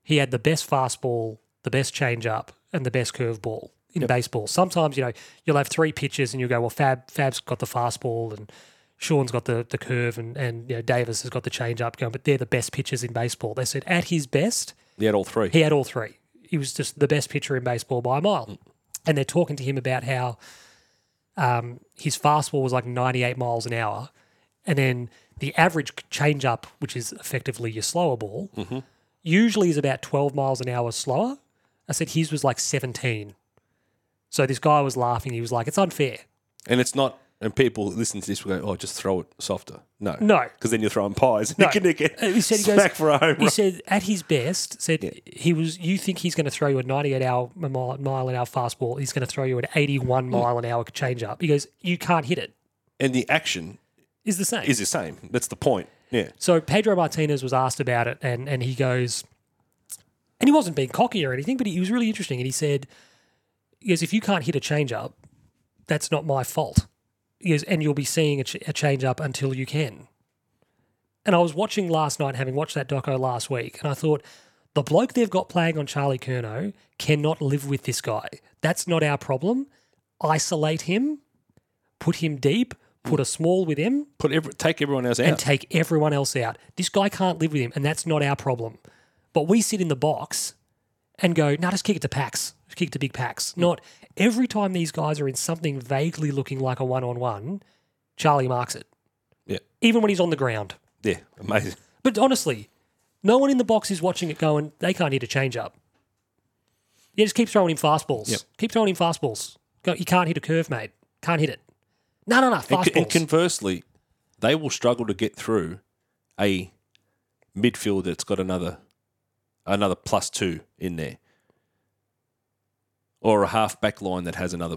Speaker 1: he had the best fastball, the best changeup, and the best curveball in baseball. Sometimes, you know, you'll have three pitches and you'll go, well, Fab Fab's got the fastball and Sean's got the, the curve and, and you know, Davis has got the changeup going, but they're the best pitchers in baseball. They said at his best,
Speaker 2: He had all three.
Speaker 1: he had all three. He was just the best pitcher in baseball by a mile. And they're talking to him about how um, his fastball was like 98 miles an hour. And then the average changeup, which is effectively your slower ball, usually is about 12 miles an hour slower. I said his was like 17. So this guy was laughing. He was like, it's unfair.
Speaker 2: And it's not, and people listen to this will go, oh, just throw it softer. No.
Speaker 1: No.
Speaker 2: Because then you're throwing pies.
Speaker 1: No.
Speaker 2: You can get
Speaker 1: Uh, he said he goes-
Speaker 2: smack for a home
Speaker 1: He
Speaker 2: run.
Speaker 1: said at his best, said he was. You think he's going to throw you a 98 hour a mile, mile an hour fastball? He's going to throw you an 81 mile an hour changeup. He goes, you can't hit it.
Speaker 2: And the action
Speaker 1: Is the same.
Speaker 2: is the same. That's the point. Yeah.
Speaker 1: so Pedro Martinez was asked about it, and and he goes, and he wasn't being cocky or anything, but he was really interesting, and he said, he goes, if you can't hit a changeup, that's not my fault. He goes, and you'll be seeing a, ch- a changeup until you can. And I was watching last night, having watched that doco last week, and I thought, the bloke they've got playing on Charlie Curno cannot live with this guy. That's not our problem. Isolate him, put him deep, put a small with him,
Speaker 2: Put every, take everyone else out.
Speaker 1: and take everyone else out. This guy can't live with him, and that's not our problem. But we sit in the box and go, no, just kick it to Pax. Just kick it to big Pax. Not every time these guys are in something vaguely looking like a one on one, Charlie marks it,
Speaker 2: yeah.
Speaker 1: even when he's on the ground.
Speaker 2: Yeah. Amazing.
Speaker 1: But honestly, no one in the box is watching it going, they can't hit a change up. Yeah, just keep throwing him fastballs.
Speaker 2: Yep.
Speaker 1: Keep throwing him fastballs. Go, you can't hit a curve, mate. Can't hit it. No, no, no.
Speaker 2: And,
Speaker 1: Fastballs.
Speaker 2: c- and conversely, they will struggle to get through a midfield that's got another another plus two in there, or a half back line that has another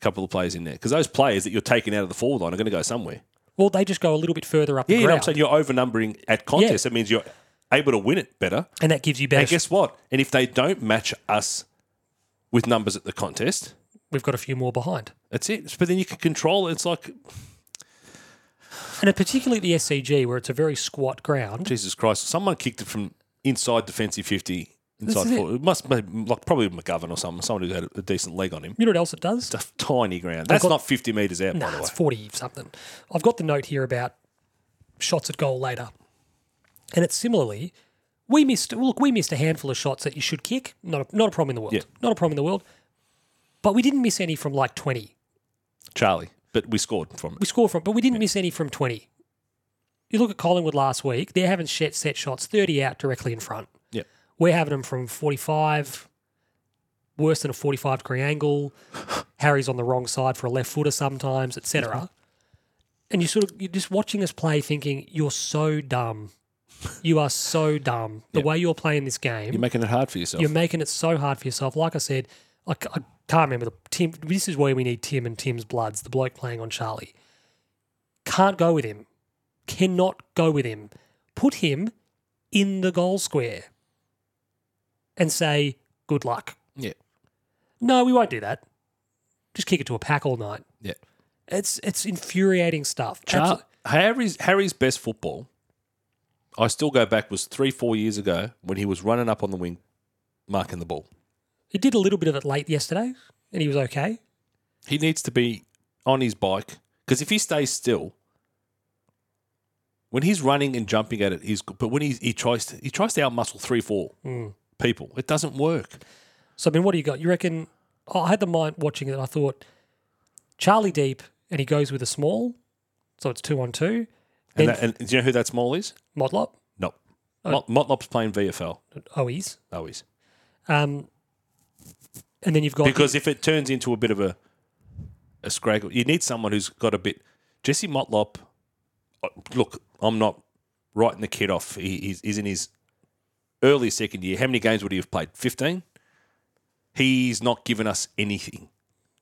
Speaker 2: couple of players in there. Because those players that you're taking out of the forward line are going to go somewhere.
Speaker 1: well, they just go a little bit further up
Speaker 2: Yeah,
Speaker 1: the
Speaker 2: you know what
Speaker 1: ground,
Speaker 2: I'm saying. You're overnumbering at contests. That means you're able to win it better.
Speaker 1: and that gives you better
Speaker 2: And guess what? And if they don't match us with numbers at the contest,
Speaker 1: we've got a few more behind.
Speaker 2: that's it. But then you can control it. It's like
Speaker 1: And it- particularly at the SCG, where it's a very squat ground.
Speaker 2: Jesus Christ, someone kicked it from inside defensive 50,
Speaker 1: This
Speaker 2: inside
Speaker 1: is it.
Speaker 2: forward. It must be like probably McGovern or someone, someone who had a decent leg on him.
Speaker 1: You know what else it does?
Speaker 2: It's a tiny ground. That's
Speaker 1: got-
Speaker 2: not 50 metres out, by
Speaker 1: Nah,
Speaker 2: the way.
Speaker 1: it's 40 something. I've got the note here about shots at goal later. And it's similarly, we missed, well, look, we missed a handful of shots that you should kick. Not a, not a problem in the world.
Speaker 2: Yeah.
Speaker 1: Not a problem in the world. But we didn't miss any from like 20.
Speaker 2: Charlie, but we scored from
Speaker 1: We
Speaker 2: it.
Speaker 1: scored from, but we didn't miss any from 20. You look at Collingwood last week, they're having set, set shots 30 out directly in front.
Speaker 2: Yeah.
Speaker 1: We're having them from 45, worse than a 45 degree angle. Harry's on the wrong side for a left footer sometimes, etc. And you sort of you're just watching us play, thinking you're so dumb. You are so dumb. The way you're playing this game,
Speaker 2: You're making it hard for yourself.
Speaker 1: you're making it so hard for yourself. Like I said, I, c- I can't remember the Tim. This is where we need Tim and Tim's bloods. The bloke playing on Charlie can't go with him. Cannot go with him. Put him in the goal square and say good luck.
Speaker 2: yeah,
Speaker 1: No, we won't do that. Just kick it to a pack all night.
Speaker 2: yeah.
Speaker 1: It's it's infuriating stuff.
Speaker 2: Char-
Speaker 1: Absol-
Speaker 2: Harry's, Harry's best football, I still go back, was three, four years ago when he was running up on the wing, marking the ball.
Speaker 1: He did a little bit of it late yesterday, and he was okay.
Speaker 2: He needs to be on his bike because if he stays still, when he's running and jumping at it, he's good. But when he's, he tries to he tries to outmuscle three, four people, it doesn't work.
Speaker 1: So I mean, what do you got? You reckon? oh, I had the mind watching it. and I thought Charlie deep, and he goes with a small, so it's two on two. Then-
Speaker 2: And, that, and do you know who that small is?
Speaker 1: Modlop,
Speaker 2: No. Mot- Motlop's playing VFL.
Speaker 1: OEs.
Speaker 2: No, he's.
Speaker 1: Um, and then you've got
Speaker 2: Because if it turns into a bit of a a scraggle, you need someone who's got a bit. Jesse Motlop, uh, look, I'm not writing the kid off. He, he's, he's in his early second year. How many games would he have played? 15? He's not given us anything.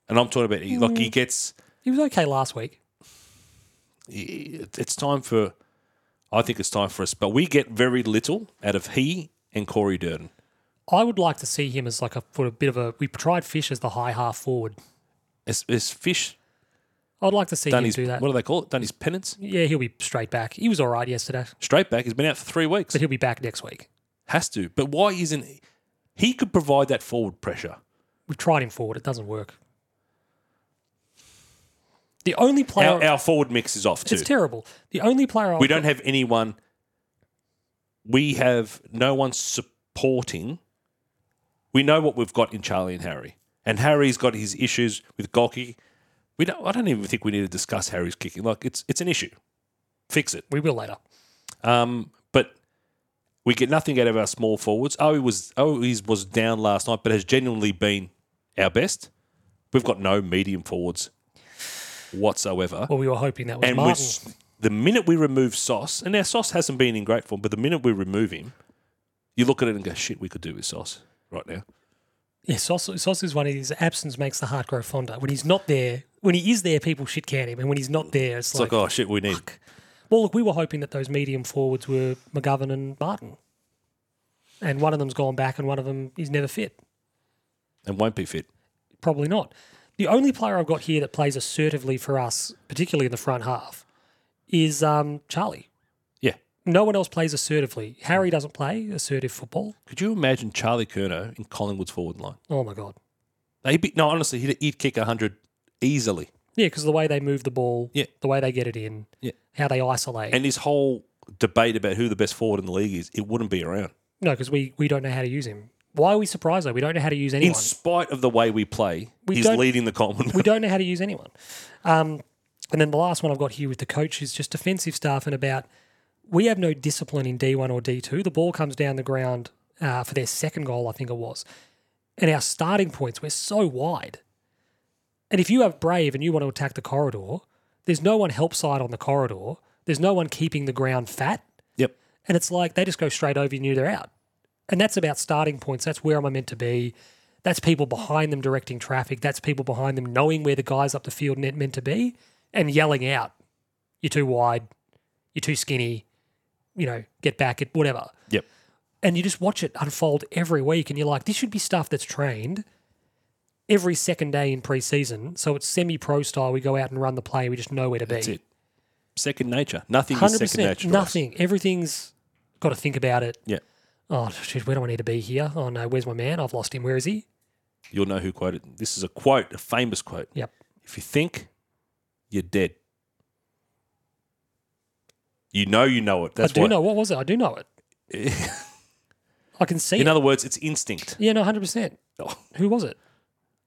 Speaker 2: And I'm talking about, he- like,
Speaker 1: Mm.
Speaker 2: he gets.
Speaker 1: he was okay last week.
Speaker 2: he- It's time for. I think it's time for us. But we get very little out of he and Corey Durden.
Speaker 1: I would like to see him as like a for a bit of a. We tried Fish as the high half forward.
Speaker 2: Is, is Fish
Speaker 1: I'd like to see
Speaker 2: done
Speaker 1: him
Speaker 2: his.
Speaker 1: do that.
Speaker 2: What do they call it? Done his penance?
Speaker 1: yeah, he'll be straight back. He was all right yesterday,
Speaker 2: Straight back. He's been out for three weeks.
Speaker 1: but he'll be back next week.
Speaker 2: Has to. But why isn't he? He could provide that forward pressure.
Speaker 1: We've tried him forward; it doesn't work. The only player
Speaker 2: Our, our forward mix is off too.
Speaker 1: it's terrible. The only player I
Speaker 2: we don't have anyone. We have no one supporting. We know what we've got in Charlie and Harry, and Harry's got his issues with Golki. We don't. I don't even think we need to discuss Harry's kicking. Like it's it's an issue. Fix it.
Speaker 1: we will later.
Speaker 2: Um, but we get nothing out of our small forwards. Oh, he was oh he was down last night, but has genuinely been our best. We've got no medium forwards whatsoever,
Speaker 1: Well, we were hoping that was
Speaker 2: and we
Speaker 1: Martin.
Speaker 2: s- the minute we remove Sauce, and now Sauce hasn't been in great form, but the minute we remove him, you look at it and go, shit, we could do with Sauce right now.
Speaker 1: Yeah, Sauce, Sauce is one of these absence makes the heart grow fonder. When he's not there, when he is there, people shit can him, and when he's not there, it's,
Speaker 2: It's
Speaker 1: like,
Speaker 2: like, oh shit, we need.
Speaker 1: well, look, we were hoping that those medium forwards were McGovern and Martin, and one of them's gone back, and one of them is never fit.
Speaker 2: and won't be fit.
Speaker 1: Probably not. The only player I've got here that plays assertively for us, particularly in the front half, is um, Charlie.
Speaker 2: Yeah.
Speaker 1: No one else plays assertively. Harry doesn't play assertive football.
Speaker 2: Could you imagine Charlie Curno in Collingwood's forward line?
Speaker 1: Oh my god.
Speaker 2: They'd be, no, honestly, he'd, he'd kick 100 easily.
Speaker 1: Yeah, because the way they move the ball,
Speaker 2: Yeah.
Speaker 1: the way they get it in,
Speaker 2: Yeah.
Speaker 1: how they isolate.
Speaker 2: and this whole debate about who the best forward in the league is, it wouldn't be around.
Speaker 1: No, because we, we don't know how to use him. Why are we surprised though? We don't know how to use
Speaker 2: In
Speaker 1: anyone.
Speaker 2: spite of the way we play,
Speaker 1: We
Speaker 2: he's
Speaker 1: don't-
Speaker 2: leading the Commonwealth.
Speaker 1: we don't know how to use anyone. Um, and then the last one I've got here with the coach is just defensive staff and about we have no discipline in D1 or D2. The ball comes down the ground uh, for their second goal, I think it was. And our starting points, we're so wide. And if you have Brave and you want to attack the corridor, there's no one help side on the corridor. There's no one keeping the ground fat.
Speaker 2: Yep.
Speaker 1: And it's like they just go straight over you, knew they're out. And that's about starting points. That's where am I meant to be? That's people behind them directing traffic. That's people behind them knowing where the guys up the field net meant to be and yelling out, you're too wide, you're too skinny, you know, get back at whatever.
Speaker 2: Yep.
Speaker 1: And you just watch it unfold every week and you're like, this should be stuff that's trained every second day in preseason. So it's semi pro style. We go out and run the play. We just know where to be.
Speaker 2: That's it. Second nature. Nothing is
Speaker 1: Hundred
Speaker 2: second
Speaker 1: percent.
Speaker 2: nature. to us.
Speaker 1: Nothing. Everything's got to think about it.
Speaker 2: Yeah.
Speaker 1: Oh shit! Where do I need to be here? Oh no, where's my man? I've lost him. Where is he?
Speaker 2: You'll know who quoted. This is a quote, a famous quote.
Speaker 1: Yep.
Speaker 2: If you think, you're dead. You know you know it. That's
Speaker 1: I do
Speaker 2: why-
Speaker 1: know. What was it? I do know it. I can see
Speaker 2: In
Speaker 1: it.
Speaker 2: other words, it's instinct.
Speaker 1: Yeah, no, hundred percent.
Speaker 2: Oh,
Speaker 1: Who was it?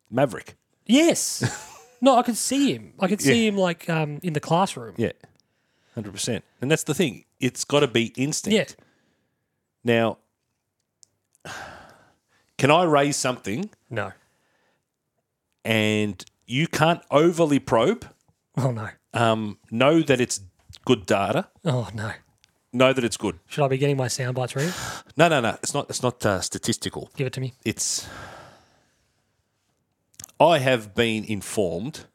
Speaker 2: Maverick.
Speaker 1: Yes. no, I could see him. I could see him like um, in the classroom.
Speaker 2: Yeah. 100%. And that's the thing. It's got to be instinct.
Speaker 1: Yeah.
Speaker 2: Now, can I raise something
Speaker 1: No.
Speaker 2: and you can't overly probe?
Speaker 1: Oh no.
Speaker 2: Um, know that it's good data.
Speaker 1: Oh no.
Speaker 2: Know that it's good.
Speaker 1: Should I be getting my sound bites ready?
Speaker 2: No, no, no. It's not. It's not uh, statistical.
Speaker 1: Give it to me.
Speaker 2: It's. I have been informed.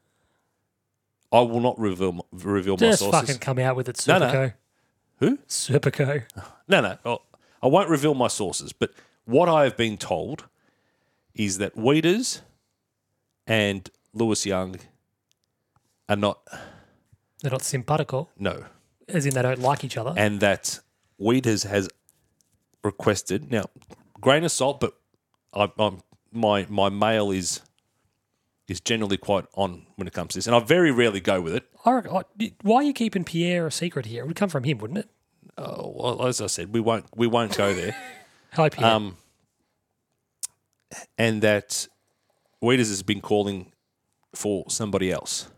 Speaker 2: I will not reveal my, reveal my
Speaker 1: Just
Speaker 2: sources.
Speaker 1: fucking come out with it,
Speaker 2: No, no.
Speaker 1: Serpico.
Speaker 2: Who?
Speaker 1: Serpico.
Speaker 2: No, no. oh, I won't reveal my sources, but what I have been told is that Weeders and Lewis Young are not
Speaker 1: They're not simpatico,
Speaker 2: no,
Speaker 1: as in they don't like each other.
Speaker 2: and that Weeders has requested now grain of salt, but I, I'm, my my mail is is generally quite on when it comes to this, and I very rarely go with it.
Speaker 1: I, reckon- I, why are you keeping Pierre a secret here? It would come from him, wouldn't it?
Speaker 2: Oh, well, as I said, we won't we won't go there.
Speaker 1: Hi, Pierre.
Speaker 2: Um, and that Weeders has been calling for somebody else.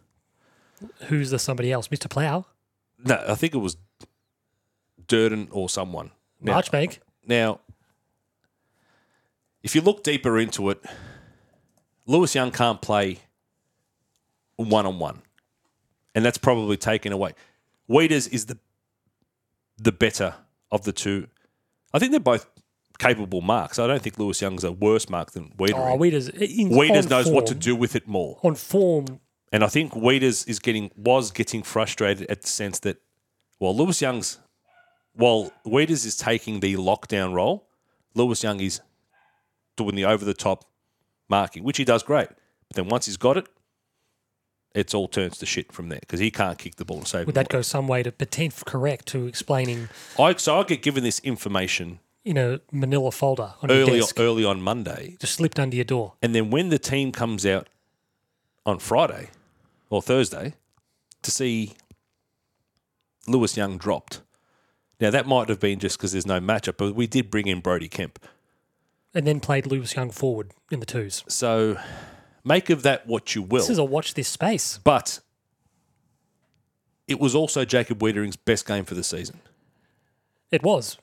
Speaker 1: Who's the somebody else? Mr. Plough?
Speaker 2: No, I think it was Durden or someone. Now,
Speaker 1: Marchbank.
Speaker 2: Now, if you look deeper into it, Lewis Young can't play one on one, and that's probably taken away. Weeders is the the better of the two. I think they're both capable marks. I don't think Lewis Young's a worse mark than Weeder.
Speaker 1: Oh, Weeders. in-
Speaker 2: Weeders
Speaker 1: on
Speaker 2: knows what to
Speaker 1: form-
Speaker 2: do with it more.
Speaker 1: On form,
Speaker 2: And I think Weeders is getting was getting frustrated at the sense that while Lewis Young's while Weeders is taking the lockdown role, Lewis Young is doing the over the top marking, which he does great. But then once he's got it, it's all turns to shit from there because he can't kick the ball and save
Speaker 1: would
Speaker 2: it.
Speaker 1: that go some way to potential correct to explaining
Speaker 2: I, so I get given this information
Speaker 1: in a manila folder on your
Speaker 2: early
Speaker 1: desk?
Speaker 2: early on Monday,
Speaker 1: Just slipped under your door.
Speaker 2: and then when the team comes out on Friday or Thursday to see Lewis Young dropped. Now that might have been just because there's no matchup, but we did bring in Brody Kemp.
Speaker 1: And then played Lewis Young forward in the twos.
Speaker 2: So make of that what you will.
Speaker 1: This is a watch this space.
Speaker 2: but it was also Jacob Wiedering's best game for the season
Speaker 1: It was.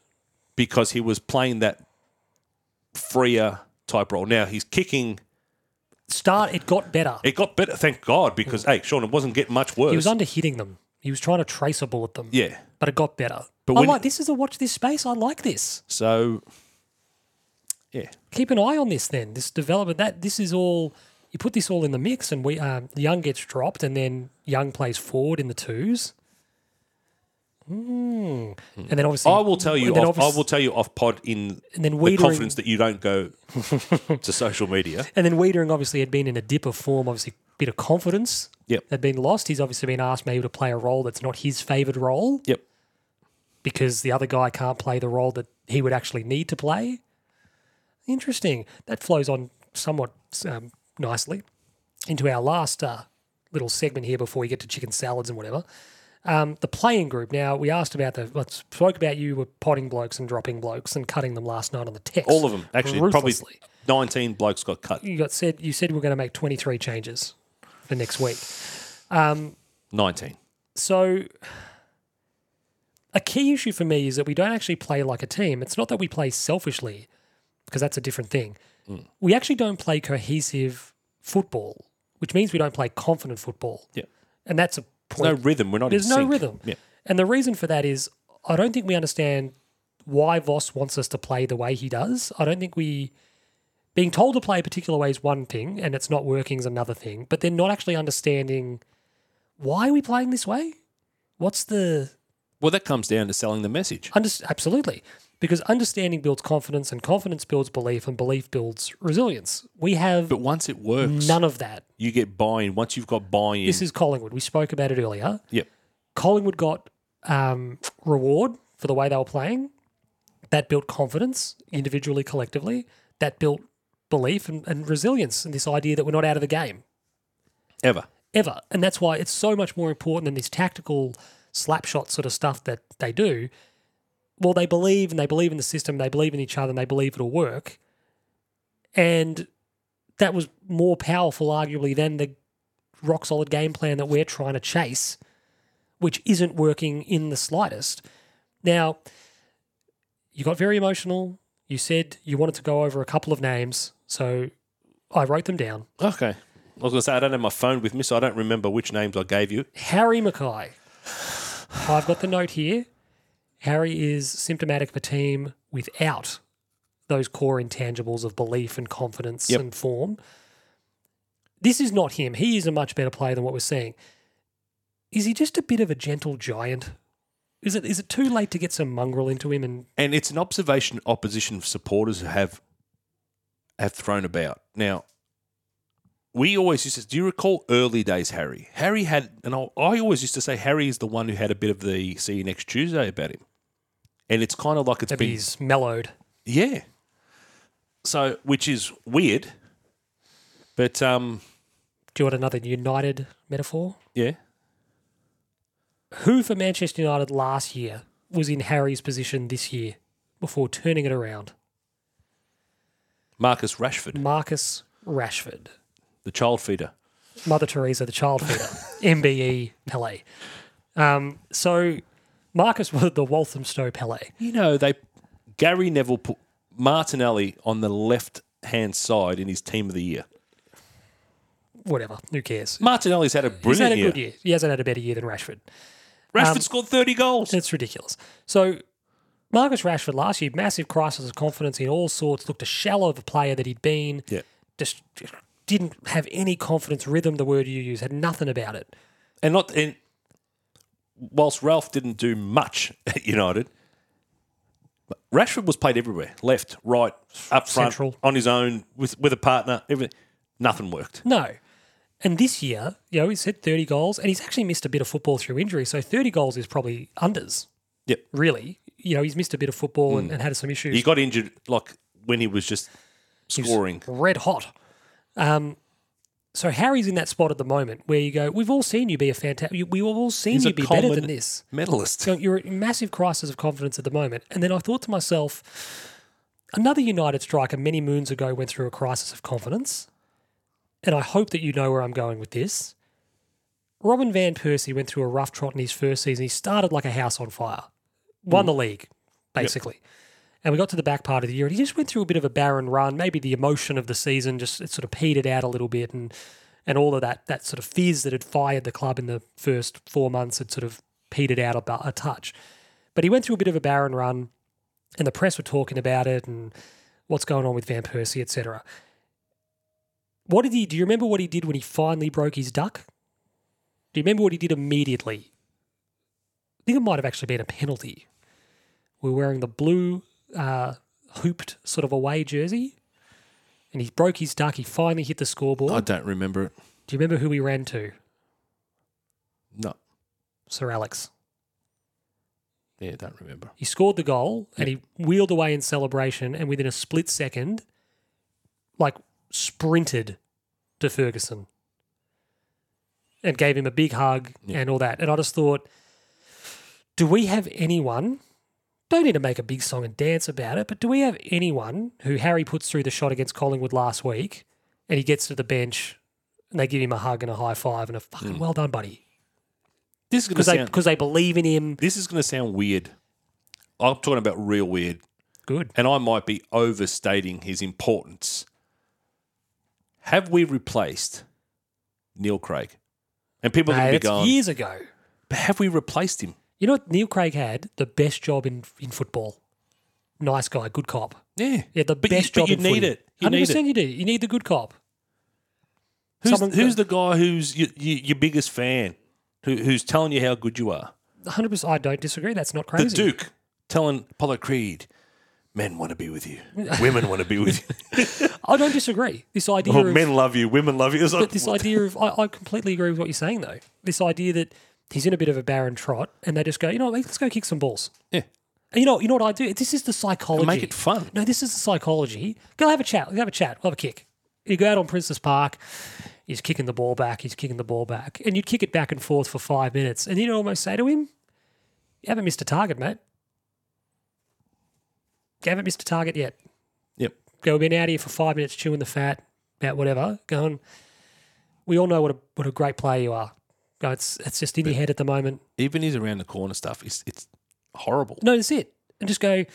Speaker 2: because he was playing that freer type role. Now he's kicking.
Speaker 1: Start, it got better.
Speaker 2: It got better, thank God, because hey, Sean, it wasn't getting much worse.
Speaker 1: He was under hitting them. He was trying to trace a ball at them.
Speaker 2: yeah.
Speaker 1: But it got better.
Speaker 2: But
Speaker 1: I
Speaker 2: when-
Speaker 1: like this is a watch this space. I like this.
Speaker 2: So, yeah,
Speaker 1: Keep an eye on this then. This development that this is all you put this all in the mix and we um, Young gets dropped and then Young plays forward in the twos. Hmm. And then obviously
Speaker 2: I will tell you.
Speaker 1: and then
Speaker 2: Off, I
Speaker 1: obvious-
Speaker 2: will tell you off pod in
Speaker 1: and then
Speaker 2: the
Speaker 1: Wiedering-
Speaker 2: confidence that you don't go to social media.
Speaker 1: And then Wiedering obviously had been in a dip of form, obviously a bit of confidence
Speaker 2: Yep,
Speaker 1: had been lost. He's obviously been asked maybe to play a role that's not his favoured role
Speaker 2: yep.
Speaker 1: because the other guy can't play the role that he would actually need to play. Interesting. That flows on somewhat um, nicely into our last uh, little segment here before we get to chicken salads and whatever. Um, the playing group. Now we asked about the let spoke about you were potting blokes and dropping blokes and cutting them last night on the text.
Speaker 2: All of them actually.
Speaker 1: ruthlessly
Speaker 2: Probably nineteen blokes got cut.
Speaker 1: you got said you said we're going to make 23 changes for next week.
Speaker 2: Nineteen.
Speaker 1: So a key issue for me is that we don't actually play like a team. It's not that we play selfishly because that's a different thing.
Speaker 2: Hmm.
Speaker 1: We actually don't play cohesive football, which means we don't play confident football.
Speaker 2: Yeah.
Speaker 1: And that's a
Speaker 2: No
Speaker 1: point.
Speaker 2: rhythm. We're not.
Speaker 1: There's
Speaker 2: in
Speaker 1: no
Speaker 2: sync.
Speaker 1: rhythm.
Speaker 2: Yeah.
Speaker 1: And the reason for that is I don't think we understand why Voss wants us to play the way he does. I don't think we being told to play a particular way is one thing and it's not working is another thing, but then not actually understanding why are we playing this way? What's the
Speaker 2: Well, that comes down to selling the message.
Speaker 1: under, absolutely because understanding builds confidence and confidence builds belief and belief builds resilience. We have
Speaker 2: But once it works,
Speaker 1: none of that.
Speaker 2: you get buy-in. Once you've got buy-in,
Speaker 1: This is Collingwood. We spoke about it earlier.
Speaker 2: yep.
Speaker 1: Collingwood got um, reward for the way they were playing. That built confidence individually, collectively. That built belief and, and resilience and this idea that we're not out of the game
Speaker 2: Ever.
Speaker 1: ever. And that's why it's so much more important than this tactical slapshot sort of stuff that they do. Well, they believe and they believe in the system, they believe in each other, and they believe it'll work. And that was more powerful, arguably, than the rock solid game plan that we're trying to chase, which isn't working in the slightest. Now, you got very emotional. You said you wanted to go over a couple of names, so I wrote them down.
Speaker 2: Okay. I was going to say I don't have my phone with me, so I don't remember which names I gave you.
Speaker 1: Harry Mackay. I've got the note here. Harry is symptomatic of a team without those core intangibles of belief and confidence
Speaker 2: Yep.
Speaker 1: and form. This is not him. He is a much better player than what we're seeing. Is he just a bit of a gentle giant? Is it is it too late to get some mongrel into him and
Speaker 2: and it's an observation opposition supporters have have thrown about. Now, we always used to. Do you recall early days, Harry? Harry had, and I, I always used to say Harry is the one who had a bit of the see you next Tuesday about him, and it's kind of like it's
Speaker 1: that
Speaker 2: been
Speaker 1: he's mellowed?
Speaker 2: yeah. So, which is weird, but um,
Speaker 1: Do you want another United metaphor?
Speaker 2: yeah,
Speaker 1: Who for Manchester United last year was in Harry's position this year before turning it around?
Speaker 2: Marcus Rashford,
Speaker 1: Marcus Rashford,
Speaker 2: the child feeder.
Speaker 1: Mother Teresa, the child feeder, MBE E Pele. Um, so Marcus was the Walthamstow Pele.
Speaker 2: You know, they Gary Neville put Martinelli on the left hand side in his team of the year.
Speaker 1: Whatever, who cares?
Speaker 2: Martinelli's had a
Speaker 1: He's had
Speaker 2: brilliant
Speaker 1: a good
Speaker 2: year. Um,
Speaker 1: year. He hasn't had a better year than Rashford.
Speaker 2: Rashford scored 30 goals.
Speaker 1: It's ridiculous. So Marcus Rashford last year, massive crisis of confidence in all sorts. Looked a shallow of a player that he'd been.
Speaker 2: Yeah.
Speaker 1: Just didn't have any confidence. Rhythm, the word you use, had nothing about it.
Speaker 2: And not and whilst Ralph didn't do much at United, Rashford was played everywhere. Left, right, up front,
Speaker 1: Central.
Speaker 2: on his own, with with a partner, everything. Nothing worked.
Speaker 1: No. And this year, you know, he's hit 30 goals and he's actually missed a bit of football through injury. So 30 goals is probably unders,
Speaker 2: Yep. Mm.
Speaker 1: really. You know, he's missed a bit of football and, and had some issues.
Speaker 2: He got injured like when he was just scoring.
Speaker 1: red hot. Um, so Harry's in that spot at the moment where you go, we've all seen you be a fantastic, we've all seen
Speaker 2: He's
Speaker 1: you
Speaker 2: a
Speaker 1: be better
Speaker 2: common
Speaker 1: than this.
Speaker 2: Medalist.
Speaker 1: So you're in massive crisis of confidence at the moment. And then I thought to myself, another United striker many moons ago went through a crisis of confidence. And I hope that you know where I'm going with this. Robin Van Persie went through a rough trot in his first season. He started like a house on fire, won the league, basically. And we got to the back part of the year, and he just went through a bit of a barren run. Maybe the emotion of the season just it sort of petered out a little bit, and and all of that that sort of fizz that had fired the club in the first four months had sort of petered out a, bu- a touch. But he went through a bit of a barren run, and the press were talking about it and what's going on with Van Persie, etc. What did he? Do you remember what he did when he finally broke his duck? Do you remember what he did immediately? I think it might have actually been a penalty. We're wearing the blue uh, hooped sort of away jersey, and he broke his duck. He finally hit the scoreboard.
Speaker 2: I don't remember it.
Speaker 1: Do you remember who he ran to?
Speaker 2: No.
Speaker 1: Sir Alex.
Speaker 2: Yeah, don't remember.
Speaker 1: He scored the goal and he wheeled away in celebration, and within a split second, like sprinted to Ferguson and gave him a big hug and all that. And I just thought, do we have anyone? Don't need to make a big song and dance about it, but do we have anyone who Harry puts through the shot against Collingwood last week and he gets to the bench and they give him a hug and a high five and a fucking well done, buddy?
Speaker 2: This is going to
Speaker 1: Because they,
Speaker 2: sound.
Speaker 1: 'cause they believe in him.
Speaker 2: This is going to sound weird. I'm talking about real weird,
Speaker 1: Good.
Speaker 2: and I might be overstating his importance. Have we replaced Neil Craig? And people are going to
Speaker 1: Mate,
Speaker 2: be
Speaker 1: that's
Speaker 2: going,
Speaker 1: years ago.
Speaker 2: but have we replaced him?
Speaker 1: You know what? Neil Craig had the best job in, in football. Nice guy, good cop.
Speaker 2: Yeah,
Speaker 1: Yeah, the
Speaker 2: but
Speaker 1: best
Speaker 2: you,
Speaker 1: job
Speaker 2: But you
Speaker 1: in
Speaker 2: need
Speaker 1: footy.
Speaker 2: it. You need
Speaker 1: 100%
Speaker 2: it.
Speaker 1: you do. You need the good cop.
Speaker 2: Who's,
Speaker 1: someone-
Speaker 2: who's the guy who's your, your, your biggest fan? Who, who's telling you how good you are?
Speaker 1: 100%. I don't disagree. That's not
Speaker 2: The
Speaker 1: crazy.
Speaker 2: Duke telling Apollo Creed, men want to be with you, women want to be with you.
Speaker 1: I don't disagree. This idea
Speaker 2: Well,
Speaker 1: of
Speaker 2: Oh, men love you, women love you. It's like,
Speaker 1: but this idea of I, I completely agree with what you're saying though. This idea that he's in a bit of a barren trot and they just go, you know, what, mate, let's go kick some balls.
Speaker 2: Yeah.
Speaker 1: And you know, you know what I do? This is the psychology.
Speaker 2: make it fun.
Speaker 1: No, this is the psychology. Go have a chat. Go have a chat. We'll have a kick. You go out on Princess Park. He's kicking the ball back. He's kicking the ball back, and you'd kick it back and forth for five minutes, and you'd almost say to him, "You haven't missed a target, mate. You haven't missed a target yet."
Speaker 2: Yep.
Speaker 1: go we've been out here for five minutes chewing the fat about whatever, going, we all know what a what a great player you are. Go, It's it's just in your head at the moment.
Speaker 2: Even his around the corner stuff, it's, it's horrible.
Speaker 1: No, that's it. And just go,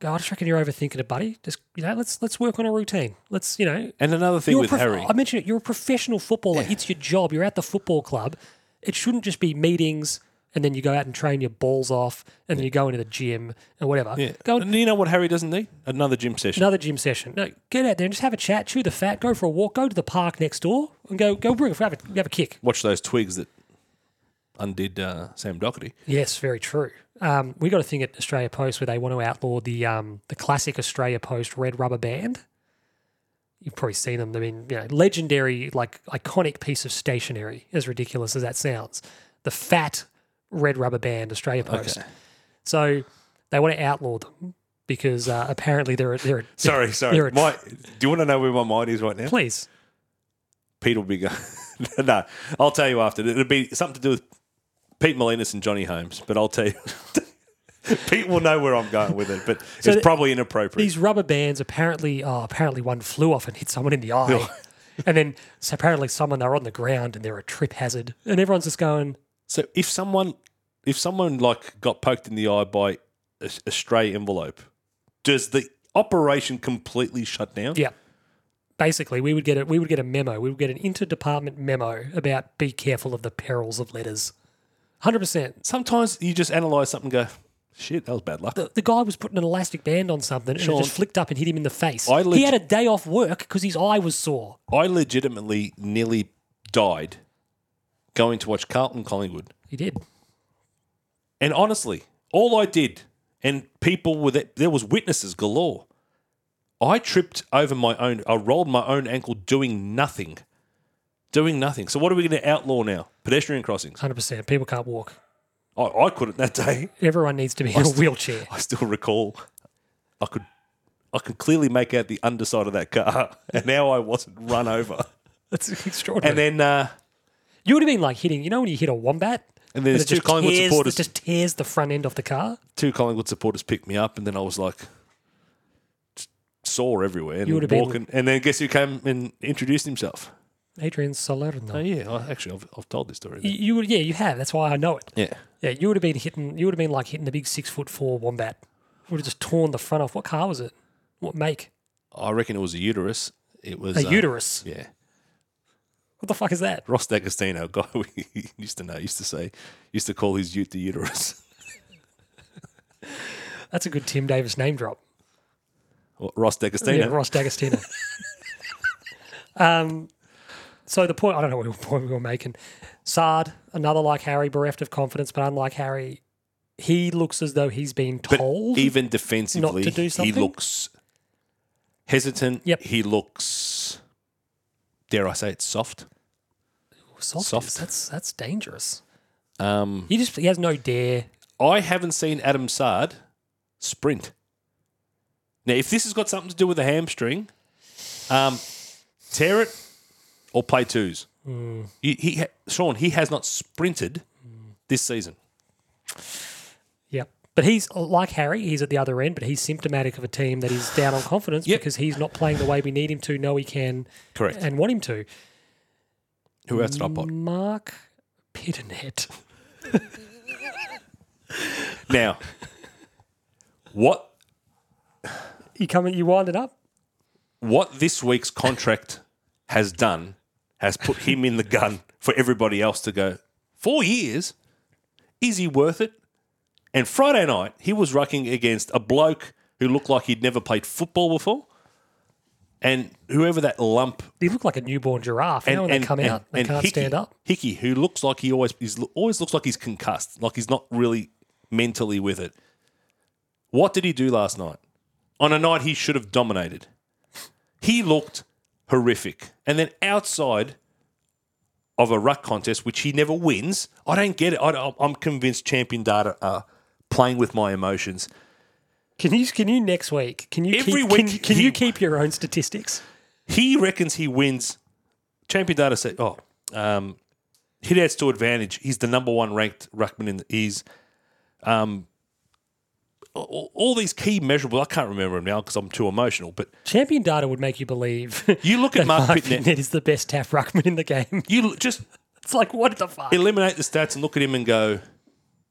Speaker 1: go, I just reckon you're overthinking it, buddy. Just you know, let's let's work on a routine. Let's, you know,
Speaker 2: And another thing
Speaker 1: you're a
Speaker 2: with
Speaker 1: prof-
Speaker 2: Harry,
Speaker 1: I mentioned it, you're a professional footballer. It's your job. You're at the football club. It shouldn't just be meetings and then you go out and train your balls off and then you go into the gym and whatever.
Speaker 2: yeah.
Speaker 1: Go and
Speaker 2: and you know what Harry doesn't need? Another gym session.
Speaker 1: another gym session. No, get out there and just have a chat, chew the fat, go for a walk, go to the park next door, and go go bring have a have a kick.
Speaker 2: Watch those twigs that undid uh, Sam Doherty.
Speaker 1: Yes, very true. Um, we got a thing at Australia Post where they want to outlaw the um, the classic Australia Post red rubber band. You've probably seen them. I mean, you know, legendary, like iconic piece of stationery, as ridiculous as that sounds. The fat red rubber band, Australia Post. So they want to outlaw them because uh, apparently they're they're
Speaker 2: Sorry, sorry.
Speaker 1: You're a-
Speaker 2: My, do you want to know where my mind is right now?
Speaker 1: please.
Speaker 2: Pete will be going. no, I'll tell you after. It'll be something to do with Pete Molinas and Johnny Holmes, but I'll tell you. Pete will know where I'm going with it, but it's
Speaker 1: the-
Speaker 2: probably inappropriate.
Speaker 1: these rubber bands apparently oh apparently one flew off and hit someone in the eye and then so apparently someone they're on the ground and they're a trip hazard and everyone's just going
Speaker 2: So if someone if someone like got poked in the eye by a, a stray envelope, does the operation completely shut down?
Speaker 1: Yeah. Basically, we would get a, we would get a memo. We would get an interdepartment memo about be careful of the perils of letters. Hundred percent.
Speaker 2: Sometimes you just analyze something and go, shit, that was bad luck.
Speaker 1: The guy was putting an elastic band on something, and it
Speaker 2: Sean,
Speaker 1: just flicked up and hit him in the face.
Speaker 2: I
Speaker 1: he
Speaker 2: leg-
Speaker 1: had a day off work because his eye was sore.
Speaker 2: I legitimately nearly died going to watch Carlton Collingwood.
Speaker 1: He did.
Speaker 2: And honestly, all I did, and people were there, there was witnesses galore. I tripped over my own. I rolled my own ankle doing nothing, doing nothing. So what are we going to outlaw now? Pedestrian crossings.
Speaker 1: Hundred percent. People can't walk.
Speaker 2: I, I couldn't that day.
Speaker 1: Everyone needs to be in a wheelchair.
Speaker 2: I still recall. I could, I could clearly make out the underside of that car, and now I wasn't run over.
Speaker 1: That's extraordinary.
Speaker 2: And then, uh,
Speaker 1: you would have been like hitting. You know when you hit a wombat,
Speaker 2: and then
Speaker 1: and
Speaker 2: there's
Speaker 1: it
Speaker 2: two
Speaker 1: just
Speaker 2: Collingwood
Speaker 1: tears,
Speaker 2: supporters.
Speaker 1: it just tears the front end of the car.
Speaker 2: two Collingwood supporters picked me up, and then I was like just sore everywhere and
Speaker 1: You would've been-
Speaker 2: walking. And then guess who came and introduced himself?
Speaker 1: Adrian Salerno.
Speaker 2: Oh yeah, I, actually, I've, I've told this story.
Speaker 1: You, you would, yeah, you have. That's why I know it.
Speaker 2: yeah,
Speaker 1: Yeah, you would have been hitting. You would have been like hitting the big six foot four wombat. Would have just torn the front off. What car was it? What make?
Speaker 2: I reckon it was a uterus. It was
Speaker 1: A
Speaker 2: uh,
Speaker 1: uterus.
Speaker 2: Yeah,
Speaker 1: What the fuck is that?
Speaker 2: Ross D'Agostino, a guy we used to know, used to say, used to call his ute the uterus.
Speaker 1: That's a good Tim Davis name drop.
Speaker 2: Or Ross D'Agostino.
Speaker 1: Yeah, Ross D'Agostino. um, so the point I don't know what point we were making. Sard, another like Harry, bereft of confidence, but unlike Harry, he looks as though he's been
Speaker 2: But
Speaker 1: told.
Speaker 2: even defensively,
Speaker 1: not to do
Speaker 2: he
Speaker 1: something?
Speaker 2: looks hesitant.
Speaker 1: Yep.
Speaker 2: He looks, dare I say, it's soft.
Speaker 1: soft. is-
Speaker 2: soft.
Speaker 1: That's that's dangerous.
Speaker 2: Um,
Speaker 1: He just he has no dare.
Speaker 2: I haven't seen Adam Sard sprint. Now, if this has got something to do with a hamstring, um, tear it or play twos. He, he ha- Sean, he has not sprinted this season.
Speaker 1: Yep. But he's like Harry, he's at the other end, but he's symptomatic of a team that is down on confidence
Speaker 2: Yep.
Speaker 1: because he's not playing the way we need him to, know he can,
Speaker 2: Correct.
Speaker 1: and want him to.
Speaker 2: Who else did I pot?
Speaker 1: Mark Pitternet.
Speaker 2: Now, what
Speaker 1: You come and you wind it up?
Speaker 2: what this week's contract has done has put him in the gun for everybody else to go. Four years, is he worth it? And Friday night, he was rucking against a bloke who looked like he'd never played football before, and whoever that lump
Speaker 1: He looked like a newborn giraffe. You
Speaker 2: and
Speaker 1: know when
Speaker 2: and-
Speaker 1: they come
Speaker 2: and-
Speaker 1: out, they
Speaker 2: and
Speaker 1: can't
Speaker 2: Hickey,
Speaker 1: stand up.
Speaker 2: Hickey, who looks like he always he's, always looks like he's concussed, like he's not really mentally with it. What did he do last night? On a night he should have dominated, he looked horrific. And then outside of a ruck contest, which he never wins, I don't get it. I, don't- I'm convinced Champion Data are playing with my emotions.
Speaker 1: Can you can you next week? Can you
Speaker 2: Every
Speaker 1: keep,
Speaker 2: week
Speaker 1: can, can
Speaker 2: he-
Speaker 1: you keep your own statistics?
Speaker 2: He reckons he wins. Champion Data said, "Oh, um, hit outs to advantage. He's the number one ranked ruckman in. The, he's um, all, all these key measurables. I can't remember them now because I'm too emotional. But
Speaker 1: Champion data would make you believe
Speaker 2: you look at Mark
Speaker 1: Mark
Speaker 2: Pitnet.
Speaker 1: Pitternet is the best tap ruckman in the game.
Speaker 2: You l- just
Speaker 1: It's like what the fuck?
Speaker 2: eliminate the stats and look at him and go,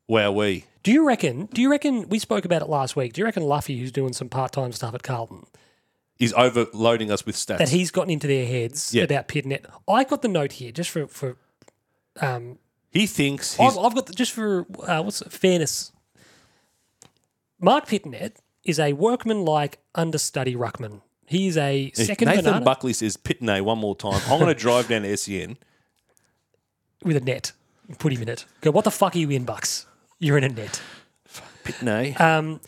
Speaker 2: "Wow, we."
Speaker 1: Do you reckon? Do you reckon we spoke about it last week? Do you reckon Luffy, who's doing some part-time stuff at Carlton,
Speaker 2: He's overloading us with
Speaker 1: that
Speaker 2: stats.
Speaker 1: he's gotten into their heads
Speaker 2: Yeah.
Speaker 1: about Pidnet? I got the note here just for for
Speaker 2: He thinks he's
Speaker 1: I've, I've got the, just for uh, what's fairness. Mark Pitnet is a workman-like understudy ruckman. He is a second
Speaker 2: Nathan
Speaker 1: banana
Speaker 2: Buckley says Pitney one more time. I'm going to drive down to E SEN.
Speaker 1: with a net. Put him in it. Go. What the fuck are you in, Bucks? You're in a net.
Speaker 2: Pitney.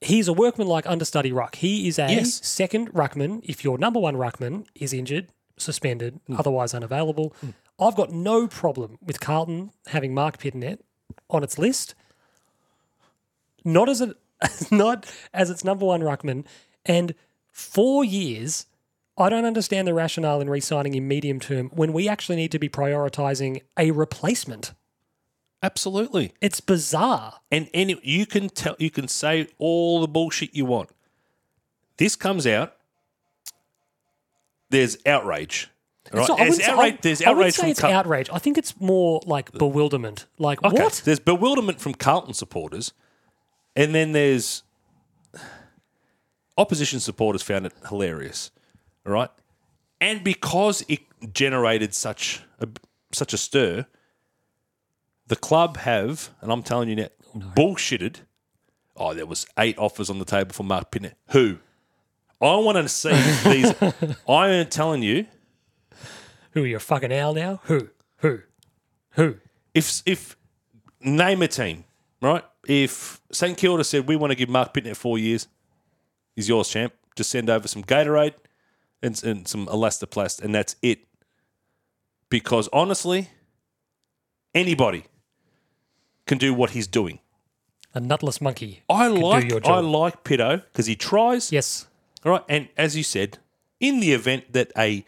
Speaker 1: he's a workman-like understudy ruck. He is a
Speaker 2: Yes.
Speaker 1: second ruckman. If your number one ruckman is injured, suspended, otherwise unavailable, I've got no problem with Carlton having Mark Pitnet on its list. Not as a, not as its number one ruckman, and four years. I don't understand the rationale in re-signing him medium term when we actually need to be prioritising a replacement.
Speaker 2: Absolutely.
Speaker 1: It's bizarre.
Speaker 2: And any you can tell you can say all the bullshit you want. This comes out. There's outrage. Right?
Speaker 1: not- I
Speaker 2: There's
Speaker 1: wouldn't say- I-
Speaker 2: outrage, there's
Speaker 1: I wouldn't
Speaker 2: outrage
Speaker 1: say
Speaker 2: from
Speaker 1: it's
Speaker 2: Carl-
Speaker 1: outrage. I think it's more like bewilderment. Like
Speaker 2: Okay.
Speaker 1: what?
Speaker 2: There's bewilderment from Carlton supporters, and then there's opposition supporters found it hilarious, all right? And because it generated such a, such a stir, the club have, and I'm telling you now, bullshitted. Oh, there was eight offers on the table for Mark Pinnett. Who? I want to see these. I am telling you,
Speaker 1: Who are you a fucking owl now? Who? Who? Who?
Speaker 2: if if name a team, right? If St Kilda said we want to give Mark Pitnett four years, he's yours, champ. Just send over some Gatorade and, and some Elastoplast, and that's it. Because honestly, anybody can do what he's doing.
Speaker 1: A nutless monkey.
Speaker 2: I
Speaker 1: can do your
Speaker 2: like
Speaker 1: job.
Speaker 2: I like Pito because he tries.
Speaker 1: Yes.
Speaker 2: All right. And as you said, in the event that a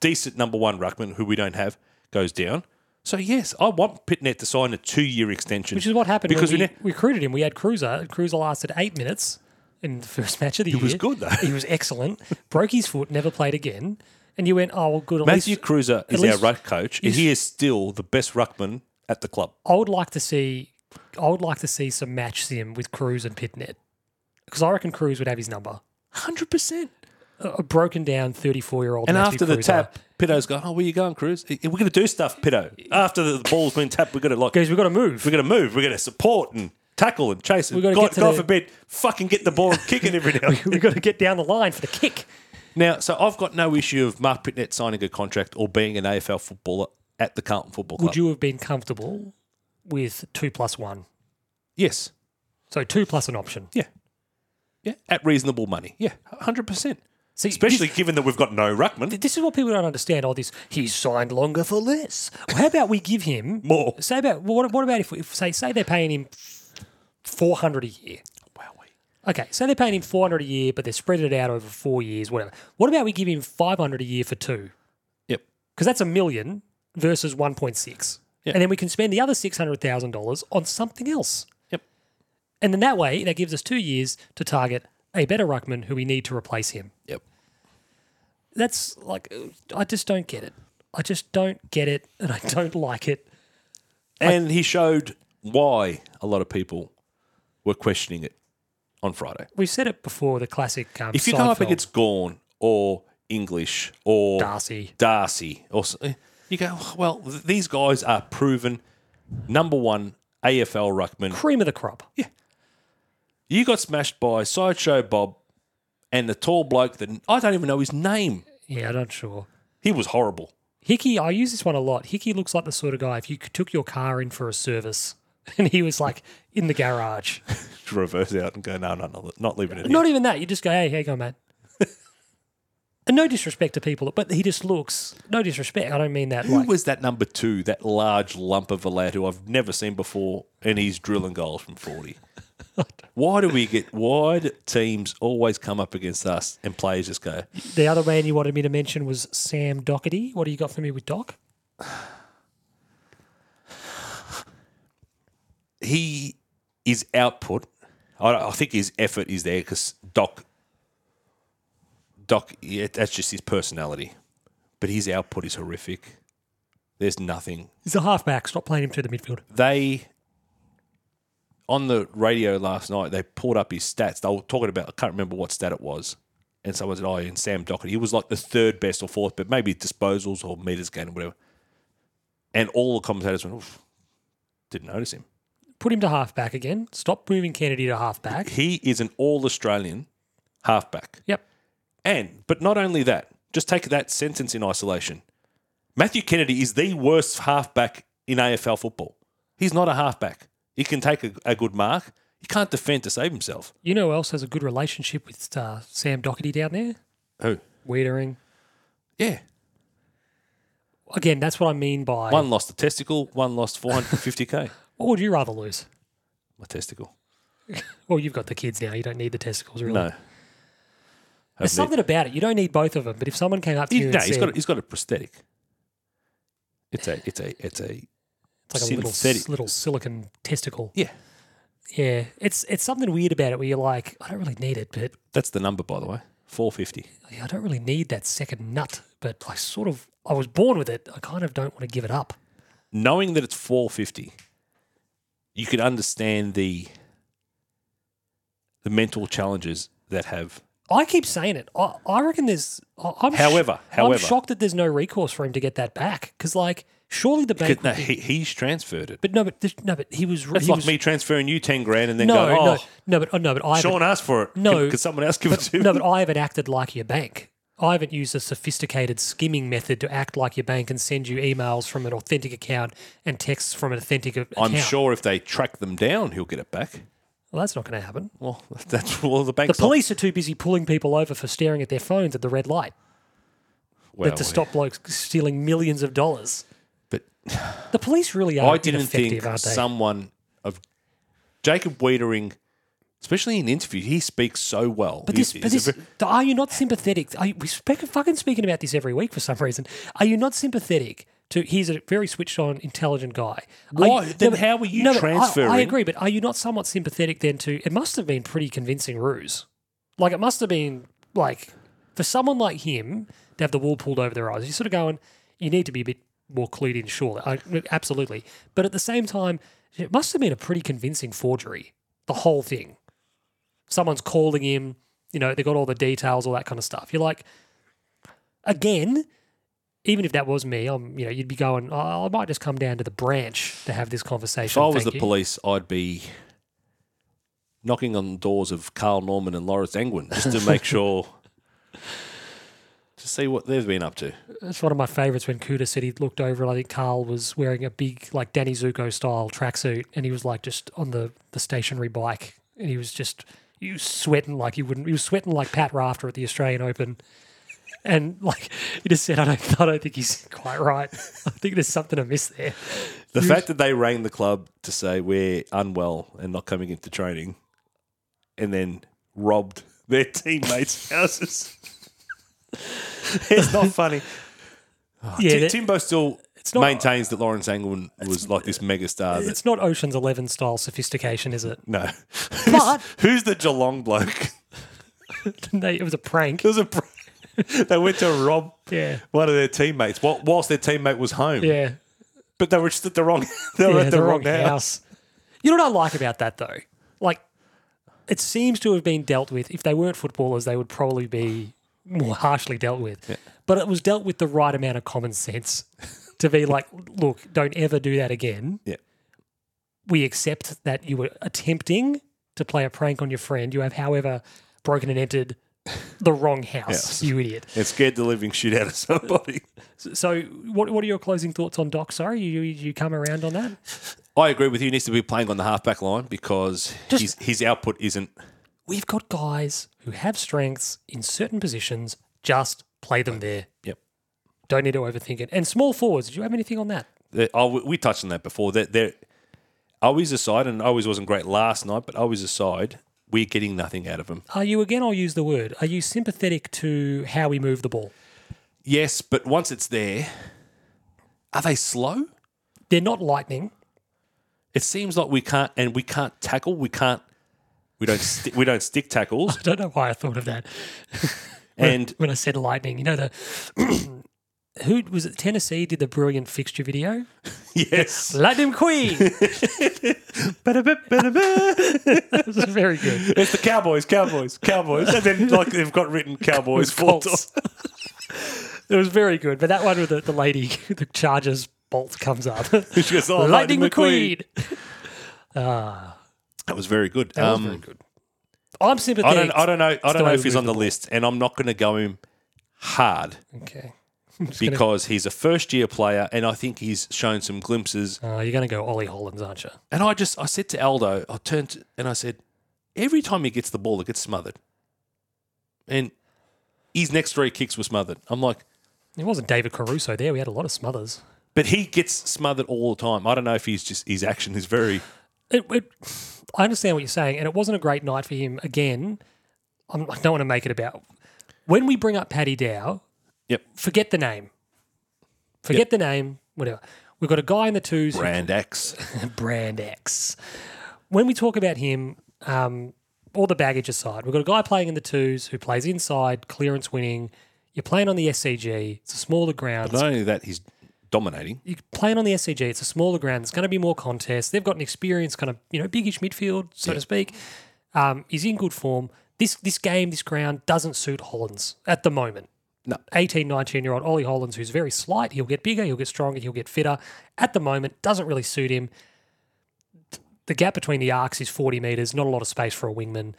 Speaker 2: decent number one ruckman, who we don't have, goes down. So, yes, I want Pitnet to sign a two year extension.
Speaker 1: Which is what happened
Speaker 2: Because
Speaker 1: because when we
Speaker 2: we ne-
Speaker 1: recruited him. We had Cruiser. Cruiser lasted eight minutes in the first match of the year.
Speaker 2: was good, though.
Speaker 1: He was excellent. Broke his foot. Never played again. And you went, oh well, good. At
Speaker 2: Matthew
Speaker 1: least
Speaker 2: Cruiser is our
Speaker 1: least
Speaker 2: ruck coach, and he is still the best ruckman at the club.
Speaker 1: I would like to see. I would like to see some match sim with Cruz and Pitnet because I reckon Cruz would have his number.
Speaker 2: 100%.
Speaker 1: A a broken down thirty-four-year-old.
Speaker 2: And after the tap, Pitto's going, Oh, where you going, Cruz? We're going to do stuff, Pitto. After the ball's been tapped, we're going to like.
Speaker 1: because we've got to move.
Speaker 2: We're going to move. We're going to support and tackle and chase. And
Speaker 1: We've gotta
Speaker 2: God,
Speaker 1: get to
Speaker 2: God
Speaker 1: the-
Speaker 2: forbid, fucking get the ball and kick it every now and then.
Speaker 1: We've got to get down the line for the kick.
Speaker 2: Now, so I've got no issue of Mark Pitnett signing a contract or being an AFL footballer at the Carlton Football Club.
Speaker 1: Would you have been comfortable with two plus one?
Speaker 2: Yes.
Speaker 1: So two plus an option.
Speaker 2: Yeah. Yeah. At reasonable money. Yeah. 100%.
Speaker 1: See,
Speaker 2: Especially given that we've got no Ruckman.
Speaker 1: Th- this is what people don't understand. All this, he's signed longer for less. Well, how about we give him
Speaker 2: More.
Speaker 1: Say about what? What about if, we, if say say they're paying him four hundred a year? Okay, so they're paying him four hundred a year, but they're spreading it out over four years, whatever. What about we give him five hundred a year for two?
Speaker 2: Yep.
Speaker 1: Because that's a million versus one point six,
Speaker 2: Yep.
Speaker 1: and then we can spend the other six hundred thousand dollars on something else.
Speaker 2: Yep.
Speaker 1: And then that way, that gives us two years to target a better ruckman who we need to replace him
Speaker 2: Yep.
Speaker 1: that's like uh, I just don't get it. I just don't get it, and I don't like it.
Speaker 2: And he showed why a lot of people were questioning it on Friday.
Speaker 1: We've said it before. The classic. Um,
Speaker 2: If you come up
Speaker 1: Seinfeld,
Speaker 2: against Gorn or English or
Speaker 1: Darcy,
Speaker 2: Darcy, or s- you go, well, th- these guys are proven number one AFL Ruckman
Speaker 1: cream of the crop.
Speaker 2: You got smashed by Sideshow Bob and the tall bloke that I don't even know his name.
Speaker 1: Yeah, I'm not sure.
Speaker 2: He was horrible.
Speaker 1: Hickey, I use this one a lot. Hickey looks like the sort of guy if you took your car in for a service, and he was like in the garage.
Speaker 2: To reverse out and go, no, no, no, not leaving it.
Speaker 1: Not even that. You just go, hey, how you going, mate? and no disrespect to people, but he just looks. No disrespect. I don't mean that.
Speaker 2: Who
Speaker 1: Like,
Speaker 2: was that number two, that large lump of a lad who I've never seen before, and he's drilling goals from 40? why do we get, why do teams always come up against us and players just go,
Speaker 1: the other man you wanted me to mention was Sam Doherty. What do you got for me with Doc?
Speaker 2: he, his output, I, I think his effort is there because Doc, Doc, yeah, that's just his personality. But his output is horrific. There's nothing
Speaker 1: He's a halfback. Stop playing him through the midfield.
Speaker 2: they on the radio last night they pulled up his stats. They were talking about I can't remember what stat it was, and someone said, "Oh, and Sam Doherty, he was like the third best or fourth, but maybe disposals or meters gained or whatever." And all the commentators went, Oof, "Didn't notice him.
Speaker 1: put him to halfback again. Stop moving Kennedy to halfback.
Speaker 2: He is an all Australian halfback."
Speaker 1: Yep.
Speaker 2: And but not only that, just take that sentence in isolation. Matthew Kennedy is the worst halfback in AFL football. He's not a halfback. He can take a, a good mark. He can't defend to save himself.
Speaker 1: You know who else has a good relationship with uh, Sam Doherty down there?
Speaker 2: Who?
Speaker 1: Weedering.
Speaker 2: Yeah.
Speaker 1: Again, that's what I mean by
Speaker 2: One lost a testicle, one lost 450k.
Speaker 1: what would you rather lose?
Speaker 2: My testicle.
Speaker 1: Well, you've got the kids now. You don't need the testicles, really.
Speaker 2: No.
Speaker 1: There's
Speaker 2: Haven't
Speaker 1: something about it. You don't need both of them. But if someone came up to
Speaker 2: he-
Speaker 1: you
Speaker 2: no,
Speaker 1: and
Speaker 2: he's
Speaker 1: said,
Speaker 2: got a, he's got a prosthetic. It's a it's a it's a
Speaker 1: it's like a little,
Speaker 2: synthetic-
Speaker 1: s- little silicon testicle.
Speaker 2: yeah.
Speaker 1: Yeah. It's it's something weird about it where you're like, I don't really need it, but
Speaker 2: That's the number by the way. Four fifty.
Speaker 1: yeah, I don't really need that second nut, but I sort of I was born with it. I kind of don't want to give it up.
Speaker 2: Knowing that it's four fifty, you could understand the the mental challenges that have.
Speaker 1: I keep saying it. I, I reckon there's. I- I'm sh-
Speaker 2: However, however.
Speaker 1: I'm shocked that there's no recourse for him to get that back because, like, surely the bank.
Speaker 2: No,
Speaker 1: would be-
Speaker 2: he, he's transferred it.
Speaker 1: but no, but this- no, but he was.
Speaker 2: That's
Speaker 1: he
Speaker 2: like
Speaker 1: was,
Speaker 2: me transferring you ten grand and then
Speaker 1: No,
Speaker 2: going, "Oh,
Speaker 1: no, no, but oh, no, but I haven't-
Speaker 2: Sean asked for it.
Speaker 1: No.
Speaker 2: could, could someone else give it to me?"
Speaker 1: no, but I haven't acted like your bank. I haven't used a sophisticated skimming method to act like your bank and send you emails from an authentic account and texts from an authentic a- account.
Speaker 2: I'm sure if they track them down, he'll get it back.
Speaker 1: Well, that's not going to happen.
Speaker 2: Well, that's well, the
Speaker 1: The
Speaker 2: bank's not-
Speaker 1: police are too busy pulling people over for staring at their phones at the red light
Speaker 2: well,
Speaker 1: to stop blokes stealing millions of dollars.
Speaker 2: But
Speaker 1: The police really are
Speaker 2: I didn't
Speaker 1: ineffective,
Speaker 2: think
Speaker 1: aren't they?
Speaker 2: someone of Jacob Wiedering, especially in interview, he speaks so well.
Speaker 1: But this, but this, are you not sympathetic? Are you, we speak, fucking speaking about this every week for some reason. Are you not sympathetic to? He's a very switched on, intelligent guy. Are
Speaker 2: Why? Then
Speaker 1: but-
Speaker 2: how were you
Speaker 1: but I- I,
Speaker 2: transferring?
Speaker 1: agree, but are you not somewhat sympathetic then to? It must have been pretty convincing ruse. Like it must have been like for someone like him to have the wool pulled over their eyes. You're sort of going, you need to be a bit more clued in, sure, I, absolutely. But at the same time, it must have been a pretty convincing forgery. The whole thing someone's calling him, you know, they got all the details, all that kind of stuff. You're like, again, even if that was me, I'm, you know, you'd be going, oh, I might just come down to the branch to have this
Speaker 2: if
Speaker 1: conversation.
Speaker 2: I was
Speaker 1: thank
Speaker 2: the
Speaker 1: you."
Speaker 2: police, I'd be knocking on the doors of Carl Norman and Lawrence Engwin just to make sure to see what they've been up to.
Speaker 1: It's one of my favorites when Kuda said he looked over and I think Carl was wearing a big, like Danny Zuko style tracksuit and he was like just on the, the stationary bike and he was just, he was sweating like he wouldn't, he was sweating like Pat Rafter at the Australian Open. And like he just said, I don't, I don't think he's quite right. I think there's something amiss there.
Speaker 2: The fact that they rang the club to say we're unwell and not coming into training, and then robbed their teammates' houses. it's not funny.
Speaker 1: yeah,
Speaker 2: Tim
Speaker 1: that-
Speaker 2: Timbo still
Speaker 1: not-
Speaker 2: maintains that Lawrence Angwin was like this megastar. That,
Speaker 1: it's not Ocean's Eleven style sophistication, is it?
Speaker 2: no,
Speaker 1: But-
Speaker 2: who's, who's the Geelong bloke?
Speaker 1: They- it was a prank.
Speaker 2: It was a. pr- they went to rob
Speaker 1: Yeah.
Speaker 2: one of their teammates whil- whilst their teammate was home.
Speaker 1: Yeah,
Speaker 2: But they were just at the wrong. They
Speaker 1: yeah
Speaker 2: were at the, wrong, house.
Speaker 1: You know what I like about that though? Like, it seems to have been dealt with. If they weren't footballers, they would probably be more harshly dealt with. But it was dealt with the right amount of common sense to be like, look, don't ever do that again.
Speaker 2: Yeah.
Speaker 1: we accept that you were attempting to play a prank on your friend. You have, however, broken and entered the wrong house,
Speaker 2: Yes.
Speaker 1: you idiot.
Speaker 2: It scared the living shit out of somebody.
Speaker 1: So, what, what are your closing thoughts on Doc? Sorry, you, you come around on that?
Speaker 2: I agree with you. He needs to be playing on the halfback line because
Speaker 1: Just-
Speaker 2: his, his output isn't.
Speaker 1: We've got guys who have strengths in certain positions, just play them there.
Speaker 2: Yep.
Speaker 1: Don't need to overthink it. And small forwards, do you have anything on that?
Speaker 2: They- Oh, we- we touched on that before. They're, they're, always aside, and always wasn't great last night, but always aside, we're getting nothing out of him.
Speaker 1: Are you, again, I'll use the word, are you sympathetic to how we move the ball?
Speaker 2: Yes, but once it's there, are they slow?
Speaker 1: They're not lightning.
Speaker 2: It seems like we can't, and we can't tackle. We can't. We don't. Sti- we don't stick tackles,
Speaker 1: I don't know why I thought of that.
Speaker 2: and
Speaker 1: when I said lightning, you know the who was it? Tennessee did the brilliant fixture video.
Speaker 2: yes,
Speaker 1: Lightning Queen.
Speaker 2: it's
Speaker 1: It was very good.
Speaker 2: the Cowboys, Cowboys, Cowboys, and then like they've got written Cowboys four times.
Speaker 1: Colts. it was very good. But that one with the, the lady, the Chargers bolt comes up.
Speaker 2: She goes, "Oh,
Speaker 1: Lightning McQueen.
Speaker 2: That was very good.
Speaker 1: That was
Speaker 2: um,
Speaker 1: very good. I'm
Speaker 2: I
Speaker 1: sympathetic.
Speaker 2: don't. I don't know. I
Speaker 1: the
Speaker 2: don't know
Speaker 1: way
Speaker 2: if
Speaker 1: we
Speaker 2: he's
Speaker 1: move
Speaker 2: on the, list, and I'm not going to go him hard
Speaker 1: Okay.
Speaker 2: because he's a first year player, and I think he's shown some glimpses.
Speaker 1: Uh, you're going to go Ollie Hollands, aren't you?
Speaker 2: And I just I said to Aldo, I turned to, and I said, every time he gets the ball, it gets smothered, and his next three kicks were smothered. I'm like,
Speaker 1: It wasn't David Caruso there. We had a lot of smothers.
Speaker 2: but he gets smothered all the time. I don't know if he's just his action is very.
Speaker 1: it, it, I understand what you're saying, and it wasn't a great night for him. Again, I'm, I don't want to make it about when we bring up Paddy Dow.
Speaker 2: Yep.
Speaker 1: Forget the name. Forget the name. Whatever. We've got a guy in the twos,
Speaker 2: Brand X.
Speaker 1: Brand X. When we talk about him, um, all the baggage aside, we've got a guy playing in the twos who plays inside, clearance winning. You're playing on the SCG. It's a smaller ground.
Speaker 2: Not only that, he's dominating.
Speaker 1: You're playing on the SCG. It's a smaller ground. There's going to be more contests. They've got an experienced kind of you know biggish midfield, so to speak. Um, he's in good form. This this game, this ground doesn't suit Hollands at the moment.
Speaker 2: No.
Speaker 1: 18, 19 year old Ollie Hollands, who's very slight. He'll get bigger, he'll get stronger, he'll get fitter. At the moment, doesn't really suit him. The gap between the arcs is 40 metres, not a lot of space for a wingman.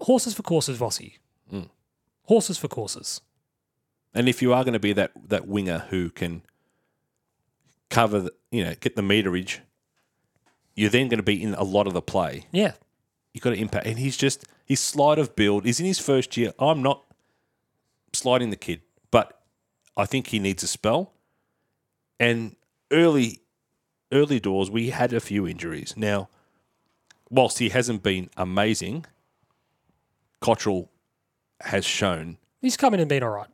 Speaker 1: Horses for courses, Vossi.
Speaker 2: Mm.
Speaker 1: Horses for courses.
Speaker 2: And if you are going to be that that winger who can cover, the, you know, get the meterage, you're then going to be in a lot of the play.
Speaker 1: Yeah.
Speaker 2: You've got to impact. And he's just, his slide of build is in his first year. I'm not sliding the kid, but I think he needs a spell. And early, early doors, we had a few injuries. Now, whilst he hasn't been amazing, Cottrell has shown,
Speaker 1: He's come in and been all right.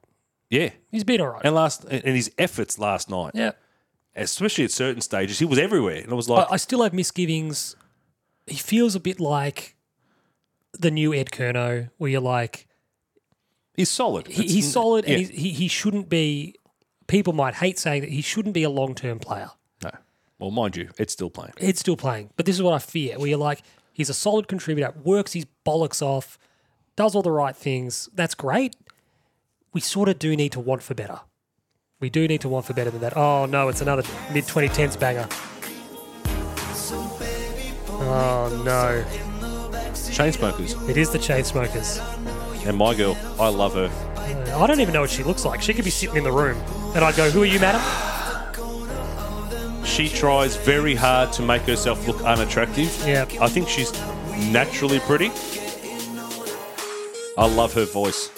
Speaker 2: yeah.
Speaker 1: He's been all right.
Speaker 2: And last, and his efforts last night,
Speaker 1: yeah.
Speaker 2: especially at certain stages, he was everywhere. And I was like,
Speaker 1: But I still have misgivings. He feels a bit like the new Ed Kerno, where you're like,
Speaker 2: he's solid.
Speaker 1: he,
Speaker 2: It's-
Speaker 1: he's solid
Speaker 2: yeah.
Speaker 1: and he's, he, he shouldn't be. People might hate saying that he shouldn't be a long term player.
Speaker 2: No. Well, mind you, it's still playing.
Speaker 1: Ed's still playing, but this is what I fear where you're like, he's a solid contributor, works his bollocks off, does all the right things. That's great. We sort of do need to want for better. We do need to want for better than that. Oh, no, it's another mid 2010s banger. Oh, no.
Speaker 2: Chainsmokers
Speaker 1: It is the Chainsmokers.
Speaker 2: and my girl, I love her.
Speaker 1: Uh, I don't even know what she looks like. She could be sitting in the room, and I'd go, Who are you, madam?
Speaker 2: She tries very hard to make herself look unattractive.
Speaker 1: Yeah.
Speaker 2: I think she's naturally pretty. I love her voice.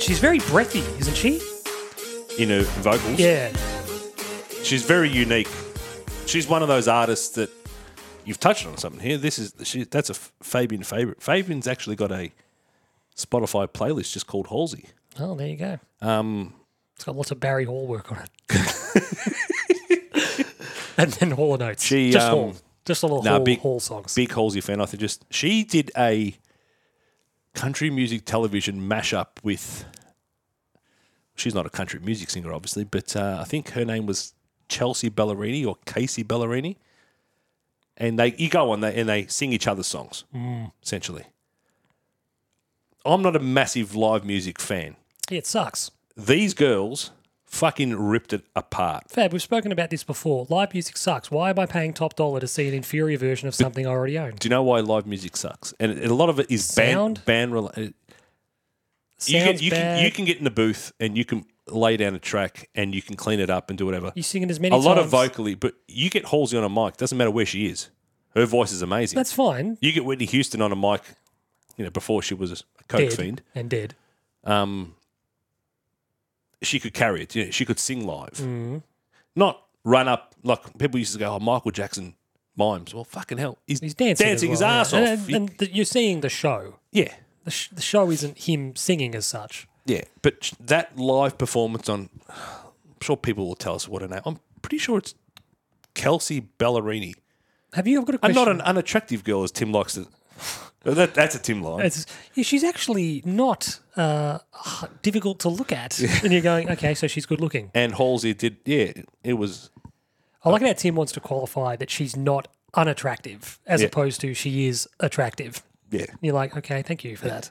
Speaker 1: She's very breathy, isn't she?
Speaker 2: You know, vocals.
Speaker 1: Yeah.
Speaker 2: She's very unique. She's one of those artists that you've touched on something here. This is she, that's a F- Fabian favorite. Fabian's actually got a Spotify playlist just called Halsey.
Speaker 1: Oh, there you go. Um, it's got lots of Barry Hall work on it, and then Hall and Oates.
Speaker 2: She,
Speaker 1: just
Speaker 2: um,
Speaker 1: Hall, just a little
Speaker 2: nah,
Speaker 1: Hall,
Speaker 2: big-
Speaker 1: Hall songs.
Speaker 2: big Halsey fan. I think just she did a country music television mashup with. She's not a country music singer, obviously, but uh, I think her name was Chelsea Ballerini or Casey Ballerini. And they you go on they, and they sing each other's songs
Speaker 1: Mm.
Speaker 2: essentially. I'm not a massive live music fan.
Speaker 1: Yeah, it sucks.
Speaker 2: These girls fucking ripped it apart.
Speaker 1: Fab, we've spoken about this before. Live music sucks. Why am I paying top dollar to see an inferior version of something I already own?
Speaker 2: Do you know why live music sucks? And, and a lot of it is band
Speaker 1: Sound?
Speaker 2: band related. you can,
Speaker 1: Sounds
Speaker 2: you,
Speaker 1: bad.
Speaker 2: can, you can get in the booth and you can lay down a track and you can clean it up and do whatever.
Speaker 1: You sing it as many
Speaker 2: A lot of
Speaker 1: times.
Speaker 2: vocally, but you get Halsey on a mic, doesn't matter where she is. Her voice is amazing.
Speaker 1: That's fine.
Speaker 2: you get Whitney Houston on a mic, you know, before she was a coke
Speaker 1: Dead
Speaker 2: fiend.
Speaker 1: and dead.
Speaker 2: Um, she could carry it. You know, she could sing live,
Speaker 1: Mm.
Speaker 2: not run up like people used to go. Oh, Michael Jackson mimes. Well, fucking hell, he's,
Speaker 1: He's dancing, as well,
Speaker 2: his
Speaker 1: yeah.
Speaker 2: ass
Speaker 1: And-
Speaker 2: off.
Speaker 1: and, and th- you're seeing the show.
Speaker 2: yeah,
Speaker 1: The, sh- the show isn't him singing as such.
Speaker 2: Yeah, but sh- that live performance on, I'm sure people will tell us what her name. I'm pretty sure it's Kelsey Ballerini.
Speaker 1: Have you? I've got a
Speaker 2: I'm
Speaker 1: question.
Speaker 2: not an unattractive girl, as Tim likes to. That, that's a Tim line.
Speaker 1: It's, yeah, she's actually not uh, difficult to look at. And you're going, okay, so she's good looking.
Speaker 2: And Halsey did. Yeah, it was.
Speaker 1: I like how Tim wants to qualify that she's not unattractive as
Speaker 2: Yeah.
Speaker 1: opposed to she is attractive.
Speaker 2: Yeah,
Speaker 1: And you're like, okay, thank you for that.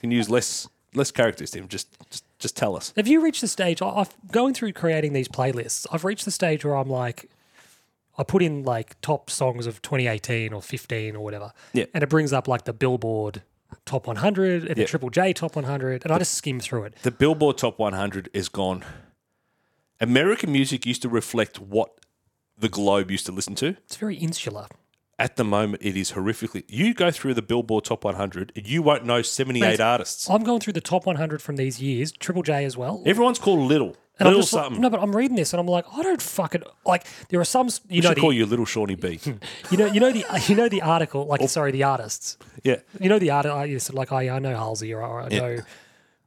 Speaker 2: can use less less characters, Tim. Just just, just tell us.
Speaker 1: Have you reached the stage? I, I've going through creating these playlists. I've reached the stage where I'm like, I put in like top songs of 2018 or 15 or whatever,
Speaker 2: Yeah.
Speaker 1: and it brings up like the Billboard top 100 and the Triple J top 100, and I just skim through it.
Speaker 2: The Billboard Top 100 is gone. American music used to reflect what the globe used to listen to.
Speaker 1: It's very insular.
Speaker 2: At the moment, it is horrifically. You go through the Billboard Top 100, and you won't know 78
Speaker 1: Mate,
Speaker 2: artists.
Speaker 1: I'm going through the top 100 from these years, Triple J as well.
Speaker 2: Everyone's called Little.
Speaker 1: and I'm
Speaker 2: little
Speaker 1: just like-
Speaker 2: something.
Speaker 1: no, but I'm reading this and I'm like, I don't fucking like. There are some, s- you
Speaker 2: I
Speaker 1: know,
Speaker 2: should
Speaker 1: the,
Speaker 2: call
Speaker 1: you.
Speaker 2: you Little Shawnee B.
Speaker 1: know, you know the, you know the article, like, sorry, the artists.
Speaker 2: yeah.
Speaker 1: You know the article, you said like, oh, yeah, I know Halsey or, I know,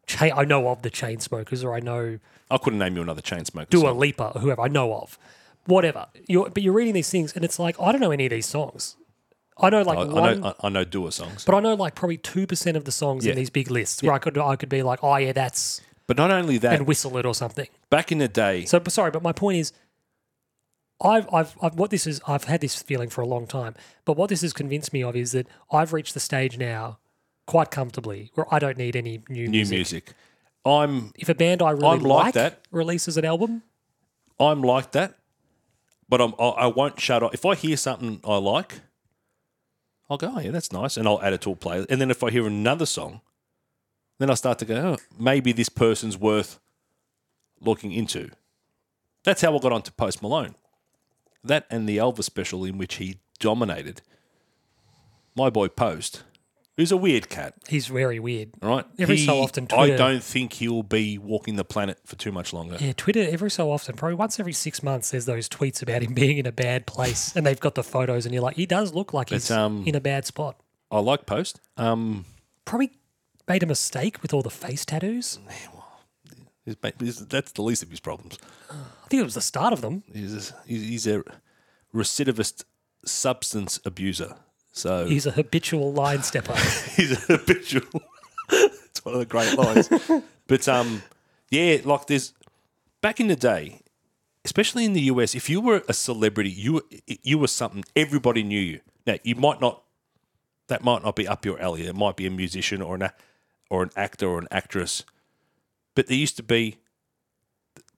Speaker 1: cha- I know of the chain smokers or I know
Speaker 2: I couldn't name you another chain smoker.
Speaker 1: Dua Lipa or whoever I know of, whatever. You're, but you're reading these things and it's like, I don't know any of these songs. I know like
Speaker 2: I, I
Speaker 1: one,
Speaker 2: know I, I know Dua songs.
Speaker 1: but I know like probably two percent of the songs
Speaker 2: Yeah.
Speaker 1: in these big lists where I could I could be like, oh yeah, that's
Speaker 2: But not only that,
Speaker 1: and whistle it or something.
Speaker 2: back in the day,
Speaker 1: So but sorry, but my point is, I've, I've I've what this is I've had this feeling for a long time, but what this has convinced me of is that I've reached the stage now quite comfortably where I don't need any new,
Speaker 2: new
Speaker 1: music.
Speaker 2: music. I'm
Speaker 1: If a band I really
Speaker 2: I'm like
Speaker 1: like
Speaker 2: that.
Speaker 1: releases an album,
Speaker 2: I'm like that, but I'm, I, I won't shut off. If I hear something I like, I'll go, oh, yeah, that's nice. And I'll add it to a playlist. And then if I hear another song, then I start to go, oh, maybe this person's worth looking into. That's how I got onto Post Malone. That and the Elvis special in which he dominated. My boy Post, who's a weird cat,
Speaker 1: he's very weird.
Speaker 2: right?
Speaker 1: Every so often
Speaker 2: I
Speaker 1: Twitter-
Speaker 2: don't think he'll be walking the planet for too much longer.
Speaker 1: Yeah, Twitter every so often, probably once every six months, there's those tweets about him being in a bad place, and they've got the photos, and you're like, he does look like he's
Speaker 2: um,
Speaker 1: in a bad spot.
Speaker 2: I like Post. Um,
Speaker 1: Probably made a mistake with all the face tattoos.
Speaker 2: His, ba- his, that's the least of his problems.
Speaker 1: I think it was the start of them.
Speaker 2: He's a, he's he's a recidivist substance abuser. So
Speaker 1: He's a habitual line stepper.
Speaker 2: he's a habitual. it's one of the great lines. but um, yeah, like there's back in the day, especially in the US, if you were a celebrity, you were- you were something. Everybody knew you. Now you might not. That might not be up your alley. It might be a musician or an a- or an actor or an actress. But there used to be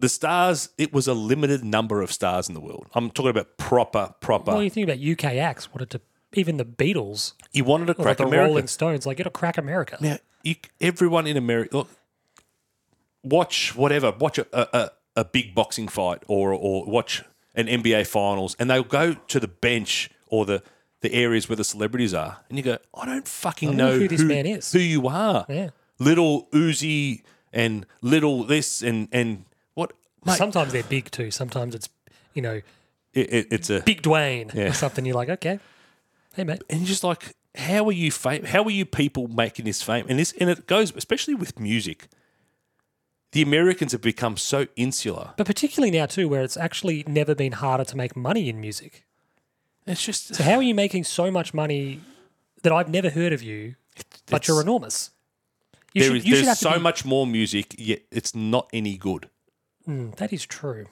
Speaker 2: the stars. It was a limited number of stars in the world. I'm talking about proper, proper.
Speaker 1: well, you think about UK acts wanted to, even the Beatles,
Speaker 2: you wanted to
Speaker 1: or
Speaker 2: crack
Speaker 1: the
Speaker 2: America.
Speaker 1: Rolling Stones, like, get a crack America.
Speaker 2: Now, you, everyone in America, look, watch whatever, watch a, a, a- a big boxing fight or or watch an NBA finals, and they'll go to the bench or the the areas where the celebrities are, and you go, I don't fucking
Speaker 1: know
Speaker 2: know,
Speaker 1: who this man is."
Speaker 2: who you are,
Speaker 1: Yeah.
Speaker 2: little Uzi and little this and and what. Mate,
Speaker 1: Sometimes they're big too. Sometimes it's, you know,
Speaker 2: it, it, it's a
Speaker 1: Big Dwayne
Speaker 2: Yeah.
Speaker 1: or something. You're like, okay, hey, mate.
Speaker 2: and you're just like how are you fame how are you people making this fame and this and it goes especially with music the americans have become so insular
Speaker 1: But particularly now too, where it's actually never been harder to make money in music.
Speaker 2: it's just
Speaker 1: So how are you making so much money that I've never heard of you, but
Speaker 2: It's-
Speaker 1: you're enormous? You
Speaker 2: there is- there's so
Speaker 1: be-
Speaker 2: much more music yet it's not any good
Speaker 1: Mm, that is true.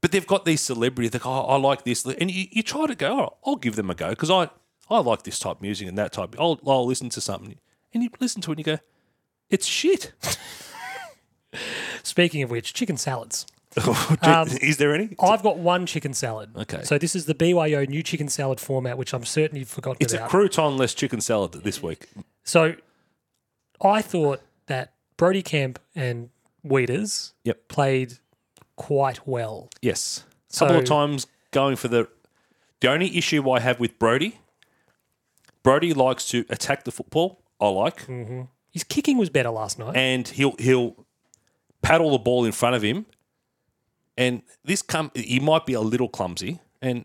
Speaker 2: but they've got these celebrities that oh, I like this and you, you try to go all right, I'll give them a go because I I like this type of music and that type I'll, I'll listen to something and you listen to it and you go it's shit
Speaker 1: Speaking of which, chicken salads. Um,
Speaker 2: is there any
Speaker 1: I've got one chicken salad.
Speaker 2: Okay.
Speaker 1: So this is the BYO new chicken salad format, which I'm certain you've forgotten
Speaker 2: it's a
Speaker 1: about.
Speaker 2: crouton less chicken salad this week
Speaker 1: so I thought that Brody Camp and Weeders
Speaker 2: Yep.
Speaker 1: played quite well.
Speaker 2: Yes. A couple of
Speaker 1: So-
Speaker 2: times going for the. The only issue I have with Brody, Brody likes to attack the football. I like,
Speaker 1: His kicking was better last night.
Speaker 2: and he'll he'll paddle the ball in front of him, and this come he might be a little clumsy and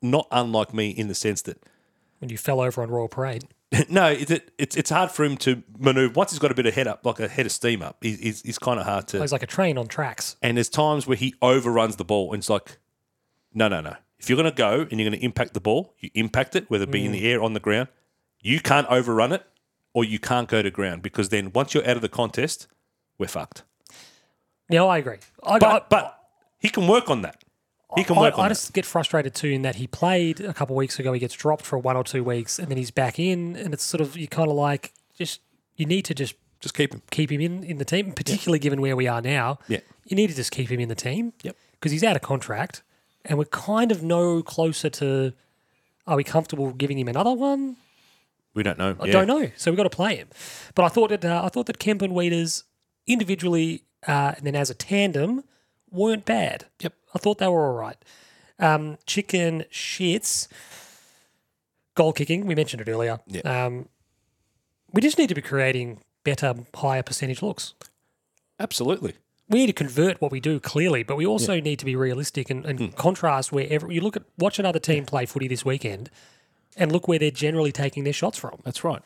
Speaker 2: not unlike me in the sense that
Speaker 1: when you fell over on Royal Parade.
Speaker 2: no, it's it's it's hard for him to maneuver once he's got a bit of head up, like a head of steam up. He's he's, he's kind of hard to.
Speaker 1: It was like a train on tracks.
Speaker 2: And there's times where he overruns the ball and it's like, no, no, no. If you're going to go and you're going to impact the ball, you impact it, whether it be in the air, on the ground. You can't overrun it or you can't go to ground because then once you're out of the contest, we're fucked.
Speaker 1: Yeah, I agree. I, I-
Speaker 2: But, but he can work on that. He can work
Speaker 1: I,
Speaker 2: on
Speaker 1: I
Speaker 2: that.
Speaker 1: just get frustrated too in that he played a couple of weeks ago. He gets dropped for one or two weeks, and then he's back in, and it's sort of you kind of like just you need to just
Speaker 2: Just keep him.
Speaker 1: keep him in in the team, particularly given where we are now.
Speaker 2: Yeah.
Speaker 1: you need to just keep him in the team.
Speaker 2: Yep.
Speaker 1: because he's out of contract, and we're kind of no closer to. Are we comfortable giving him another one?
Speaker 2: We don't know.
Speaker 1: I don't know. So we've got to play him. But I thought that uh, I thought that Kemp and Weeders individually uh, and then as a tandem weren't bad.
Speaker 2: Yep.
Speaker 1: I thought they were all right. Um, chicken shits. Goal kicking. We mentioned it earlier.
Speaker 2: Yeah.
Speaker 1: Um, we just need to be creating better, higher percentage looks.
Speaker 2: Absolutely.
Speaker 1: We need to convert what we do clearly, but we also need to be realistic and,
Speaker 2: Hmm.
Speaker 1: and contrast wherever you look at watch another team play footy this weekend and look where they're generally taking their shots from.
Speaker 2: That's right.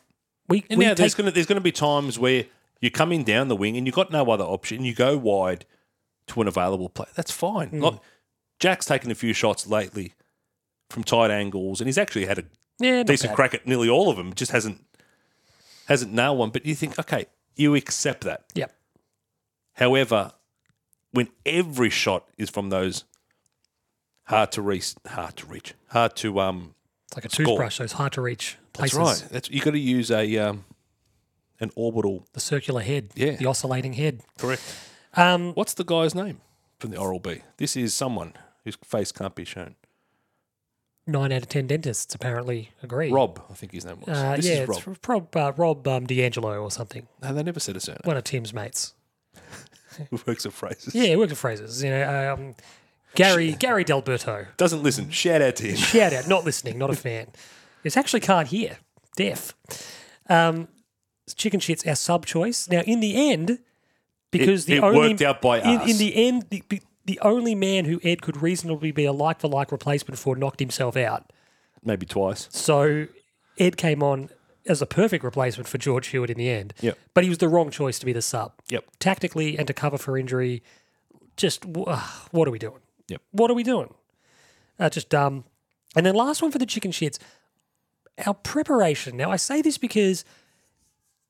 Speaker 1: We,
Speaker 2: And
Speaker 1: we
Speaker 2: now
Speaker 1: take
Speaker 2: there's gonna there's gonna be times where you're coming down the wing and you've got no other option. You go wide to an available play. That's fine.
Speaker 1: Hmm.
Speaker 2: Like, Jack's taken a few shots lately from tight angles, and he's actually had a
Speaker 1: Yeah, not
Speaker 2: decent
Speaker 1: bad.
Speaker 2: crack at nearly all of them. Just hasn't hasn't nailed one. But you think, okay, you accept that.
Speaker 1: Yep.
Speaker 2: However, when every shot is from those hard to reach, hard to reach, hard to um,
Speaker 1: It's like a toothbrush, so it's hard to reach
Speaker 2: that's
Speaker 1: places.
Speaker 2: right. That's you got to use a um, an orbital.
Speaker 1: The circular head,
Speaker 2: Yeah.
Speaker 1: the oscillating head.
Speaker 2: Correct.
Speaker 1: Um,
Speaker 2: What's the guy's name from the Oral B? This is someone whose face can't be shown.
Speaker 1: nine out of ten dentists apparently agree.
Speaker 2: Rob, I think his name was.
Speaker 1: Uh,
Speaker 2: this
Speaker 1: yeah,
Speaker 2: is Rob.
Speaker 1: it's Rob, uh, Rob um, D'Angelo or something.
Speaker 2: No, they never said a surname.
Speaker 1: One of Tim's mates.
Speaker 2: Who works at phrases?
Speaker 1: Yeah, he worked at Fraser's. You know, um, Gary Gary Delberto.
Speaker 2: Doesn't listen. Shout out to him.
Speaker 1: Shout out, not listening, not a fan. It's actually can't hear, deaf. Um, chicken shit's our sub choice. Now, in the end, because
Speaker 2: It-
Speaker 1: the
Speaker 2: it
Speaker 1: only
Speaker 2: worked out by
Speaker 1: in,
Speaker 2: us.
Speaker 1: in the end, the, the- the only man who Ed could reasonably be a like for like replacement for knocked himself out.
Speaker 2: Maybe twice.
Speaker 1: So Ed came on as a perfect replacement for George Hewitt in the end.
Speaker 2: Yep.
Speaker 1: But he was the wrong choice to be the sub.
Speaker 2: Yep.
Speaker 1: Tactically and to cover for injury, just uh, what are we doing?
Speaker 2: Yep.
Speaker 1: What are we doing? Uh, just dumb. And then last one for the chicken shits. Our preparation. Now I say this because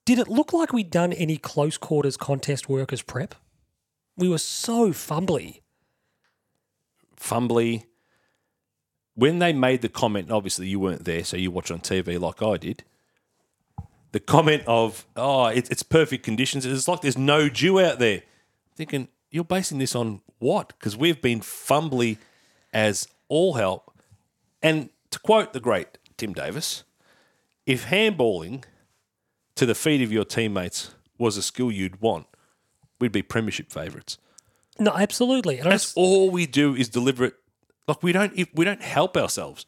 Speaker 1: did it look like we'd done any close quarters contest work as prep? We were so fumbly.
Speaker 2: fumbly. When they made the comment, obviously you weren't there, so you watch on TV like I did. The comment of "Oh, it, it's perfect conditions. It's like there's no dew out there." Thinking you're basing this on what? Because we've been fumbly as all help. And to quote the great Tim Davis, if handballing to the feet of your teammates was a skill you'd want, we'd be premiership favourites.
Speaker 1: No, absolutely. And I
Speaker 2: That's
Speaker 1: just-
Speaker 2: all we do is deliver it. Like we don't if we don't help ourselves,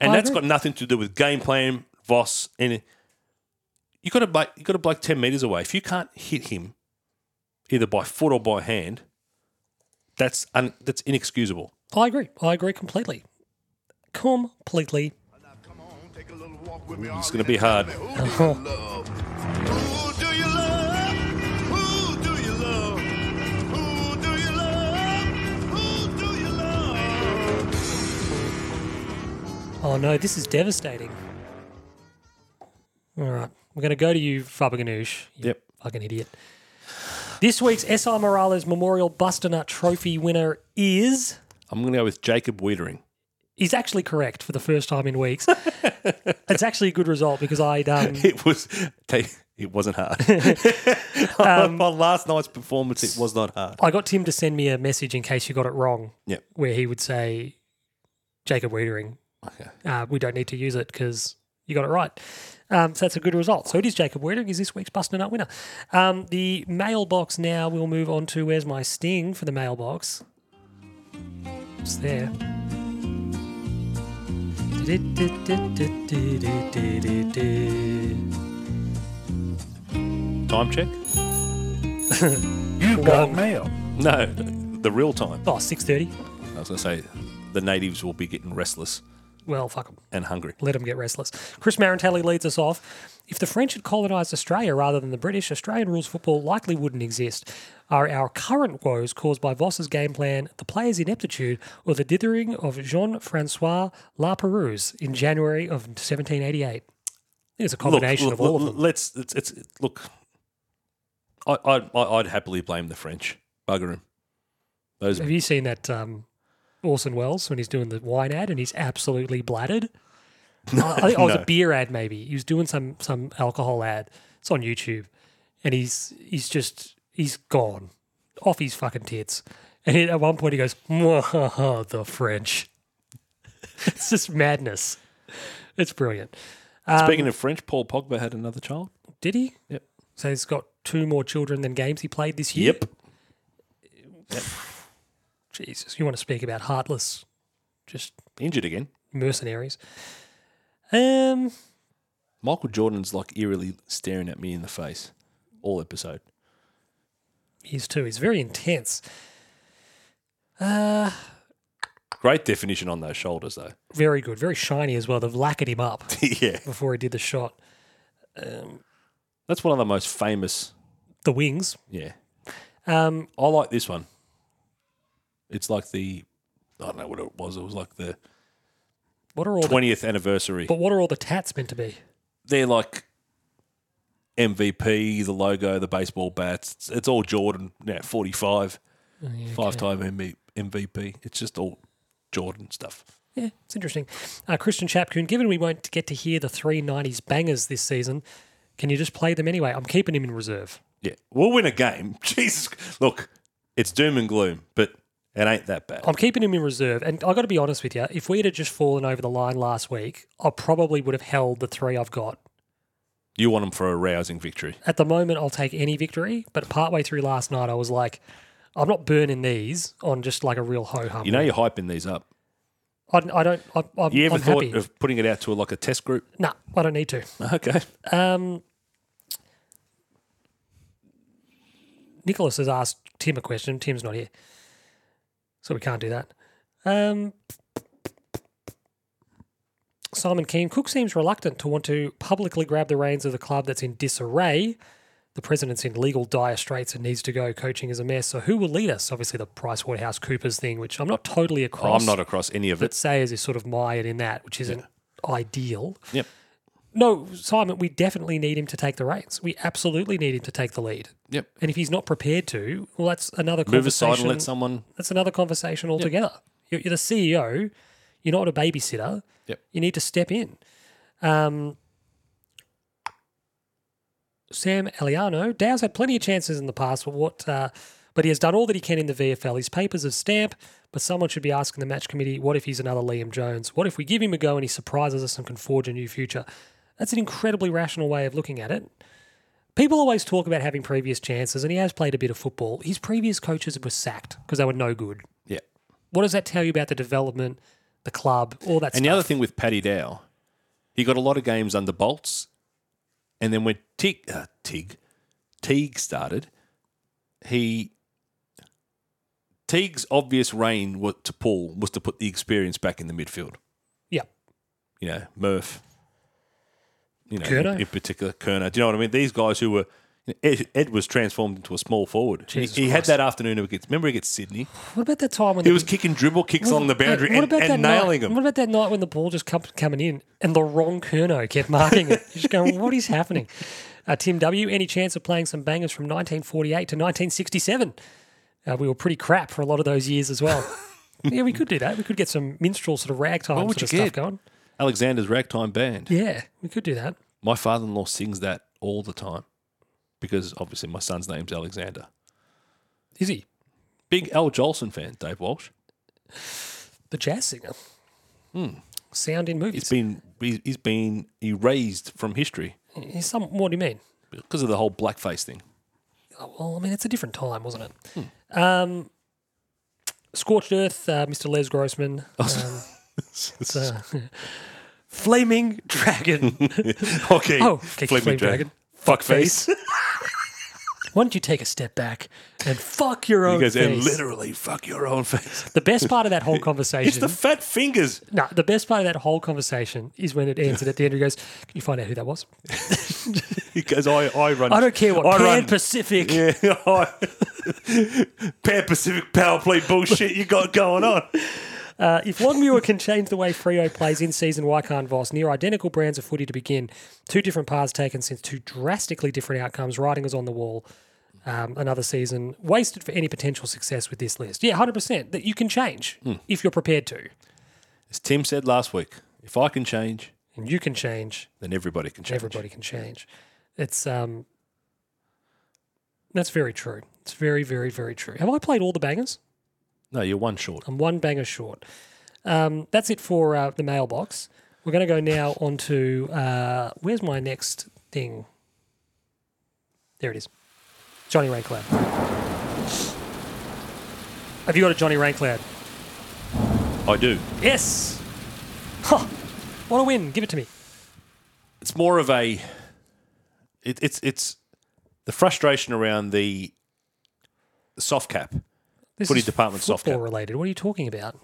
Speaker 2: and
Speaker 1: I
Speaker 2: that's
Speaker 1: agree.
Speaker 2: got nothing to do with game plan, Voss, and you got to bloke, you got to bloke ten meters away. If you can't hit him, either by foot or by hand, that's un, that's inexcusable.
Speaker 1: I agree. I agree completely. Completely.
Speaker 4: It's
Speaker 2: gonna be hard.
Speaker 4: Who do you love? Who do you love? Who do you love? Who do you love? Who do you love?
Speaker 1: Oh no, this is devastating. All right, we're going to go to you, Fabaganoush. You
Speaker 2: Yep.
Speaker 1: Fucking idiot. This week's SI Morales Memorial Buster Nut Trophy winner is.
Speaker 2: I'm going to go with Jacob Wiedering.
Speaker 1: He's actually correct for the first time in weeks. it's actually a good result because I'd. Um,
Speaker 2: It was it wasn't hard. On last night's performance, it was not hard.
Speaker 1: I got Tim to send me a message in case you got it wrong,
Speaker 2: Yep.
Speaker 1: where he would say, Jacob Wiedering,
Speaker 2: Okay.
Speaker 1: uh, we don't need to use it because you got it right. Um, so that's a good result. So it is Jacob Wiedering is this week's Busting Nut winner. Um, the mailbox now. We'll move on to where's my sting for the mailbox. It's there.
Speaker 2: Time check?
Speaker 5: You've got mail.
Speaker 2: No, the real time.
Speaker 1: Oh, 6.30.
Speaker 2: I was going to say the natives will be getting restless.
Speaker 1: Well, fuck 'em.
Speaker 2: and hungry.
Speaker 1: Let them get restless. Chris Marantelli leads us off. If the French had colonised Australia rather than the British, Australian rules football likely wouldn't exist. Are our current woes caused by Voss's game plan, the players' ineptitude, or the dithering of Jean Francois La Perouse in January of 1788? It's a combination
Speaker 2: look,
Speaker 1: of all of
Speaker 2: look,
Speaker 1: them.
Speaker 2: Let's it's, it's look. I, I I- I'd happily blame the French. Bugger 'em. Those
Speaker 1: Have you seen that um, Orson Welles when he's doing the wine ad and he's absolutely bladdered? I I think I was a
Speaker 2: no.
Speaker 1: beer ad maybe. He was doing some some alcohol ad. It's on YouTube, and he's he's just he's gone off his fucking tits. And he- at one point he goes, "Mwahaha, "The French." it's just madness. It's brilliant. Um,
Speaker 2: speaking of French, Paul Pogba had another child.
Speaker 1: Did he?
Speaker 2: Yep.
Speaker 1: So he's got two more children than games he played this year.
Speaker 2: Yep.
Speaker 1: Jesus, you want to speak about heartless? Just
Speaker 2: Injured again.
Speaker 1: mercenaries. Um,
Speaker 2: Michael Jordan's like eerily staring at me in the face all episode.
Speaker 1: he is too. He's very intense.
Speaker 2: Great definition on those shoulders though.
Speaker 1: Very good. Very shiny as well. They've lacquered him up
Speaker 2: yeah,
Speaker 1: before he did the shot.
Speaker 2: that's one of the most famous.
Speaker 1: The wings.
Speaker 2: Yeah,
Speaker 1: Um,
Speaker 2: I like this one. It's like the I don't know what it was. It was like the
Speaker 1: What are all? The,
Speaker 2: 20th anniversary.
Speaker 1: but what are all the tats meant to be?
Speaker 2: They're like MVP, the logo, the baseball bats. It's, it's all Jordan. Yeah, 45,
Speaker 1: Oh,
Speaker 2: five time MB MVP. It's just all Jordan stuff.
Speaker 1: Yeah, it's interesting. Uh, Christian Chapcoon, given we won't get to hear the three nineties bangers this season, can you just play them anyway? I'm keeping him in reserve.
Speaker 2: Yeah, we'll win a game. Jesus, look, it's doom and gloom, but it ain't that bad.
Speaker 1: I'm keeping him in reserve. And I got to be honest with you, if we had just fallen over the line last week, I probably would have held the three I've got.
Speaker 2: You want them for a rousing victory.
Speaker 1: At the moment, I'll take any victory. But partway through last night, I was like, I'm not burning these on just like a real ho hum.
Speaker 2: You know you're hyping these up.
Speaker 1: I, I don't. I, I'm,
Speaker 2: You ever
Speaker 1: I'm
Speaker 2: thought
Speaker 1: happy.
Speaker 2: of putting it out to like a test group?
Speaker 1: nah, I don't need to.
Speaker 2: Okay.
Speaker 1: Um, Nicholas has asked Tim a question. Tim's not here, so we can't do that. Um, Simon Keane Cook seems reluctant to want to publicly grab the reins of the club that's in disarray. The president's in legal dire straits and needs to go. Coaching is a mess. So who will lead us? Obviously, the Price Waterhouse Coopers thing, which I'm not totally across.
Speaker 2: Oh, I'm not across any of
Speaker 1: But
Speaker 2: it.
Speaker 1: Sayers is sort of mired in that, which isn't ideal.
Speaker 2: Yep.
Speaker 1: No, Simon, we definitely need him to take the reins. We absolutely need him to take the lead.
Speaker 2: Yep.
Speaker 1: And if he's not prepared to, well, that's another
Speaker 2: Move
Speaker 1: conversation.
Speaker 2: aside and let someone.
Speaker 1: that's another conversation altogether. You're, you're the CEO. You're not a babysitter.
Speaker 2: Yep.
Speaker 1: You need to step in. Um, Sam Eliano, Dow's had plenty of chances in the past, but what? Uh, but he has done all that he can in the VFL. His papers have stamp, but someone should be asking the match committee, what if he's another Liam Jones? What if we give him a go and he surprises us and can forge a new future? That's an incredibly rational way of looking at it. People always talk about having previous chances, and he has played a bit of football. His previous coaches were sacked because they were no good.
Speaker 2: Yeah.
Speaker 1: What does that tell you about the development, the club, all that
Speaker 2: And the
Speaker 1: stuff?
Speaker 2: other thing with Paddy Dow, he got a lot of games under Bolts, and then when Tig, uh, Tig, Teague started, he Teague's obvious reign wa- to Paul was to put the experience back in the midfield.
Speaker 1: yeah.
Speaker 2: You know, Murph. You know,
Speaker 1: Curnow.
Speaker 2: in, in particular, Kerner. Do you know what I mean? These guys who were Ed, Ed was transformed into a small forward. He-
Speaker 1: Jesus
Speaker 2: he had
Speaker 1: Christ.
Speaker 2: that afternoon against. Remember against Sydney,
Speaker 1: What about that time when
Speaker 2: he
Speaker 1: the-
Speaker 2: was kicking dribble kicks along the boundary
Speaker 1: Hey, what
Speaker 2: and,
Speaker 1: about
Speaker 2: and
Speaker 1: that night-
Speaker 2: nailing them.
Speaker 1: What about that night when the ball just kept coming in and the wrong Kerno kept marking it? You're just going, what is happening? Uh, Tim W, any chance of playing some bangers from 1948 to 1967? Uh, we were pretty crap for a lot of those years as well. yeah, we could do that. We could get some minstrel sort of ragtime
Speaker 2: What would
Speaker 1: sort of
Speaker 2: you
Speaker 1: stuff
Speaker 2: get?
Speaker 1: going.
Speaker 2: Alexander's ragtime band.
Speaker 1: Yeah, we could do that.
Speaker 2: My father in law sings that all the time because obviously my son's name's Alexander.
Speaker 1: Is he
Speaker 2: Big Al Jolson fan, Dave Walsh.
Speaker 1: the jazz singer?
Speaker 2: Hmm.
Speaker 1: Sound in
Speaker 2: He's
Speaker 1: movies.
Speaker 2: been he's he's been erased from history
Speaker 1: He's some, what do you mean?
Speaker 2: because of the whole blackface thing.
Speaker 1: Oh, well, I mean, it's a different time, wasn't it?
Speaker 2: Hmm.
Speaker 1: Um, Scorched Earth, uh, Mr. Les Grossman.
Speaker 2: Oh,
Speaker 1: Um, it's, uh, Flaming Dragon.
Speaker 2: Okay.
Speaker 1: Oh, okay, Flame Dragon.
Speaker 2: Fuckface.
Speaker 1: Why don't you take a step back and fuck your own
Speaker 2: he goes, and
Speaker 1: face?
Speaker 2: literally fuck your own face.
Speaker 1: the best part of that whole
Speaker 2: It's
Speaker 1: conversation.
Speaker 2: the fat fingers.
Speaker 1: no, the best part of that whole conversation is when it ends and at the end he goes, Can you find out who that was?
Speaker 2: He goes, I, I run.
Speaker 1: I don't care what
Speaker 2: I
Speaker 1: Pan
Speaker 2: run.
Speaker 1: Pacific.
Speaker 2: yeah, I, Pan Pacific power play bullshit you got going on.
Speaker 1: Uh, if Longmuir can change the way Frio plays in season, why can't Voss? Near identical brands of footy to begin. Two different paths taken since two drastically different outcomes. Writing is on the wall. Um, another season wasted for any potential success with this list. Yeah, 100%. That you can change if you're prepared to.
Speaker 2: As Tim said last week, if I can change,
Speaker 1: And you can change.
Speaker 2: then everybody can change.
Speaker 1: Everybody can change. It's um, That's very true. It's very, very, very true. Have I played all the bangers?
Speaker 2: No, you're one short.
Speaker 1: I'm one banger short. Um, that's it for uh, the mailbox. We're going to go now on to uh, where's my next thing? There it is. Johnny Raincloud. Have you got a Johnny Raincloud?
Speaker 2: I do.
Speaker 1: Yes. Huh. What a win. Give it to me.
Speaker 2: It's more of a. It, it's it's the frustration around the soft cap.
Speaker 1: This
Speaker 2: Footy
Speaker 1: is
Speaker 2: department soft
Speaker 1: football
Speaker 2: cap.
Speaker 1: related. What are you talking about?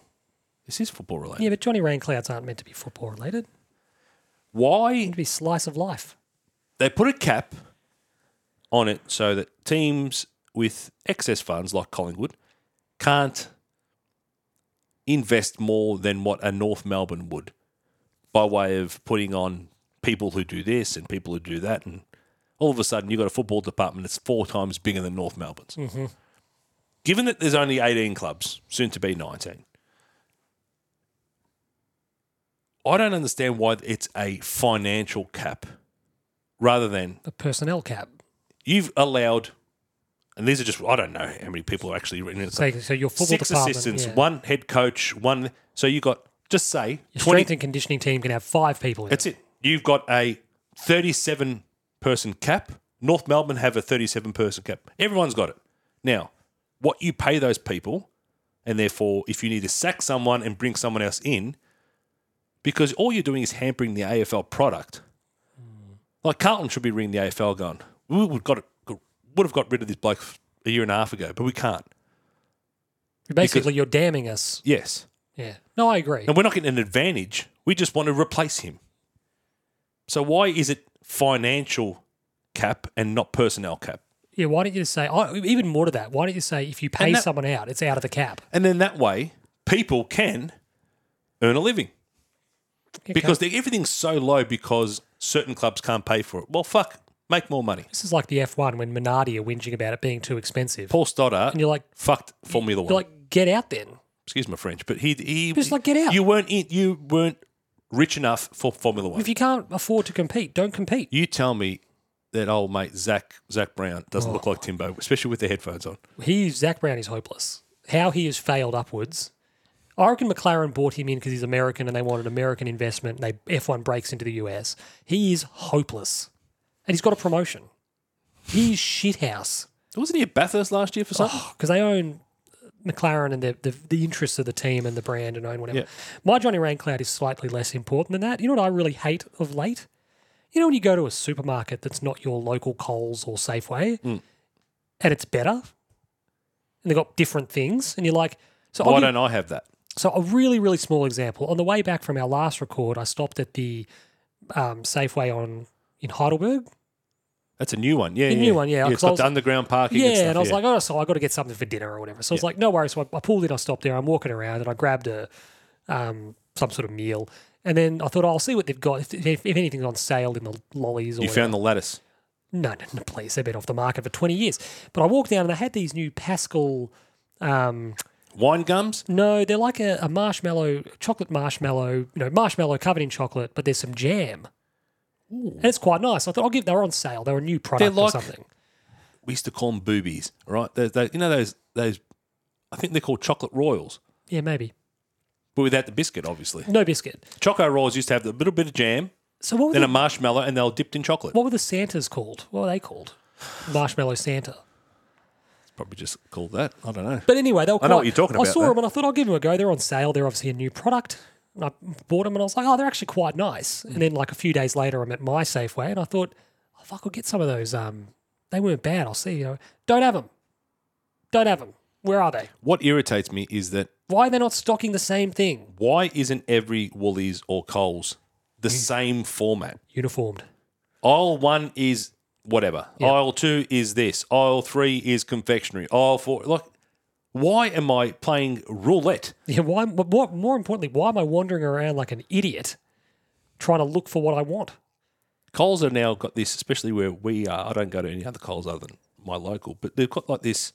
Speaker 2: This is football related.
Speaker 1: Yeah, but Johnny Rainclouds aren't meant to be football related.
Speaker 2: Why
Speaker 1: It'd be slice of life.
Speaker 2: they put a cap on it so that teams with excess funds like Collingwood can't invest more than what a North Melbourne would. by way of putting on people who do this and people who do that. And all of a sudden, you've got a football department that's four times bigger than North Melbourne's. Given that there's only 18 clubs, soon to be 19, I don't understand why it's a financial cap rather than
Speaker 1: The personnel cap.
Speaker 2: you've allowed, and these are just, I don't know how many people are actually written in.
Speaker 1: So, so your football
Speaker 2: Six
Speaker 1: department.
Speaker 2: assistants,
Speaker 1: yeah.
Speaker 2: one head coach, one. So you got, just say,
Speaker 1: Your
Speaker 2: 20,
Speaker 1: strength and conditioning team can have five people. In
Speaker 2: That's it. You've got a 37 person cap. North Melbourne have a 37 person cap. Everyone's got it. Now, what you pay those people, and therefore, if you need to sack someone and bring someone else in, because all you're doing is hampering the AFL product. Like Carlton should be ringing the AFL going, we would got would have got rid of this bloke a year and a half ago, but we can't.
Speaker 1: Basically, you're damning us.
Speaker 2: Yes.
Speaker 1: Yeah. No, I agree.
Speaker 2: And we're not getting an advantage. We just want to replace him. So why is it financial cap and not personnel cap?
Speaker 1: Yeah. Why don't you just say, oh, even more to that, why don't you say if you pay
Speaker 2: And that-
Speaker 1: someone out, it's out of the cap?
Speaker 2: And then that way, people can earn a living
Speaker 1: Okay.
Speaker 2: because they- everything's so low because certain clubs can't pay for it. Well, fuck, make more money.
Speaker 1: this is like the F1 when Minardi are whinging about it being too expensive.
Speaker 2: Paul Stoddart
Speaker 1: And you're like,
Speaker 2: fucked Formula One.
Speaker 1: you're like, get out then.
Speaker 2: Excuse my French, but he he
Speaker 1: Just, like, get out.
Speaker 2: You weren't in, you weren't rich enough for Formula One.
Speaker 1: If you can't afford to compete, don't compete.
Speaker 2: you tell me that old mate Zach Zach Brown
Speaker 1: Oh.
Speaker 2: doesn't look like Timbo, especially with the headphones on.
Speaker 1: He, Zach Brown, is hopeless. How he has failed upwards. I reckon McLaren bought him in because he's American and they wanted American investment. And they F1 breaks into the US. He is hopeless, and he's got a promotion. He's shithouse.
Speaker 2: Wasn't he at Bathurst last year for something?
Speaker 1: because Oh, they own McLaren and the, the the interests of the team and the brand and own whatever.
Speaker 2: Yeah.
Speaker 1: My Johnny Raincloud is slightly less important than that. You know what I really hate of late? You know when you go to a supermarket that's not your local Coles or Safeway,
Speaker 2: Mm.
Speaker 1: and it's better, and they've got different things, and you're like, so I'll
Speaker 2: Why
Speaker 1: give-
Speaker 2: don't I have that?
Speaker 1: so a really, really small example. On the way back from our last record, I stopped at the um, Safeway on in Heidelberg,
Speaker 2: That's a new one. Yeah, yeah.
Speaker 1: new one, yeah, 'cause
Speaker 2: It's
Speaker 1: I
Speaker 2: got
Speaker 1: was-
Speaker 2: the underground parking.
Speaker 1: Yeah,
Speaker 2: and,
Speaker 1: and,
Speaker 2: stuff,
Speaker 1: I was
Speaker 2: yeah.
Speaker 1: like, oh, so I got to get something for dinner or whatever. So it's like, no worries. So I, I pulled in, I stopped there, I'm walking around, and I grabbed a um, some sort of meal. And then I thought, oh, I'll see what they've got. If, if, if anything's on sale in the lollies or
Speaker 2: you
Speaker 1: whatever.
Speaker 2: found the lettuce.
Speaker 1: no, no, no, please, they've been off the market for twenty years. But I walked down and they had these new Pascal. Um,
Speaker 2: Wine gums?
Speaker 1: no, they're like a, a marshmallow, chocolate marshmallow, you know, marshmallow covered in chocolate, but there's some jam. And it's quite nice. I thought I'll give. They were on sale. They were a new product or
Speaker 2: like-
Speaker 1: something.
Speaker 2: We used to call them boobies, all right? Those, those, you know those, those, I think they're called chocolate royals,
Speaker 1: Yeah, maybe
Speaker 2: but without the biscuit, obviously.
Speaker 1: no biscuit.
Speaker 2: Choco royals used to have a little bit of jam,
Speaker 1: So what? Were
Speaker 2: then
Speaker 1: the-
Speaker 2: a marshmallow, and they were dipped in chocolate.
Speaker 1: What were the Santas called? What were they called? Marshmallow Santa.
Speaker 2: Probably just called that. I don't know.
Speaker 1: But anyway, they were. Quite,
Speaker 2: know what you're talking
Speaker 1: I
Speaker 2: about,
Speaker 1: saw
Speaker 2: though.
Speaker 1: them and I thought I'll give them a go. They're on sale. They're obviously a new product. And I bought them and I was like, oh, they're actually quite nice.
Speaker 2: Mm.
Speaker 1: And then like a few days later, I'm at my Safeway and I thought, oh, fuck, I'll get some of those. Um, they weren't bad. I'll see. You know, don't have them. Don't have them. Where are they?
Speaker 2: What irritates me is that
Speaker 1: Why are they not stocking the same thing?
Speaker 2: why isn't every Woolies or Coles
Speaker 1: Mm.
Speaker 2: the same format?
Speaker 1: Uniformed.
Speaker 2: Aisle one is whatever. Aisle two is this. Aisle three is confectionery. Aisle four, like, why am I playing roulette?
Speaker 1: Yeah. Why? But more, more importantly, why am I wandering around like an idiot, trying to look for what I want?
Speaker 2: Coles are now got this, especially where we are. I don't go to any other Coles other than my local, but they've got like this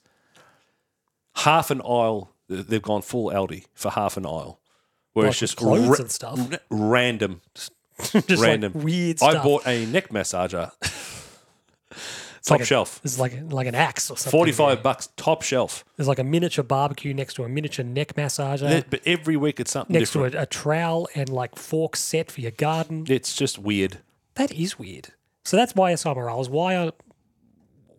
Speaker 2: half an aisle. They've gone full Aldi for half an aisle, where
Speaker 1: Like
Speaker 2: it's just
Speaker 1: clothes and stuff?
Speaker 2: r- random,
Speaker 1: Just like,
Speaker 2: random
Speaker 1: weird.
Speaker 2: I
Speaker 1: Stuff.
Speaker 2: bought a neck massager, top
Speaker 1: like a-
Speaker 2: shelf,
Speaker 1: It's like like an axe or something.
Speaker 2: forty-five bucks, top shelf.
Speaker 1: There's like a miniature barbecue next to a miniature neck massager,
Speaker 2: But every week it's something
Speaker 1: next
Speaker 2: different.
Speaker 1: to a, a trowel and like fork set for your garden.
Speaker 2: It's just weird.
Speaker 1: That is weird. So that's why SI Morales. Why are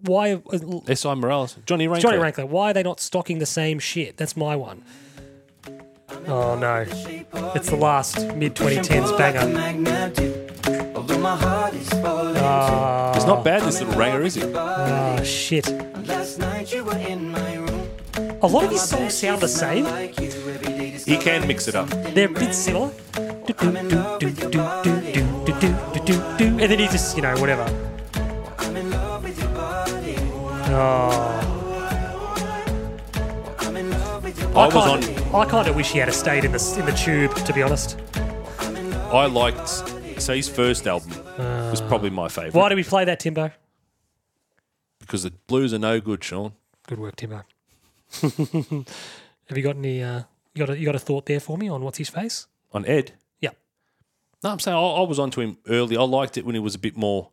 Speaker 1: why uh,
Speaker 2: Si Morales, Johnny Raincoat.
Speaker 1: Johnny Rankler? Why are they not stocking the same shit? That's my one. Oh no! It's the last mid 2010s banger. Uh,
Speaker 2: It's not bad. This little ranger, is it?
Speaker 1: Ah shit!
Speaker 5: Last night you were in my room.
Speaker 1: A lot of his songs sound the same.
Speaker 2: He can mix it up.
Speaker 1: They're a bit similar. Do, do, do, do, do, do, do, do, do, do, do. And then he just, you know, whatever.
Speaker 5: I'm in love with your body.
Speaker 1: Oh,
Speaker 5: I'm in love with your
Speaker 2: I was
Speaker 1: kinda-
Speaker 2: on.
Speaker 1: I kind of wish he had a stayed in the in the tube, to be honest.
Speaker 2: I I liked. So his first album was probably my favorite
Speaker 1: Why do we play that, Timbo?
Speaker 2: because the blues are no good, Sean.
Speaker 1: Good work, Timbo. Have you got any? Uh, you got a, you got a thought there for me on what's his face?
Speaker 2: On Ed,
Speaker 1: Yeah.
Speaker 2: no, I'm saying I, I was onto him early. I liked it when he was a bit more,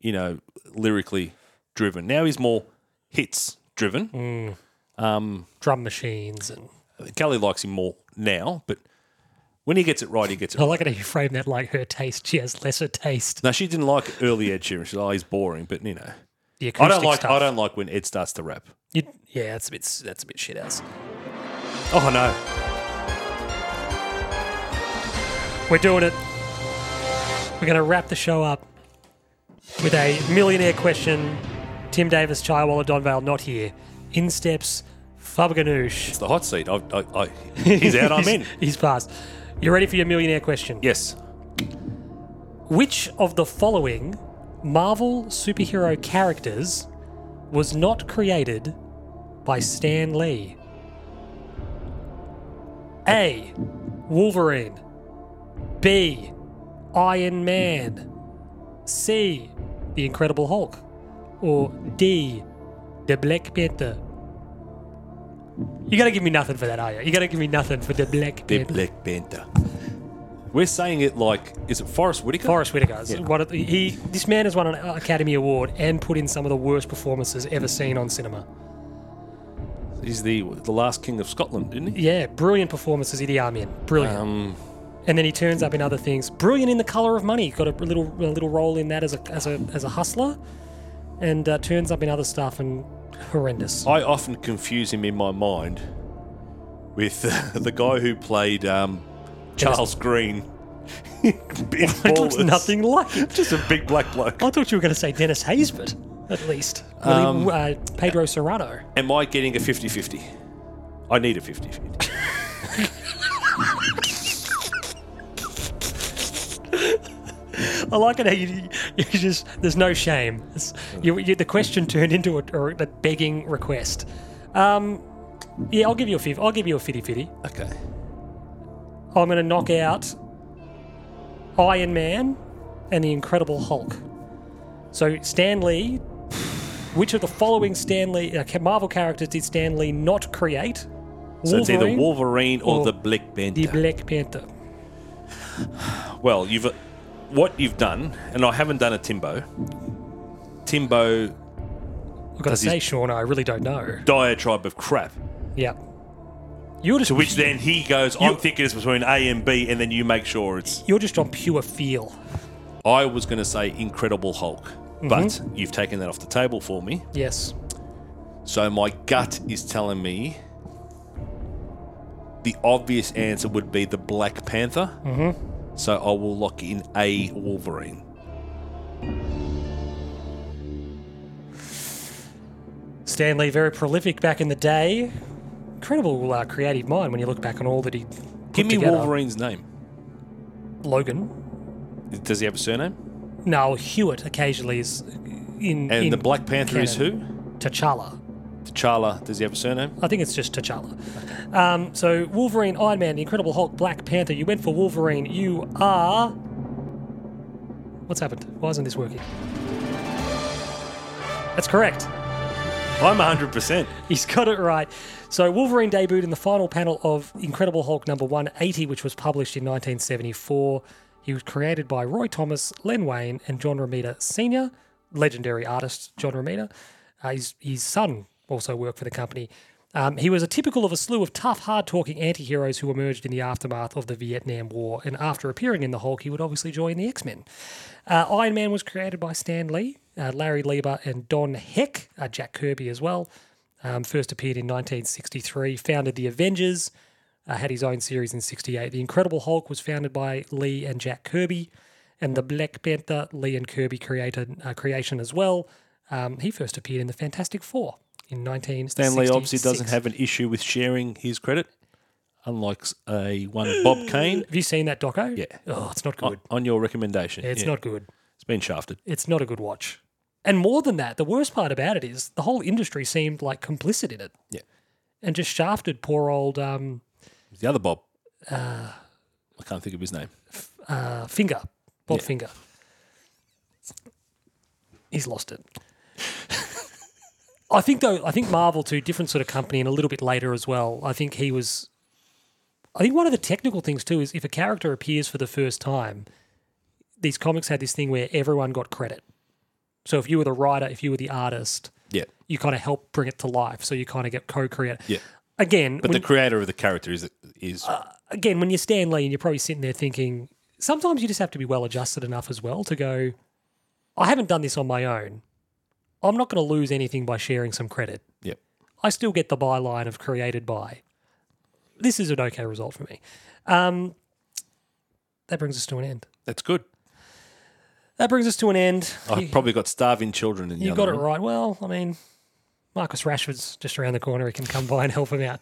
Speaker 2: you know, lyrically driven. Now he's more hits driven.
Speaker 1: Drum machines and
Speaker 2: Kelly likes him more now, but when he gets it right, he gets it.
Speaker 1: I
Speaker 2: Right.
Speaker 1: like it how you frame that like her taste. She has lesser taste.
Speaker 2: Now she didn't like early Ed Sheeran. She's like, oh, he's boring, but you know,
Speaker 1: The
Speaker 2: I don't
Speaker 1: acoustic
Speaker 2: like.
Speaker 1: stuff.
Speaker 2: I don't like when Ed starts to rap.
Speaker 1: You, yeah, that's a bit. That's a bit shit house.
Speaker 2: Oh no,
Speaker 1: We're doing it. We're going to wrap the show up with a millionaire question. Tim Davis, Chaiwala, Don Vale, not here. In steps, Fabganoush.
Speaker 2: it's the hot seat. I, I, I, he's out. I'm in.
Speaker 1: He's passed. You ready for your millionaire question?
Speaker 2: Yes.
Speaker 1: Which of the following Marvel superhero characters was not created by Stan Lee? A. Wolverine. B. Iron Man. C. The Incredible Hulk. Or D. The Black Panther. You're going to give me nothing for that, are you? You're going to give me nothing for the Black
Speaker 2: They're
Speaker 1: Panther.
Speaker 2: Black Panther. We're saying it like, is it Forrest Whitaker?
Speaker 1: Forrest Whitaker. is One of the, he, this man has won an Academy Award and put in some of the worst performances ever seen on cinema.
Speaker 2: He's the the last king of Scotland, isn't he?
Speaker 1: Yeah, brilliant performances, Idi Amin. Brilliant.
Speaker 2: Um,
Speaker 1: and then he turns up in other things. Brilliant in The Color of Money. Got a little a little role in that as a as a, as a hustler, and uh, turns up in other stuff and horrendous.
Speaker 2: I often confuse him in my mind with uh, the guy who played um, Charles Green. in
Speaker 1: It looks
Speaker 2: Ballers.
Speaker 1: nothing like. it.
Speaker 2: Just a big black bloke.
Speaker 1: I thought you were going to say Dennis Haysbert, at least. William,
Speaker 2: Um,
Speaker 1: uh, Pedro Serrano.
Speaker 2: Am I getting a 50 50? I need a 50 50.
Speaker 1: I like it how you, you just there's no shame. It's, you, you, the question turned into a, or a begging request. Um, yeah, I'll give you a fifty. I'll give you a fifty fifty.
Speaker 2: Okay.
Speaker 1: I'm going to knock out Iron Man and the Incredible Hulk. So Stan Lee, which of the following Stan Lee uh, Marvel characters did Stan Lee not create?
Speaker 2: So it's either
Speaker 1: Wolverine,
Speaker 2: Wolverine or,
Speaker 1: or
Speaker 2: the Black Panther.
Speaker 1: the Black Panther.
Speaker 2: Well, you've uh, what you've done, and I haven't done a Timbo. Timbo
Speaker 1: I've got to
Speaker 2: Does he-
Speaker 1: say, Sean, I really don't know.
Speaker 2: diatribe of crap.
Speaker 1: Yeah, you're just
Speaker 2: To which then he goes, I'm
Speaker 1: You-
Speaker 2: thinking it's between A and B, and then you make sure it's.
Speaker 1: you're just on pure feel.
Speaker 2: I was going to say Incredible Hulk,
Speaker 1: Mm-hmm.
Speaker 2: but you've taken that off the table for me.
Speaker 1: Yes.
Speaker 2: So my gut is telling me the obvious answer would be the Black Panther. Mm-hmm. So I will lock in A Wolverine.
Speaker 1: Stanley, very prolific back in the day. Incredible uh, creative mind when you look back on all that he. put
Speaker 2: Give me
Speaker 1: together.
Speaker 2: Wolverine's name.
Speaker 1: Logan.
Speaker 2: Does he have a surname?
Speaker 1: No, Hewitt occasionally is in.
Speaker 2: And
Speaker 1: in
Speaker 2: the Black Panther is who?
Speaker 1: canon. T'Challa.
Speaker 2: T'Challa. Does he have a surname?
Speaker 1: I think it's just T'Challa. Um, so Wolverine, Iron Man, The Incredible Hulk, Black Panther. You went for Wolverine. You are. What's happened? Why isn't this working? That's correct.
Speaker 2: I'm 100%.
Speaker 1: He's got it right. So Wolverine debuted in the final panel of Incredible Hulk number 180, which was published in 1974. He was created by Roy Thomas, Len Wayne, and John Romita Sr., legendary artist John Romita. Uh, his, his son also worked for the company. Um, he was a typical of a slew of tough, hard talking anti heroes who emerged in the aftermath of the Vietnam War. And after appearing in The Hulk, he would obviously join the X Men. Uh, Iron Man was created by Stan Lee, uh, Larry Lieber, and Don Heck, uh, Jack Kirby as well. Um, first appeared in 1963, founded the Avengers, uh, had his own series in 68. The Incredible Hulk was founded by Lee and Jack Kirby, and the Black Panther, Lee and Kirby created uh, creation as well. Um, he first appeared in the Fantastic Four in 1966.
Speaker 2: Stanley obviously doesn't have an issue with sharing his credit, unlike a one Bob Kane
Speaker 1: Have you seen that doco?
Speaker 2: Yeah.
Speaker 1: Oh, it's not good.
Speaker 2: on, on your recommendation.
Speaker 1: it's
Speaker 2: Yeah,
Speaker 1: not good.
Speaker 2: It's been shafted.
Speaker 1: It's not a good watch. And more than that, the worst part about it is the whole industry seemed like complicit in it.
Speaker 2: Yeah.
Speaker 1: And just shafted poor old um,
Speaker 2: It's the other Bob. I can't think of his name.
Speaker 1: uh, Finger, Bob
Speaker 2: Yeah.
Speaker 1: Finger. He's lost it. I think though, I think Marvel too, different sort of company, and a little bit later as well. I think he was. I think one of the technical things too is if a character appears for the first time, these comics had this thing where everyone got credit. So if you were the writer, if you were the artist,
Speaker 2: Yeah,
Speaker 1: you kind of help bring it to life. So you kind of get co-create.
Speaker 2: yeah.
Speaker 1: Again,
Speaker 2: But
Speaker 1: when- Uh.
Speaker 2: the creator of the character is is
Speaker 1: again, when you're Stan Lee and you're probably sitting there thinking, sometimes you just have to be well adjusted enough as well to go, I haven't done this on my own. I'm not going to lose anything by sharing some credit.
Speaker 2: yeah.
Speaker 1: I still get the byline of created by. This is an okay result for me. Um, that brings us to an end.
Speaker 2: That's good.
Speaker 1: That brings us to an end.
Speaker 2: I've
Speaker 1: You-
Speaker 2: probably got starving children in the
Speaker 1: you
Speaker 2: other
Speaker 1: got it
Speaker 2: room.
Speaker 1: right. Well, I mean, Marcus Rashford's just around the corner. He can come by and help him out.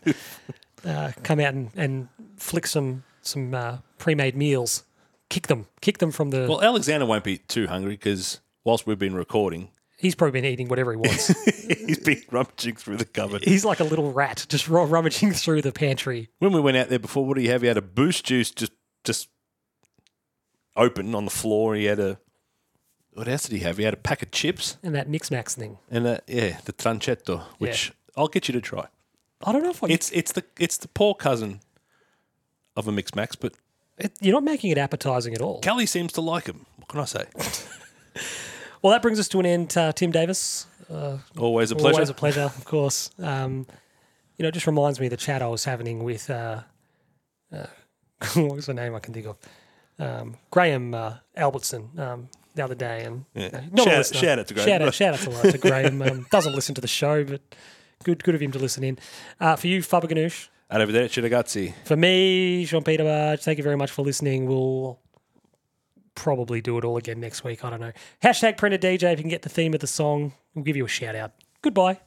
Speaker 1: uh, come out and, and flick some some uh, pre-made meals. Kick them, kick them from the.
Speaker 2: Well, Alexander won't be too hungry because whilst we've been recording,
Speaker 1: he's probably been eating whatever he wants.
Speaker 2: he's been rummaging through the cupboard.
Speaker 1: he's like a little rat, just ru- rummaging through the pantry.
Speaker 2: When we went out there before, what do you have? He had a boost juice just just open on the floor. He had a what else did he have? He had a pack of chips
Speaker 1: And that Mix Max thing.
Speaker 2: and a yeah, the tranchetto, which I'll get you to try.
Speaker 1: I don't know if I,
Speaker 2: It's it's the it's the poor cousin of a mix max, but
Speaker 1: it, you're not making it appetizing at all.
Speaker 2: Kelly seems to like him. What can I say?
Speaker 1: Well, that brings us to an end. Uh, Tim Davis,
Speaker 2: Always a pleasure.
Speaker 1: Always a pleasure, of course. Um, you know, it just reminds me of the chat I was having with uh, uh, what was the name I can think of? Um, Graham uh, Albertson um, the other day, and
Speaker 2: Yeah.
Speaker 1: uh, not a
Speaker 2: Shout-
Speaker 1: listener.
Speaker 2: shout out to Graham.
Speaker 1: Shout out, shout out to, to Graham. Um, doesn't listen to the show, but good, good of him to listen in. Uh, for you, Faber Ganoush.
Speaker 2: and over there, Chitagazzi.
Speaker 1: For me, Jean Peter Barge, thank you very much for listening. We'll probably do it all again next week. I don't know. Hashtag printed DJ if you can get the theme of the song. We'll give you a shout out. Goodbye.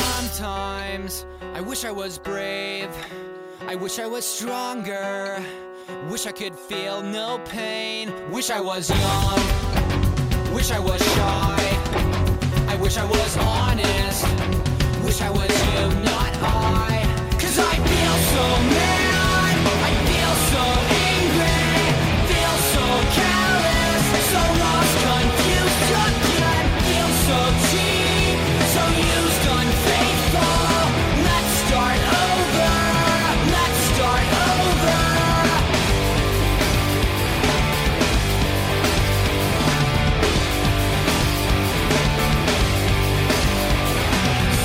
Speaker 6: Sometimes I wish I was brave. I wish I was stronger. Wish I could feel no pain. Wish I was young. Wish I was shy. I wish I was honest. Wish I was you, not I. Cause I feel so mad. I feel so angry. Feel so careless. So lost, confused, took yet. Feel so cheap. So used, unfaithful. Let's start over. Let's start over.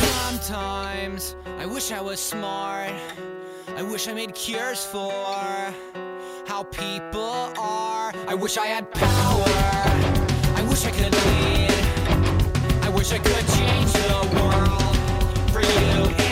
Speaker 6: Sometimes I wish I was smart. I wish I made cures for how people are. I wish I had power. I wish I could lead. I wish I could change the world for you